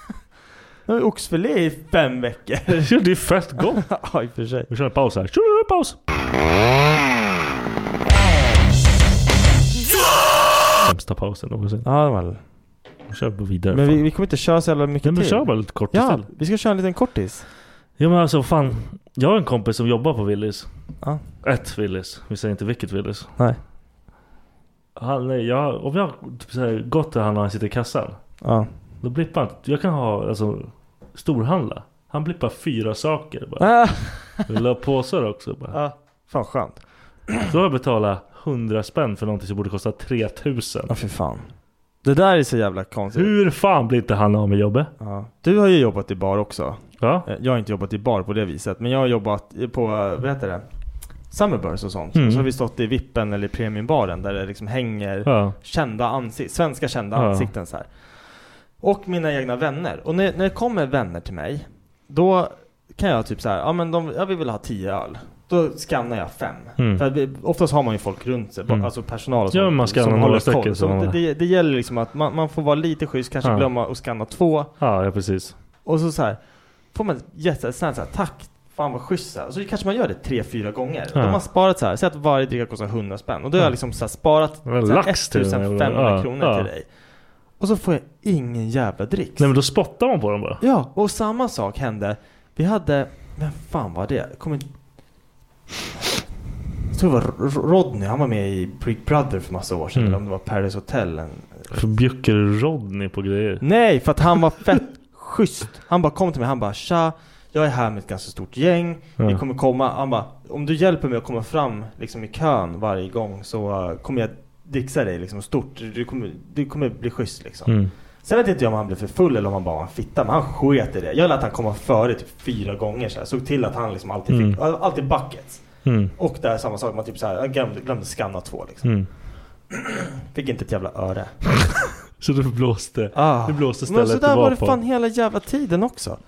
Speaker 4: De har ju oxfilé i fem veckor.
Speaker 5: Ja, det är fett gott.
Speaker 4: ja, i och för sig.
Speaker 5: Vi kör en paus här. Tjo, Paus! Sämsta pausen någonsin.
Speaker 4: Ja, väl.
Speaker 5: Nu ah, kör vi vidare.
Speaker 4: Men
Speaker 5: fan.
Speaker 4: vi, vi kommer inte köra så jävla mycket
Speaker 5: Nej, men
Speaker 4: till.
Speaker 5: kör bara lite kort
Speaker 4: Ja,
Speaker 5: istället.
Speaker 4: vi ska köra en liten kortis.
Speaker 5: Ja men alltså fan. Jag har en kompis som jobbar på Willys.
Speaker 4: Ja.
Speaker 5: Ett Willys. Vi säger inte vilket Willys.
Speaker 4: Nej.
Speaker 5: Han, nej, jag, om jag har typ, så här, gått till han och han sitter i kassan.
Speaker 4: Ja.
Speaker 5: Då blippar han. Jag kan ha alltså, storhandla. Han blippar fyra saker bara.
Speaker 4: Ah,
Speaker 5: Vill du ha påsar också? Bara.
Speaker 4: Ja. Fan skönt.
Speaker 5: Då har jag betalat 100 spänn för någonting som borde kosta 3000.
Speaker 4: Ja, fy fan. Det där är så jävla konstigt.
Speaker 5: Hur fan blir inte han av med jobbet?
Speaker 4: Typ. Ja. Du har ju jobbat i bar också.
Speaker 5: Ja.
Speaker 4: Eh, Jag har inte jobbat i bar på det viset, men jag har jobbat i- på, eh, vad heter det? Summerburs och sånt.
Speaker 5: Mm.
Speaker 4: Så har vi stått i vippen eller i premiumbaren där det liksom hänger
Speaker 5: ja.
Speaker 4: kända ansikten, svenska kända
Speaker 5: Ja.
Speaker 4: ansikten så här. Och mina egna vänner. Och när, när det kommer vänner till mig, då kan jag typ så här, ja men de, ja, vi vill ha 10 öl. Då skannar jag fem.
Speaker 5: Mm.
Speaker 4: För att det- oftast har man ju folk runt sig, bara-
Speaker 5: Mm.
Speaker 4: alltså personal och
Speaker 5: Ja,
Speaker 4: sånt,
Speaker 5: man skannar några stycken
Speaker 4: Så
Speaker 5: som-
Speaker 4: det, det, det gäller liksom att man, man får vara lite schysst, kanske
Speaker 5: Ja.
Speaker 4: glömma att skanna två.
Speaker 5: Ja, ja precis.
Speaker 4: Och så, så här, får man ett jättesnällt så här, tack, fan vad schysst. Så, här. så kanske man gör det tre, fyra gånger. Då
Speaker 5: Ja.
Speaker 4: har man sparat så här, säg att varje dricka kostar 100 spänn. Och då har
Speaker 5: Ja.
Speaker 4: jag liksom så här, sparat så
Speaker 5: Det var
Speaker 4: här,
Speaker 5: lax till den här
Speaker 4: 1500
Speaker 5: jävla-
Speaker 4: kronor
Speaker 5: ja,
Speaker 4: till
Speaker 5: ja.
Speaker 4: dig. Och så får jag ingen jävla dricks.
Speaker 5: Nej men då spottar man på dem bara.
Speaker 4: Ja, och samma sak hände. Vi hade, vem fan var det? Kommer inte- jag tror det var R- Rodney, han var med i Big Brother för massa år sedan.
Speaker 5: Mm.
Speaker 4: Eller om det var Paradise Hotel. en-
Speaker 5: För bjucker Rodney på grejer.
Speaker 4: Nej, för att han var fett schysst. Han bara kom till mig, han bara tja, jag är här med ett ganska stort gäng. Vi
Speaker 5: Ja.
Speaker 4: kommer komma, han bara om du hjälper mig att komma fram liksom i kön varje gång så eh, kommer jag dixa dig liksom stort. Du kommer, du kommer bli schysst liksom.
Speaker 5: Mm.
Speaker 4: Sen vet inte jag om han blev för full eller om han bara var en fitta, men han sket i det. Jag lät han komma före typ fyra gånger så här. Såg till att han liksom alltid fick, alltid buckets.
Speaker 5: Mm.
Speaker 4: Och där samma sak, man typ så här, jag glömde, glömde skanna två liksom.
Speaker 5: Mm.
Speaker 4: Fick inte ett jävla öre.
Speaker 5: Så du blåste,
Speaker 4: Ah.
Speaker 5: du blåste
Speaker 4: Men
Speaker 5: stället
Speaker 4: så
Speaker 5: du
Speaker 4: där var det
Speaker 5: på.
Speaker 4: fan hela jävla tiden också.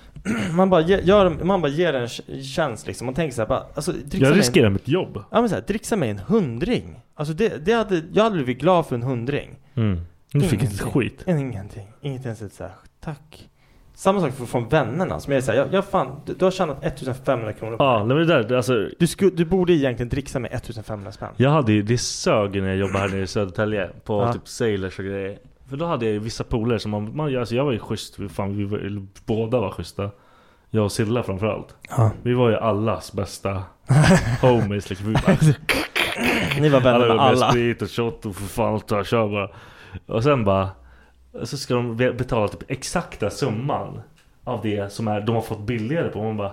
Speaker 4: Man bara, ge, gör, man bara ger en ch- chans liksom. Man tänker så här, bara, alltså, dricksa mig
Speaker 5: Jag
Speaker 4: en-
Speaker 5: riskerar mitt jobb.
Speaker 4: Ja men såhär, dricksa mig en hundring. Alltså det, det hade, jag hade blivit glad för en hundring.
Speaker 5: Mm. Du fick inte
Speaker 4: Ingenting.
Speaker 5: skit.
Speaker 4: Ingenting. Inte ens ett såhär, tack. Samma sak för- från vännerna som jag är såhär, jag, jag fan, du, du har tjänat 1500 kronor på
Speaker 5: Ja,
Speaker 4: mig.
Speaker 5: nej, men det där, alltså,
Speaker 4: du, sku, du borde egentligen dricksa mig 1500 spänn.
Speaker 5: Jag hade ju, det sög när jag jobbade här nere i Södertälje På
Speaker 4: Ja.
Speaker 5: typ sailors och grejer För då hade jag ju vissa polare som man, man alltså jag var ju schysst, vi, fan, vi var, eller båda var schyssta Jag och Silla framförallt
Speaker 4: Ja.
Speaker 5: Vi var ju allas bästa homies liksom vi bara,
Speaker 4: Ni var vänner med
Speaker 5: var med
Speaker 4: alla.
Speaker 5: sprit och shot och för fan allt jag kör bara Och sen bara Så ska de be- betala typ exakta summan Av det som är, de har fått billigare på Man bara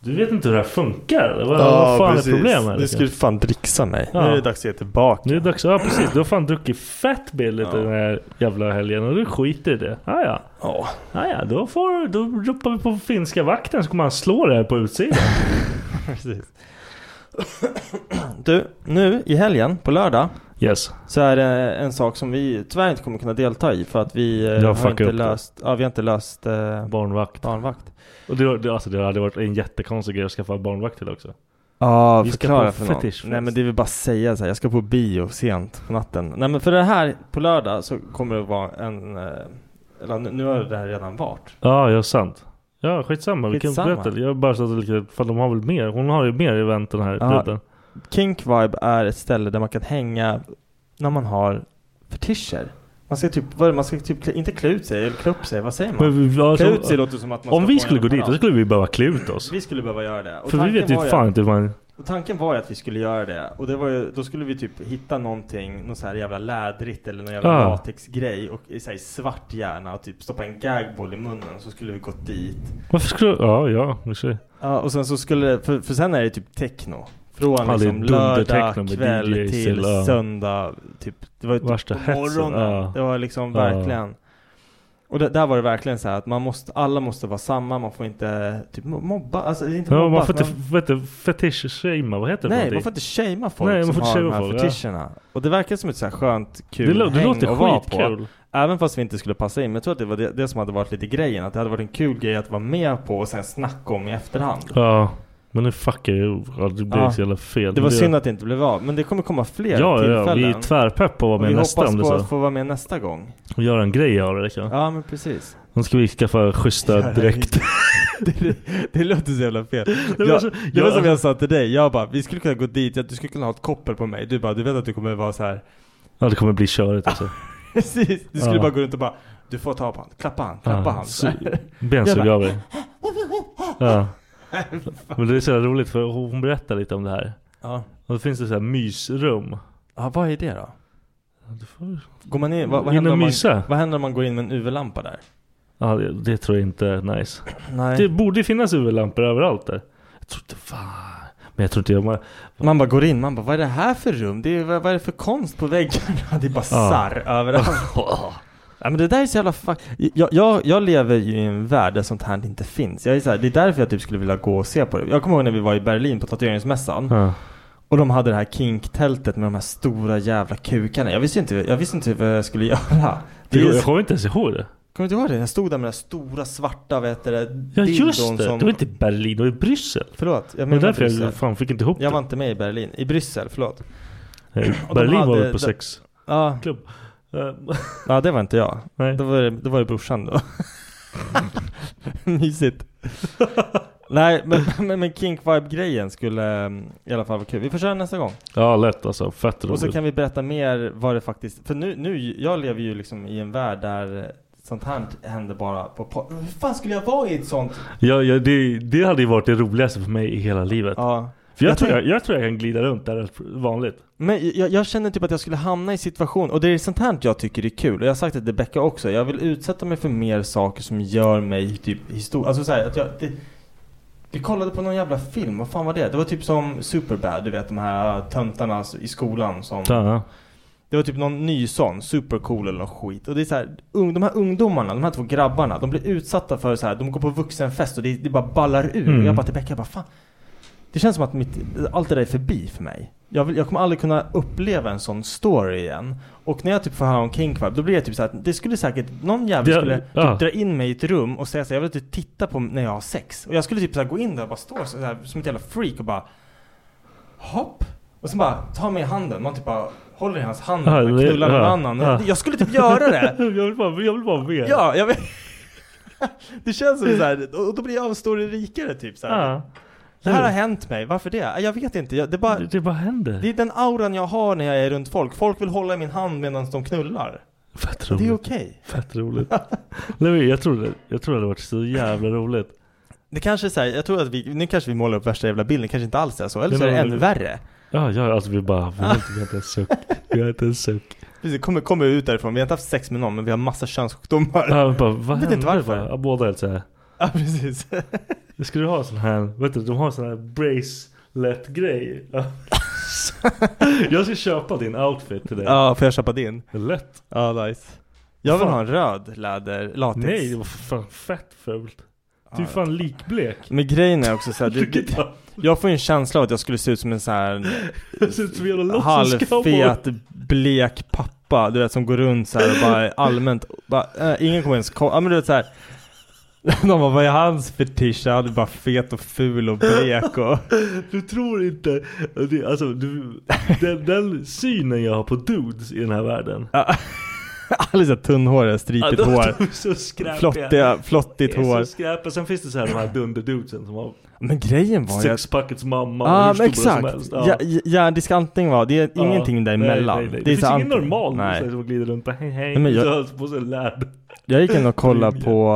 Speaker 5: du vet inte hur det här funkar? eller? Vad, vad fan är problemet?
Speaker 4: Du
Speaker 5: liksom?
Speaker 4: skulle fan dricksa mig.
Speaker 5: Ja.
Speaker 4: Nu är det dags att ge tillbaka.
Speaker 5: Nu är det dags, ja precis. Du har fan druckit fett billigt den här jävla helgen och du skiter i det. Ah, ja.
Speaker 4: Ja.
Speaker 5: Ah, ja, då får då ropar vi på finska vakten så kommer han slå det här på utsidan.
Speaker 4: Precis. Du, nu i helgen på lördag
Speaker 5: Yes.
Speaker 4: så är det en sak som vi tyvärr inte kommer kunna delta i för att vi eh,
Speaker 5: Jag
Speaker 4: har
Speaker 5: fuckar
Speaker 4: inte
Speaker 5: upp det.
Speaker 4: löst, ja, vi har inte löst eh,
Speaker 5: Barnvakt.
Speaker 4: barnvakt.
Speaker 5: Och det, det, alltså, det hade varit en jättekonstig grej att skaffa barnvakt till också.
Speaker 4: Ja,
Speaker 5: Vi ska
Speaker 4: förklara
Speaker 5: på
Speaker 4: för någon.
Speaker 5: fetish
Speaker 4: Nej men
Speaker 5: fest.
Speaker 4: det vill bara säga så här, jag ska på bio sent på natten. Nej men för det här på lördag så kommer det vara en, eh, eller nu- nu har det här redan varit.
Speaker 5: Ja, ah, ja sant. Ja, skitsamma. Vi kan
Speaker 4: Skitsamma.
Speaker 5: berätta. Jag bara satt lite, för de har väl mer. Hon har ju mer event den här
Speaker 4: Ja.
Speaker 5: bruden.
Speaker 4: Kink Vibe är ett ställe där man kan hänga när man har fetischer. Man ska typ, vad är det, man ska typ klä, inte klä ut sig eller klä upp sig, vad säger man?
Speaker 5: Men vi- alltså,
Speaker 4: klä ut sig låter som att man
Speaker 5: Om
Speaker 4: ska
Speaker 5: vi
Speaker 4: få
Speaker 5: skulle
Speaker 4: en
Speaker 5: gå dit
Speaker 4: apparat.
Speaker 5: då skulle vi behöva klä ut oss.
Speaker 4: Vi skulle behöva göra det. Och
Speaker 5: För vi
Speaker 4: tanken
Speaker 5: vet ju
Speaker 4: var
Speaker 5: fan inte hur man...
Speaker 4: Och tanken var ju att vi skulle göra det. Och det var ju, då skulle vi typ hitta någonting, någon så här jävla lädrigt eller någon jävla
Speaker 5: Ah.
Speaker 4: latexgrej och i så här, svart hjärna och typ stoppa en gagball i munnen så skulle vi gått dit.
Speaker 5: Varför skulle... Ja, ja. i och för sig.
Speaker 4: Ja, och sen så skulle, för, för sen är det typ techno. Från
Speaker 5: det är
Speaker 4: liksom
Speaker 5: dundertechno
Speaker 4: lördag
Speaker 5: med
Speaker 4: kväll
Speaker 5: DJs
Speaker 4: till
Speaker 5: till, ja.
Speaker 4: söndag. Typ, det var ju typ
Speaker 5: Värsta
Speaker 4: på
Speaker 5: hetsen,
Speaker 4: morgonen.
Speaker 5: ja.
Speaker 4: Det var liksom
Speaker 5: Ja.
Speaker 4: verkligen. Och det, där var det verkligen så här att man måste, alla måste vara samma, man får inte typ mo- mobba, alltså det är inte
Speaker 5: Ja,
Speaker 4: mobba.
Speaker 5: man får
Speaker 4: men-
Speaker 5: inte vet du, fetisch-shama. Vad heter det för
Speaker 4: Nej,
Speaker 5: någonting?
Speaker 4: man får inte shamea folk
Speaker 5: Nej, man
Speaker 4: som
Speaker 5: får inte
Speaker 4: har de
Speaker 5: shamea
Speaker 4: här
Speaker 5: folk, ja.
Speaker 4: fetischerna. Och det verkar som ett så här skönt, kul
Speaker 5: Det, lå- det
Speaker 4: häng
Speaker 5: låter
Speaker 4: att vara på.
Speaker 5: skitkul.
Speaker 4: Även fast vi inte skulle passa in. Men jag tror att det var det, det som hade varit lite grejen. Att det hade varit en kul grej att vara med på och sen snacka om i efterhand.
Speaker 5: Ja, men nu fuckar jag ja, Det blev
Speaker 4: Ja.
Speaker 5: så jävla fel.
Speaker 4: Det var synd att det inte blev av. Men det kommer komma fler
Speaker 5: ja,
Speaker 4: tillfällen.
Speaker 5: ja, vi är tvärpepp på att vara
Speaker 4: Och vi
Speaker 5: med nästa
Speaker 4: hoppas
Speaker 5: om det
Speaker 4: på
Speaker 5: så.
Speaker 4: att få vara med nästa gång.
Speaker 5: Och göra en grej av det. liksom.
Speaker 4: Ja, men precis.
Speaker 5: Nu ska vi skaffa schyssta direkt.
Speaker 4: det, det låter så jävla fel.
Speaker 5: var
Speaker 4: Jag,
Speaker 5: så-
Speaker 4: det var
Speaker 5: jag-
Speaker 4: som jag sa till dig. Jag bara, vi skulle kunna gå dit. ja, Du skulle kunna ha ett koppel på mig. Du bara, du vet att du kommer vara så här.
Speaker 5: Ja, det kommer bli körigt alltså.
Speaker 4: Precis. Du skulle
Speaker 5: Ja.
Speaker 4: bara gå runt och bara, du får ta på han, klappa han, klappa
Speaker 5: Ja,
Speaker 4: han.
Speaker 5: så- Ben suger av dig. Ja. Men det är så jävla roligt för hon berättar lite om det här.
Speaker 4: Ja.
Speaker 5: Och då finns det så här mysrum.
Speaker 4: ja, vad är det då?
Speaker 5: Du får-
Speaker 4: Går man in, vad, vad,
Speaker 5: In
Speaker 4: händer
Speaker 5: och
Speaker 4: om man,
Speaker 5: mysa.
Speaker 4: vad händer om man går in med en UV-lampa där?
Speaker 5: Ja, det, det tror jag inte är nice.
Speaker 4: Nej.
Speaker 5: Det borde ju finnas UV-lampor överallt där. Jag tror inte fan. Men jag tror inte jag... Man,
Speaker 4: Man bara går in, man bara vad är det här för rum? Det är, vad, vad är det för konst på väggarna? Det är bara sarr överallt. Ja men det där är så jävla fuck. Jag, jag, jag lever ju i en värld där sånt här inte finns. Jag är så här, det är därför jag typ skulle vilja gå och se på det. Jag kommer ihåg när vi var i Berlin på tatueringsmässan.
Speaker 5: ja.
Speaker 4: Och de hade det här kinktältet med de här stora jävla kukarna. Jag visste inte, jag visste inte vad jag skulle göra. Det
Speaker 5: det,
Speaker 4: är,
Speaker 5: jag kommer inte ens ihåg det.
Speaker 4: Kommer du inte ihåg det? Jag stod där med den här stora svarta, vad heter det?
Speaker 5: Ja
Speaker 4: dildon
Speaker 5: just det!
Speaker 4: som-
Speaker 5: Det var inte i Berlin, det var i Bryssel.
Speaker 4: Förlåt. Jag
Speaker 5: det var
Speaker 4: menar
Speaker 5: därför
Speaker 4: Bryssel.
Speaker 5: jag fan fick inte ihop
Speaker 4: Jag
Speaker 5: det.
Speaker 4: var inte med i Berlin. I Bryssel, förlåt.
Speaker 5: Nej,
Speaker 4: Och de
Speaker 5: Berlin var
Speaker 4: hade-
Speaker 5: väl på sex.
Speaker 4: Ja.
Speaker 5: Klubb. Ehm,
Speaker 4: Ja, det var inte jag.
Speaker 5: Nej.
Speaker 4: Det var, det var ju brorsan då. Mysigt. Nej, men, men, men Kink Vibe-grejen skulle ehm, i alla fall vara kul. Vi får köra nästa gång.
Speaker 5: Ja lätt alltså, fett
Speaker 4: Och så
Speaker 5: roligt.
Speaker 4: kan vi berätta mer vad det faktiskt... För nu, nu jag lever ju liksom i en värld där sånt här händer bara på pod- Hur fan skulle jag vara i ett sånt?
Speaker 5: Ja, ja, det, det hade ju varit det roligaste för mig i hela livet.
Speaker 4: Ja.
Speaker 5: För jag,
Speaker 4: Jag
Speaker 5: tror
Speaker 4: tänk-
Speaker 5: jag, jag tror jag kan glida runt där helt vanligt.
Speaker 4: Men jag, jag känner typ att jag skulle hamna i situation, och det är sånt här jag tycker är kul, och jag har sagt det till Becka också, jag vill utsätta mig för mer saker som gör mig typ historisk, alltså såhär att jag, det, vi kollade på någon jävla film, vad fan var det? Det var typ som Superbad, du vet de här töntarna i skolan som
Speaker 5: Ja.
Speaker 4: det var typ någon ny sån, supercool eller någon skit. Och det är så här, ung, de här ungdomarna, de här två grabbarna, de blir utsatta för så här, de går på vuxenfest och det, det bara ballar ur.
Speaker 5: Mm.
Speaker 4: Och jag bara till Becka, jag bara fan. Det känns som att mitt, allt det där är förbi för mig. Jag, vill, jag kommer aldrig kunna uppleva en sån story igen. Och när jag typ får höra om King Club, då blir jag typ så här, det skulle säkert, någon jävel
Speaker 5: Det-
Speaker 4: skulle
Speaker 5: ja.
Speaker 4: typ dra in mig i ett rum och säga så här, jag vill inte titta på när jag har sex. Och jag skulle typ så här gå in där och bara stå så här, som ett jävla freak och bara hopp. Och sen bara ta mig i handen, man typ bara håller i hans hand
Speaker 5: Ja,
Speaker 4: och
Speaker 5: det-
Speaker 4: knullar någon
Speaker 5: ja,
Speaker 4: annan.
Speaker 5: ja.
Speaker 4: Jag skulle typ göra det!
Speaker 5: jag, vill bara, jag vill bara vara med.
Speaker 4: Ja, jag vet. Det känns som såhär, och då blir jag en stor rikare typ såhär.
Speaker 5: Ja.
Speaker 4: Det här har hänt mig, varför det? Jag vet inte, jag, det är bara
Speaker 5: Det, det bara händer.
Speaker 4: det är den auran jag har när jag är runt folk. Folk vill hålla i min hand medan de knullar.
Speaker 5: Fett
Speaker 4: Och
Speaker 5: roligt.
Speaker 4: det är okej.
Speaker 5: Fett roligt. Nej, men jag, tror det, jag tror det hade varit så jävla roligt.
Speaker 4: Det kanske är såhär, jag tror att vi, nu kanske vi målar upp värsta jävla bilden, kanske inte alls är så. Eller
Speaker 5: Nej,
Speaker 4: så är det
Speaker 5: men-
Speaker 4: ännu värre.
Speaker 5: Ja, ja alltså vi bara, vi har inte, vi har inte en suck. Vi har inte en suck.
Speaker 4: Precis, kommer, kommer ut därifrån, vi har inte haft sex med någon men vi har massa könssjukdomar.
Speaker 5: Ja, vi bara, vad
Speaker 4: Vet inte
Speaker 5: hände?
Speaker 4: varför.
Speaker 5: Bara, ja, båda helt såhär.
Speaker 4: Ja, precis.
Speaker 5: Ska du ha sån här, vet du, de har sån här bracelet grej. jag ska köpa din outfit till dig.
Speaker 4: Ja, får jag köpa din?
Speaker 5: Lätt.
Speaker 4: Ja, nice. Jag vill
Speaker 5: Fan.
Speaker 4: ha en röd läder, latex.
Speaker 5: Nej, det var fan fett fult. Du är
Speaker 4: Ja.
Speaker 5: fan likblek.
Speaker 4: Men grejen är också såhär, det, det, jag får ju en känsla av att jag skulle se ut som en sån här
Speaker 5: Jag ser ut som en jävla låtsaskowboy.
Speaker 4: halvfet, blek pappa, du vet som går runt såhär och bara är allmänt, bara, eh, ingen kommer ens komma, ja men du vet såhär de bara, vad är hans fetisch? Han är bara fet och ful och blek och...
Speaker 5: Du tror inte, det- alltså du, den, den synen jag har på dudes i den här världen.
Speaker 4: Alla såhär tunnhåriga, stripigt hår.
Speaker 5: De är så skräpiga.
Speaker 4: Flottiga, flottigt
Speaker 5: Det är
Speaker 4: hår.
Speaker 5: så skräpiga. Sen finns det så här de här dunderdudesen som har
Speaker 4: Men grejen var ju att
Speaker 5: sexpackets mamma och
Speaker 4: Ja
Speaker 5: hur
Speaker 4: men
Speaker 5: stora som
Speaker 4: exakt!
Speaker 5: helst.
Speaker 4: Ja. Ja, järndiskantning va, det är
Speaker 5: Ja.
Speaker 4: ingenting däremellan.
Speaker 5: Nej, nej, nej.
Speaker 4: Det,
Speaker 5: Det,
Speaker 4: är
Speaker 5: finns
Speaker 4: så
Speaker 5: ingen
Speaker 4: antingen-
Speaker 5: normal alltså,
Speaker 4: Nej.
Speaker 5: som glider runt på hej hej.
Speaker 4: Nej, men jag-
Speaker 5: Så har på sig en lärd.
Speaker 4: Jag gick in och kollade
Speaker 5: Linje.
Speaker 4: på,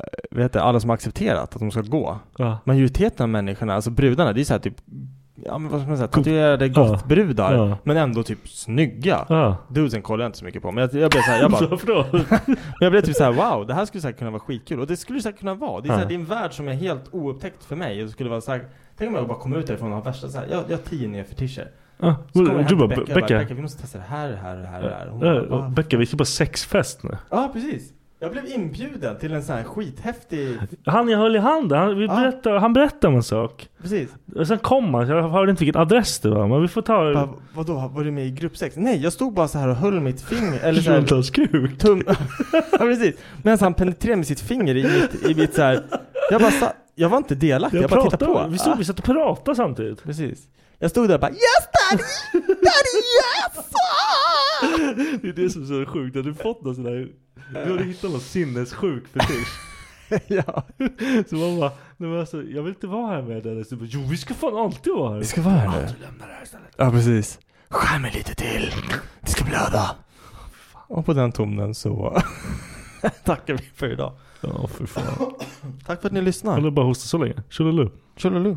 Speaker 4: eh, vad heter det, alla som har accepterat att de ska gå.
Speaker 5: Ja.
Speaker 4: Majoriteten av människorna, alltså brudarna, det är så här typ, ja men vad ska man säga, tatuerade gottbrudar.
Speaker 5: Ja.
Speaker 4: Men ändå typ snygga.
Speaker 5: Ja.
Speaker 4: Dudesen kollar jag inte så mycket på, men jag, jag blev såhär, jag bara,
Speaker 5: Så bra.
Speaker 4: men jag blev typ såhär wow, det här skulle säkert kunna vara skitkul. Och det skulle säkert kunna vara. Det är, så här,
Speaker 5: Ja.
Speaker 4: det är en värld som är helt oupptäckt för mig. Och det skulle vara såhär, tänk om jag bara kom ut därifrån och har värsta såhär, jag, jag har tio nya fetischer.
Speaker 5: Ja,
Speaker 4: Så kommer jag
Speaker 5: Du
Speaker 4: hem
Speaker 5: bara
Speaker 4: till Becka,
Speaker 5: Becka.
Speaker 4: och bara, Becka, vi måste testa det här, det här, det här, det här. Hon
Speaker 5: Ja,
Speaker 4: bara, "Va?"
Speaker 5: Eh, Becka vi ska bara sexfest nu.
Speaker 4: Ja, precis. Jag blev inbjuden till en sån här skithäftig...
Speaker 5: Han jag höll i handen, han, vi
Speaker 4: Ja.
Speaker 5: berättade, han berättade om en sak.
Speaker 4: Precis.
Speaker 5: Och Sen kom han, jag hörde inte vilken adress det var. Men vi får ta...
Speaker 4: Bara, vadå, var du med i grupp sex? Nej, jag stod bara så här och höll mitt finger, eller så här,
Speaker 5: Runt hans kuk.
Speaker 4: tum... ja, precis. Medan han penetrerade med sitt finger i mitt, i mitt så här... Jag bara sa... Jag var inte delaktig, jag,
Speaker 5: Jag
Speaker 4: bara tittade på.
Speaker 5: pratade, vi, stod, vi satt och pratade samtidigt.
Speaker 4: Precis. Jag stod där och bara yes daddy! ah!" Daddy yes!
Speaker 5: Det är det som är så sjukt, att du fått någon sån där Du har hittat någon sinnessjuk fetisch
Speaker 4: ja.
Speaker 5: Så man bara, nej men alltså, jag vill inte vara här med Dennis Du bara, jo vi ska fan alltid vara här
Speaker 4: Vi ska vara här nu. Ja, precis. Skär mig lite till. Det ska blöda. Och på den tonen så tackar vi för idag.
Speaker 5: Ja för fan
Speaker 4: Tack för att ni
Speaker 5: Jag
Speaker 4: lyssnar.
Speaker 5: vill bara hosta så länge, tjolilu
Speaker 4: Tjolilu.